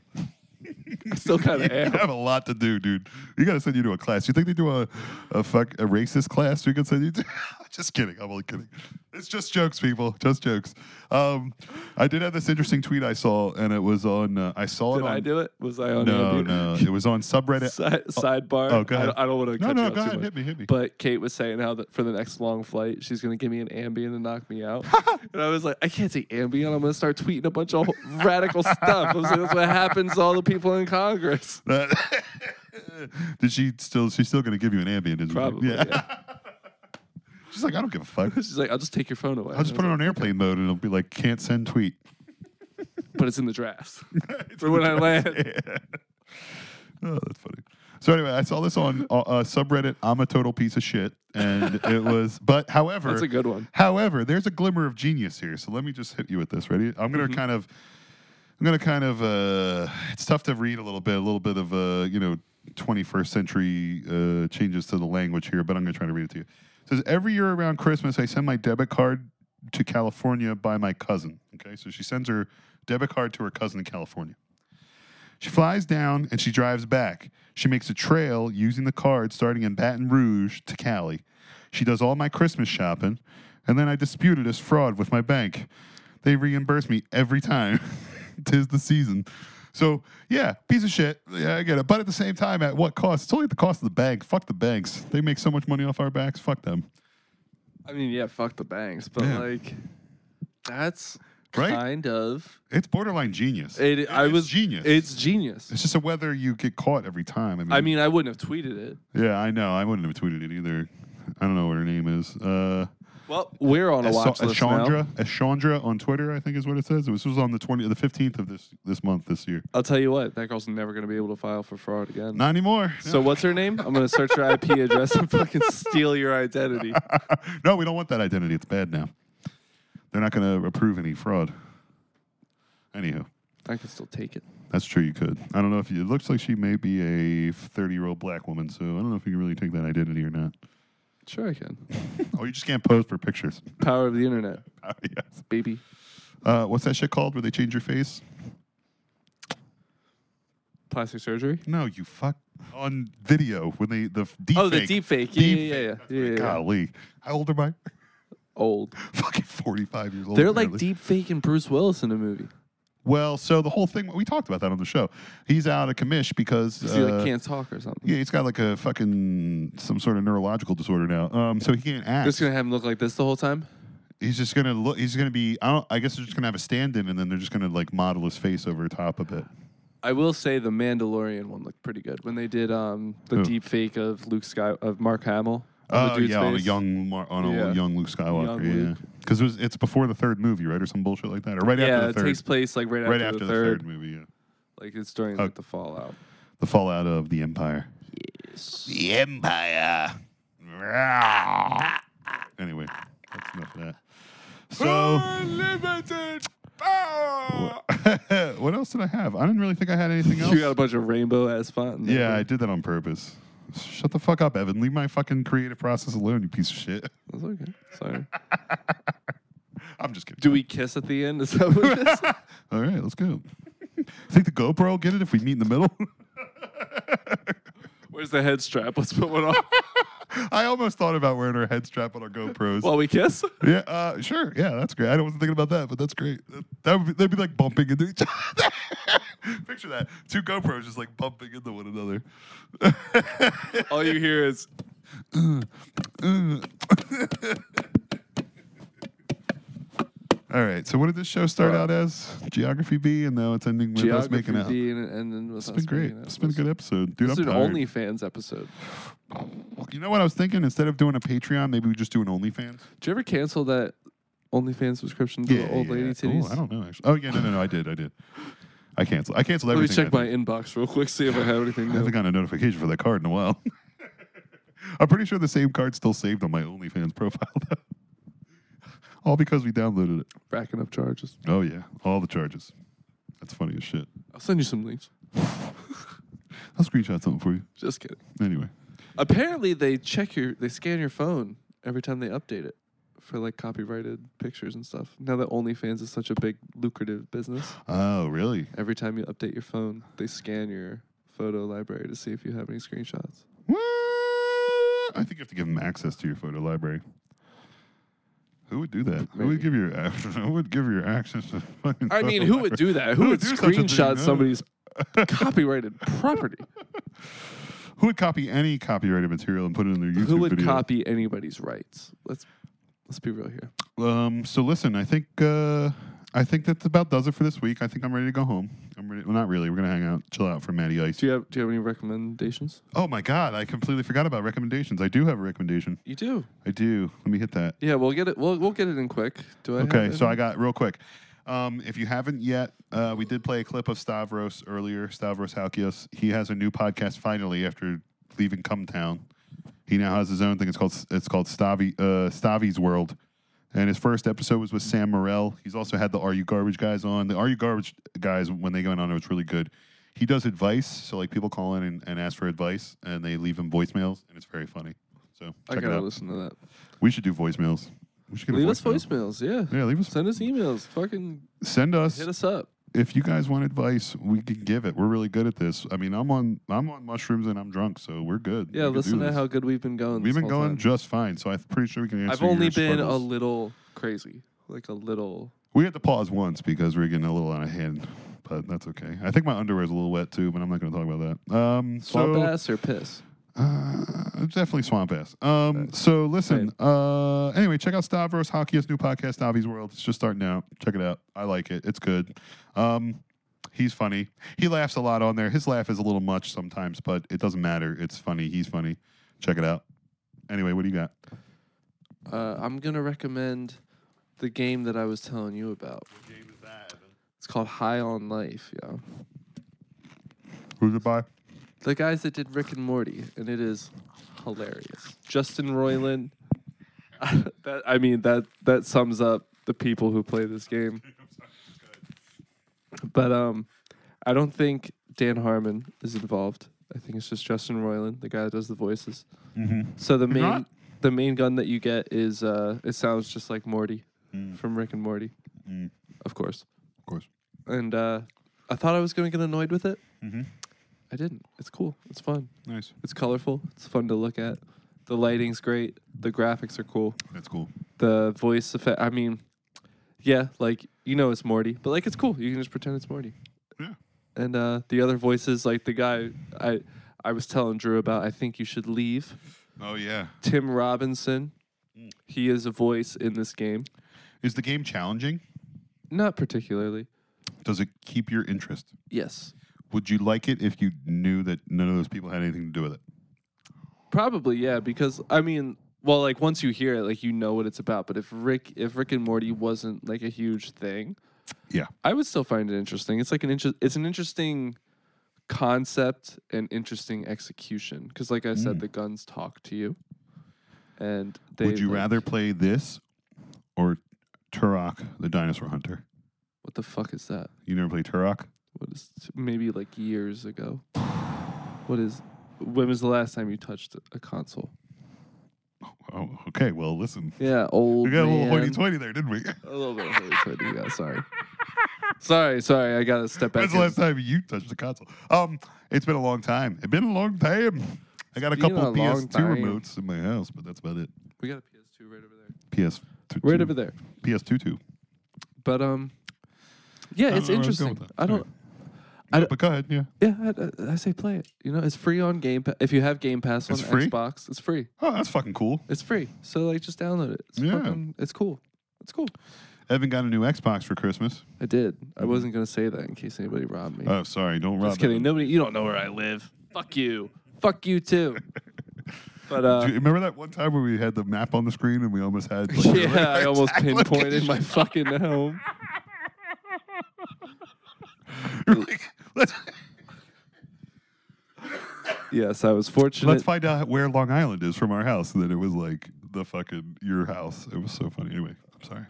Speaker 1: I still kind of
Speaker 2: You
Speaker 1: am.
Speaker 2: have a lot to do, dude. You gotta send you to a class. You think they do a a fuck a racist class? We can send you to. just kidding. I'm only kidding. It's just jokes, people. Just jokes. Um, I did have this interesting tweet I saw, and it was on. Uh, I saw
Speaker 1: Did
Speaker 2: it on.
Speaker 1: I do it? Was I on
Speaker 2: No,
Speaker 1: Andy?
Speaker 2: no. It was on subreddit.
Speaker 1: Side, sidebar.
Speaker 2: oh, go ahead.
Speaker 1: I don't, I don't want to.
Speaker 2: No,
Speaker 1: cut
Speaker 2: no,
Speaker 1: you off
Speaker 2: go
Speaker 1: too
Speaker 2: ahead.
Speaker 1: much.
Speaker 2: Hit me, hit me.
Speaker 1: But Kate was saying how that for the next long flight, she's gonna give me an Ambien and knock me out. and I was like, I can't take Ambien. I'm gonna start tweeting a bunch of radical stuff. I was like, that's what happens to all the people in Congress.
Speaker 2: Did she still? She's still gonna give you an ambient, isn't she?
Speaker 1: Probably.
Speaker 2: Yeah.
Speaker 1: yeah.
Speaker 2: She's like, I don't give a fuck.
Speaker 1: She's like, I'll just take your phone away.
Speaker 2: I'll just
Speaker 1: I
Speaker 2: put it
Speaker 1: was
Speaker 2: on airplane mode, and it'll be like, can't send tweet.
Speaker 1: like, But it's in the drafts for when I land.
Speaker 2: Oh, that's funny. So anyway, I saw this on uh, uh, subreddit. I'm a total piece of shit, and it was. But however,
Speaker 1: That's a good one.
Speaker 2: However, there's a glimmer of genius here. So let me just hit you with this. Ready? I'm
Speaker 1: Mm-hmm.
Speaker 2: gonna kind of, I'm gonna kind of. Uh, it's tough to read a little bit. A little bit of uh, you know, 21st century uh, changes to the language here. But I'm gonna try to read it to you. It says every year around Christmas, I send my debit card to California by my cousin. Okay, so she sends her debit card to her cousin in California. She flies down and she drives back. She makes a trail using the card starting in Baton Rouge to Cali. She does all my Christmas shopping, and then I dispute it as fraud with my bank. They reimburse me every time. Tis the season. So, yeah, piece of shit. Yeah, I get it. But at the same time, at what cost? It's only at the cost of the bank. Fuck the banks. They make so much money off our backs. Fuck them.
Speaker 1: I mean, yeah, fuck the banks, but
Speaker 2: Yeah.
Speaker 1: like, that's
Speaker 2: Right?
Speaker 1: kind of.
Speaker 2: It's borderline genius.
Speaker 1: It, I
Speaker 2: it's
Speaker 1: was
Speaker 2: genius. It's,
Speaker 1: It's genius.
Speaker 2: just a whether you get caught every time.
Speaker 1: I mean, I wouldn't have tweeted it.
Speaker 2: Yeah, I know. I wouldn't have tweeted it either. I don't know what her name is. Uh,
Speaker 1: Well, we're on a watch
Speaker 2: Asha-
Speaker 1: list now.
Speaker 2: Ashandra, Ashandra on Twitter, I think is what it says. It was, this was on the twenty, the fifteenth of this this month this year.
Speaker 1: I'll tell you what, that girl's never gonna be able to file for fraud again.
Speaker 2: Not anymore.
Speaker 1: so what's her name? I'm gonna search her IP address and fucking steal your identity.
Speaker 2: no, we don't want that identity. It's bad now. They're not going to approve any fraud. Anywho,
Speaker 1: I can still take it.
Speaker 2: that's true. You could. I don't know if you, it looks like she may be a thirty-year-old black woman. So I don't know if you can really take that identity or not.
Speaker 1: Sure, I can.
Speaker 2: Oh, you just can't pose for pictures.
Speaker 1: Power of the internet,
Speaker 2: Oh, yes.
Speaker 1: baby.
Speaker 2: Uh, what's that shit called? Where they change your face?
Speaker 1: Plastic surgery.
Speaker 2: No, you fuck on video when they the f- deep
Speaker 1: Oh, the
Speaker 2: fake.
Speaker 1: deep fake. Yeah, yeah, yeah, yeah. yeah, yeah.
Speaker 2: Golly, how old am I?
Speaker 1: Old.
Speaker 2: Fucking forty-five years old.
Speaker 1: They're like
Speaker 2: apparently.
Speaker 1: deep faking Bruce Willis in a movie.
Speaker 2: Well, so the whole thing we talked about that on the show. He's out of commish because
Speaker 1: So you
Speaker 2: uh,
Speaker 1: like can't talk or something.
Speaker 2: yeah, he's got like a fucking some sort of neurological disorder now. Um, so he can't act.
Speaker 1: Just gonna have him look like this the whole time.
Speaker 2: He's just gonna look. He's gonna be. I don't. I guess they're just gonna have a stand-in, and then they're just gonna like model his face over top of it.
Speaker 1: I will say the Mandalorian one looked pretty good when they did um, the
Speaker 2: Who?
Speaker 1: deep fake of Luke Sky of Mark Hamill. on the
Speaker 2: Oh
Speaker 1: dude's
Speaker 2: yeah, on a
Speaker 1: face.
Speaker 2: young Mar- on a
Speaker 1: Yeah.
Speaker 2: young Luke Skywalker.
Speaker 1: Young
Speaker 2: yeah,
Speaker 1: Luke.
Speaker 2: because it was it's before the third movie, right, or some bullshit like that, or right
Speaker 1: yeah,
Speaker 2: after the
Speaker 1: it
Speaker 2: third.
Speaker 1: takes place like right,
Speaker 2: right after, the, third. Oh. movie. Yeah,
Speaker 1: Like it's during like, the fallout.
Speaker 2: the fallout of the Empire. The Empire. anyway, that's enough of that. So. what else did I have? I didn't really think I had anything else.
Speaker 1: You got a bunch of rainbow ass font. in there,
Speaker 2: Yeah, I
Speaker 1: dude.
Speaker 2: did that on purpose. Shut the fuck up, Evan. Leave my fucking creative process alone, you piece of shit.
Speaker 1: That's okay. Sorry.
Speaker 2: I'm just kidding.
Speaker 1: Do we kiss at the end? Is that what it is?
Speaker 2: All right, let's go. Think the GoPro will get it if we meet in the middle?
Speaker 1: Where's the head strap? Let's put one on.
Speaker 2: I almost thought about wearing our head strap on our GoPros.
Speaker 1: While we kiss?
Speaker 2: yeah, uh, sure. Yeah, that's great. I wasn't thinking about that, but that's great. That, that would be, they'd be like bumping into each other. Picture that. Two GoPros just like bumping into one another.
Speaker 1: All you hear is Oh,
Speaker 2: All right, so what did this show start out as? Geography B, and now it's ending with us
Speaker 1: Uh, geography
Speaker 2: making out.
Speaker 1: D and, and then with
Speaker 2: It's
Speaker 1: us
Speaker 2: been great.
Speaker 1: making out.
Speaker 2: It's been a good episode, dude.
Speaker 1: This is
Speaker 2: I'm
Speaker 1: an
Speaker 2: tired.
Speaker 1: OnlyFans episode.
Speaker 2: You know what I was thinking? Instead of doing a Patreon, maybe we just do an OnlyFans.
Speaker 1: Did you ever cancel that OnlyFans subscription to the old lady titties?
Speaker 2: Oh, I don't know actually. Oh yeah, no, no, no. I did, I did. I canceled. I canceled
Speaker 1: Let me
Speaker 2: everything.
Speaker 1: check
Speaker 2: I
Speaker 1: my
Speaker 2: think.
Speaker 1: inbox real quick, see if I have anything
Speaker 2: I haven't
Speaker 1: new.
Speaker 2: gotten a notification for that card in a while. I'm pretty sure the same card's still saved on my OnlyFans profile though. All because we downloaded it.
Speaker 1: Racking up charges.
Speaker 2: Oh yeah, all the charges. That's funny as shit.
Speaker 1: I'll send you some links.
Speaker 2: I'll screenshot something for you.
Speaker 1: Just kidding.
Speaker 2: Anyway,
Speaker 1: Apparently, they check your, they scan your phone every time they update it for like copyrighted pictures and stuff. Now that OnlyFans is such a big lucrative business,
Speaker 2: oh really?
Speaker 1: every time you update your phone, they scan your photo library to see if you have any screenshots.
Speaker 2: What? I think you have to give them access to your photo library. Who would do that? Who
Speaker 1: Maybe.
Speaker 2: would give your who would give your access to fucking?
Speaker 1: I mean,
Speaker 2: photo
Speaker 1: who would
Speaker 2: library?
Speaker 1: do that? Who, would
Speaker 2: do such a thing?
Speaker 1: screenshot
Speaker 2: No.
Speaker 1: somebody's copyrighted property?
Speaker 2: Who would copy any copyrighted material and put it in their YouTube
Speaker 1: Who would
Speaker 2: video?
Speaker 1: copy anybody's rights? Let's let's be real here.
Speaker 2: Um. So listen, I think uh, I think that about does it for this week. I think I'm ready to go home. I'm ready. Well, not really. We're gonna hang out, chill out for Matty Ice.
Speaker 1: Do you have do you have any recommendations?
Speaker 2: Oh my God! I completely forgot about recommendations. I do have a recommendation.
Speaker 1: You do.
Speaker 2: I do. Let me hit that.
Speaker 1: Yeah, we'll get it. We'll we'll get it in quick. Do I? have
Speaker 2: Okay,
Speaker 1: it
Speaker 2: so
Speaker 1: in-
Speaker 2: I got real quick. Um, if you haven't yet, uh, we did play a clip of Stavros earlier. Stavros Halkias. He has a new podcast finally after leaving Cumtown. He now has his own thing. It's called it's called Stavi uh, Stavi's World. And his first episode was with Sam Morrell. He's also had the Are You Garbage guys on. The Are You Garbage guys, when they went on, it was really good. He does advice. So, like, people call in and, and ask for advice, and they leave him voicemails, and it's very funny. So,
Speaker 1: I
Speaker 2: check it
Speaker 1: gotta
Speaker 2: out.
Speaker 1: listen to that.
Speaker 2: We should do voicemails. We should get
Speaker 1: Leave
Speaker 2: a
Speaker 1: us voicemails. Yeah.
Speaker 2: Yeah, leave us.
Speaker 1: Send us emails. Fucking
Speaker 2: Send us
Speaker 1: hit us up.
Speaker 2: if you guys want advice, we can give it. We're really good at this. I mean, I'm on I'm on mushrooms and I'm drunk, so we're good.
Speaker 1: Yeah,
Speaker 2: We can
Speaker 1: listen
Speaker 2: do
Speaker 1: to
Speaker 2: this.
Speaker 1: how good we've been going.
Speaker 2: we've
Speaker 1: this
Speaker 2: been
Speaker 1: whole
Speaker 2: going
Speaker 1: time.
Speaker 2: just fine. So I'm pretty sure we can answer.
Speaker 1: I've only
Speaker 2: your
Speaker 1: been a
Speaker 2: struggles.
Speaker 1: little crazy, like a little.
Speaker 2: We had to pause once because we were getting a little out of hand, but that's okay. I think my underwear's a little wet too, but I'm not going to talk about that. Um,
Speaker 1: Swamp
Speaker 2: so
Speaker 1: ass or piss?
Speaker 2: Uh, definitely swamp ass. Um, so listen. Uh, anyway, check out Stavros Hockey's new podcast, Stavi's World. It's just starting out. Check it out. I like it. It's good. Um, he's funny. He laughs a lot on there. His laugh is a little much sometimes, but it doesn't matter. It's funny. He's funny. Check it out. Anyway, what do you got?
Speaker 1: Uh, I'm gonna recommend the game that I was telling you about. It's called High on Life. Yeah,
Speaker 2: Who's it by?
Speaker 1: the guys that did Rick and Morty, and it is hilarious. Justin Roiland. that I mean that that sums up the people who play this game. But um, I don't think Dan Harmon is involved. I think it's just Justin Roiland, the guy that does the voices. So the main
Speaker 2: not?
Speaker 1: the main gun that you get is uh, it sounds just like Morty from Rick and Morty, of course.
Speaker 2: Of course.
Speaker 1: And uh, I thought I was going to get annoyed with it. I didn't. It's cool. It's fun.
Speaker 2: Nice.
Speaker 1: It's colorful. It's fun to look at. The lighting's great. The graphics are cool.
Speaker 2: That's cool.
Speaker 1: The voice effect. I mean, yeah, like you know it's Morty, but like it's cool. You can just pretend it's Morty.
Speaker 2: Yeah.
Speaker 1: And uh, the other voices, like the guy I I was telling Drew about, I think you should leave.
Speaker 2: Oh yeah.
Speaker 1: Tim Robinson. He is a voice in this game.
Speaker 2: Is the game challenging?
Speaker 1: Not particularly.
Speaker 2: Does it keep your interest?
Speaker 1: Yes.
Speaker 2: Would you like it if you knew that none of those people had anything to do with it?
Speaker 1: Probably, yeah, because I mean, well, like once you hear it, like you know what it's about. But if Rick, if Rick and Morty wasn't like a huge thing,
Speaker 2: Yeah.
Speaker 1: I would still find it interesting. It's like an inter- it's an interesting concept and interesting execution. Because, like I said, the guns talk to you, and they
Speaker 2: Mm. Would you
Speaker 1: like-
Speaker 2: rather play this or Turok the Dinosaur Hunter?
Speaker 1: What the fuck is that?
Speaker 2: You never play Turok?
Speaker 1: What is maybe like years ago? What is? When was the last time you touched a console?
Speaker 2: Oh, okay. Well, listen.
Speaker 1: Yeah, old.
Speaker 2: We got a little
Speaker 1: man.
Speaker 2: hoity-toity there, didn't we?
Speaker 1: A little bit of hoity-toity, Yeah, sorry. Sorry, sorry. I gotta step back.
Speaker 2: When's the
Speaker 1: in.
Speaker 2: last time you touched the console? Um, it's been a long time. It's been a long time. I got a
Speaker 1: Been
Speaker 2: couple
Speaker 1: a
Speaker 2: of PS2
Speaker 1: long time.
Speaker 2: remotes in my house, but that's about it.
Speaker 1: We got a PS2 right over there.
Speaker 2: PS2.
Speaker 1: Right over there.
Speaker 2: PS2 too.
Speaker 1: But um, yeah,
Speaker 2: don't
Speaker 1: it's
Speaker 2: know where I was
Speaker 1: interesting.
Speaker 2: going with that.
Speaker 1: I don't.
Speaker 2: Sorry.
Speaker 1: I
Speaker 2: but go ahead. Yeah.
Speaker 1: Yeah, I, I- I say play it. You know, it's free on Game Pass. If you have Game Pass on
Speaker 2: It's free?
Speaker 1: Xbox, it's free.
Speaker 2: Oh, that's fucking cool.
Speaker 1: It's free. So like, just download it. It's
Speaker 2: Yeah.
Speaker 1: fucking, it's cool. It's cool.
Speaker 2: Evan got a new Xbox for Christmas.
Speaker 1: I did.
Speaker 2: Mm-hmm.
Speaker 1: I wasn't gonna say that in case anybody robbed me.
Speaker 2: Oh, sorry. Don't rob
Speaker 1: just kidding.
Speaker 2: Evan.
Speaker 1: Nobody. You don't know where I live. Fuck you. Fuck you too. But uh,
Speaker 2: Do you remember that one time where we had the map on the screen and we almost had like,
Speaker 1: yeah, I almost
Speaker 2: exact
Speaker 1: pinpointed my fucking home.
Speaker 2: You're like, let's,
Speaker 1: Yes, I was fortunate.
Speaker 2: let's find out where Long Island is from our house. And then it was like the fucking your house. It was so funny. Anyway, I'm sorry.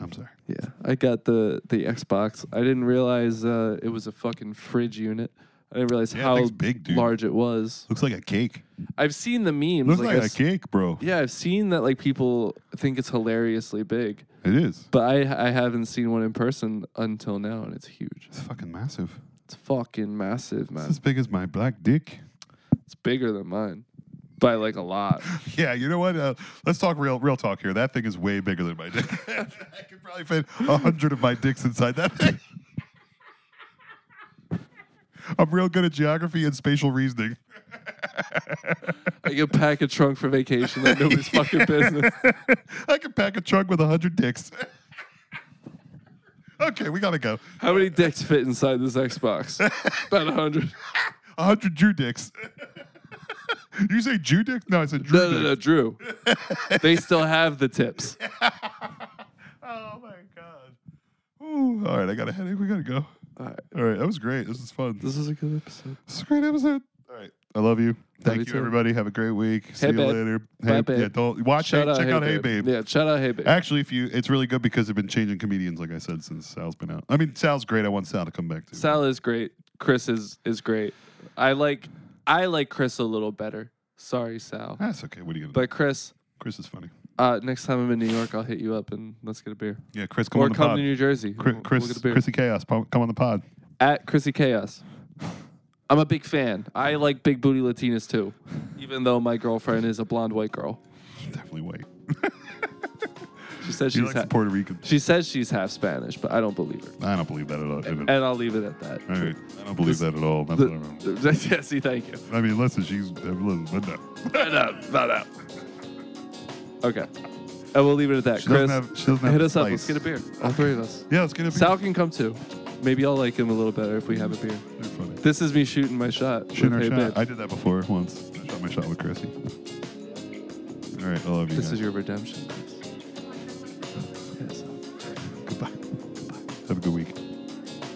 Speaker 2: I'm sorry.
Speaker 1: Yeah, I got the the Xbox. I didn't realize uh, it was a fucking fridge unit. I didn't realize
Speaker 2: Yeah, that
Speaker 1: how
Speaker 2: thing's big, dude.
Speaker 1: large it was.
Speaker 2: Looks like a cake.
Speaker 1: I've seen the memes.
Speaker 2: Looks
Speaker 1: like,
Speaker 2: like,
Speaker 1: I've
Speaker 2: a
Speaker 1: s-
Speaker 2: cake, bro.
Speaker 1: Yeah, I've seen that. Like people think it's hilariously big,
Speaker 2: It is.
Speaker 1: but I I haven't seen one in person until now, and it's huge.
Speaker 2: It's fucking massive.
Speaker 1: It's fucking massive,
Speaker 2: It's
Speaker 1: man.
Speaker 2: as big as my black dick.
Speaker 1: It's bigger than mine by like a lot.
Speaker 2: Yeah, you know what? Uh, let's talk real, real talk here. That thing is way bigger than my dick. I could probably fit a hundred of my dicks inside that thing. I'm real good at geography and spatial reasoning.
Speaker 1: I can pack a trunk for vacation like nobody's fucking business.
Speaker 2: I could pack a trunk with a hundred dicks. okay, we gotta go.
Speaker 1: How many dicks fit inside this Xbox? About a hundred.
Speaker 2: A hundred Jew dicks. you say Jew dicks? No, I said Drew
Speaker 1: No, no, no,
Speaker 2: dicks.
Speaker 1: Drew. they still have the tips.
Speaker 2: Oh my god. Ooh, all right, I got a headache. We gotta go.
Speaker 1: All right.
Speaker 2: All right, that was great. This is fun.
Speaker 1: This is a good episode.
Speaker 2: It's a great episode. All right. I love you. Thank
Speaker 1: you
Speaker 2: you,
Speaker 1: too.
Speaker 2: everybody. Have a great week. See you
Speaker 1: babe.
Speaker 2: later.
Speaker 1: Bye,
Speaker 2: hey,
Speaker 1: babe.
Speaker 2: Yeah, don't, watch
Speaker 1: Shout
Speaker 2: hey,
Speaker 1: out,
Speaker 2: check
Speaker 1: hey
Speaker 2: out
Speaker 1: babe.
Speaker 2: Hey Babe.
Speaker 1: Yeah, shout out, hey babe.
Speaker 2: Actually, if you, it's really good because they've been changing comedians, like I said, since Sal's been out. I mean, Sal's great. I want Sal to come back too.
Speaker 1: Sal is great. Chris is is great. I like I like Chris a little better. Sorry, Sal.
Speaker 2: That's okay. What are you gonna? do?
Speaker 1: But Chris,
Speaker 2: Chris is funny.
Speaker 1: uh, next time I'm in New York, I'll hit you up and let's get a beer.
Speaker 2: Yeah, Chris, come
Speaker 1: or
Speaker 2: on the
Speaker 1: come
Speaker 2: pod.
Speaker 1: to New Jersey.
Speaker 2: Chri-
Speaker 1: We'll-
Speaker 2: Chris,
Speaker 1: we'll get a beer.
Speaker 2: Chrissy Chaos, po- come on the pod.
Speaker 1: at Chrissy Chaos. I'm a big fan. I like big booty Latinas too, even though my girlfriend is a blonde white girl.
Speaker 2: Definitely wait.
Speaker 1: She says
Speaker 2: She
Speaker 1: she's
Speaker 2: likes
Speaker 1: ha-
Speaker 2: the Puerto Rican.
Speaker 1: she says she's half Spanish, but I don't believe her.
Speaker 2: I don't believe that at all.
Speaker 1: And I'll leave it at that.
Speaker 2: all right. I don't believe that at all. That's what I'm-
Speaker 1: The, yeah, see, thank you.
Speaker 2: I mean, listen, she's. Listen, but no.
Speaker 1: Okay. And we'll leave it at that.
Speaker 2: She doesn't
Speaker 1: Chris,
Speaker 2: have- she doesn't have
Speaker 1: hit
Speaker 2: the
Speaker 1: us up. Let's
Speaker 2: spice.
Speaker 1: get a beer. All three of us.
Speaker 2: Yeah, let's get a beer.
Speaker 1: Sal can come too. Maybe I'll like him a little better if we have a beer.
Speaker 2: They're funny.
Speaker 1: This is me shooting my shot. with
Speaker 2: Shoot our
Speaker 1: Hey
Speaker 2: shot.
Speaker 1: Babe.
Speaker 2: I did that before once. I shot my shot with Chrissy. All right, I love you.
Speaker 1: This
Speaker 2: guys.
Speaker 1: is your redemption. Yes.
Speaker 2: goodbye. Goodbye. Have a good week.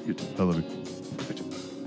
Speaker 2: You too. I love you.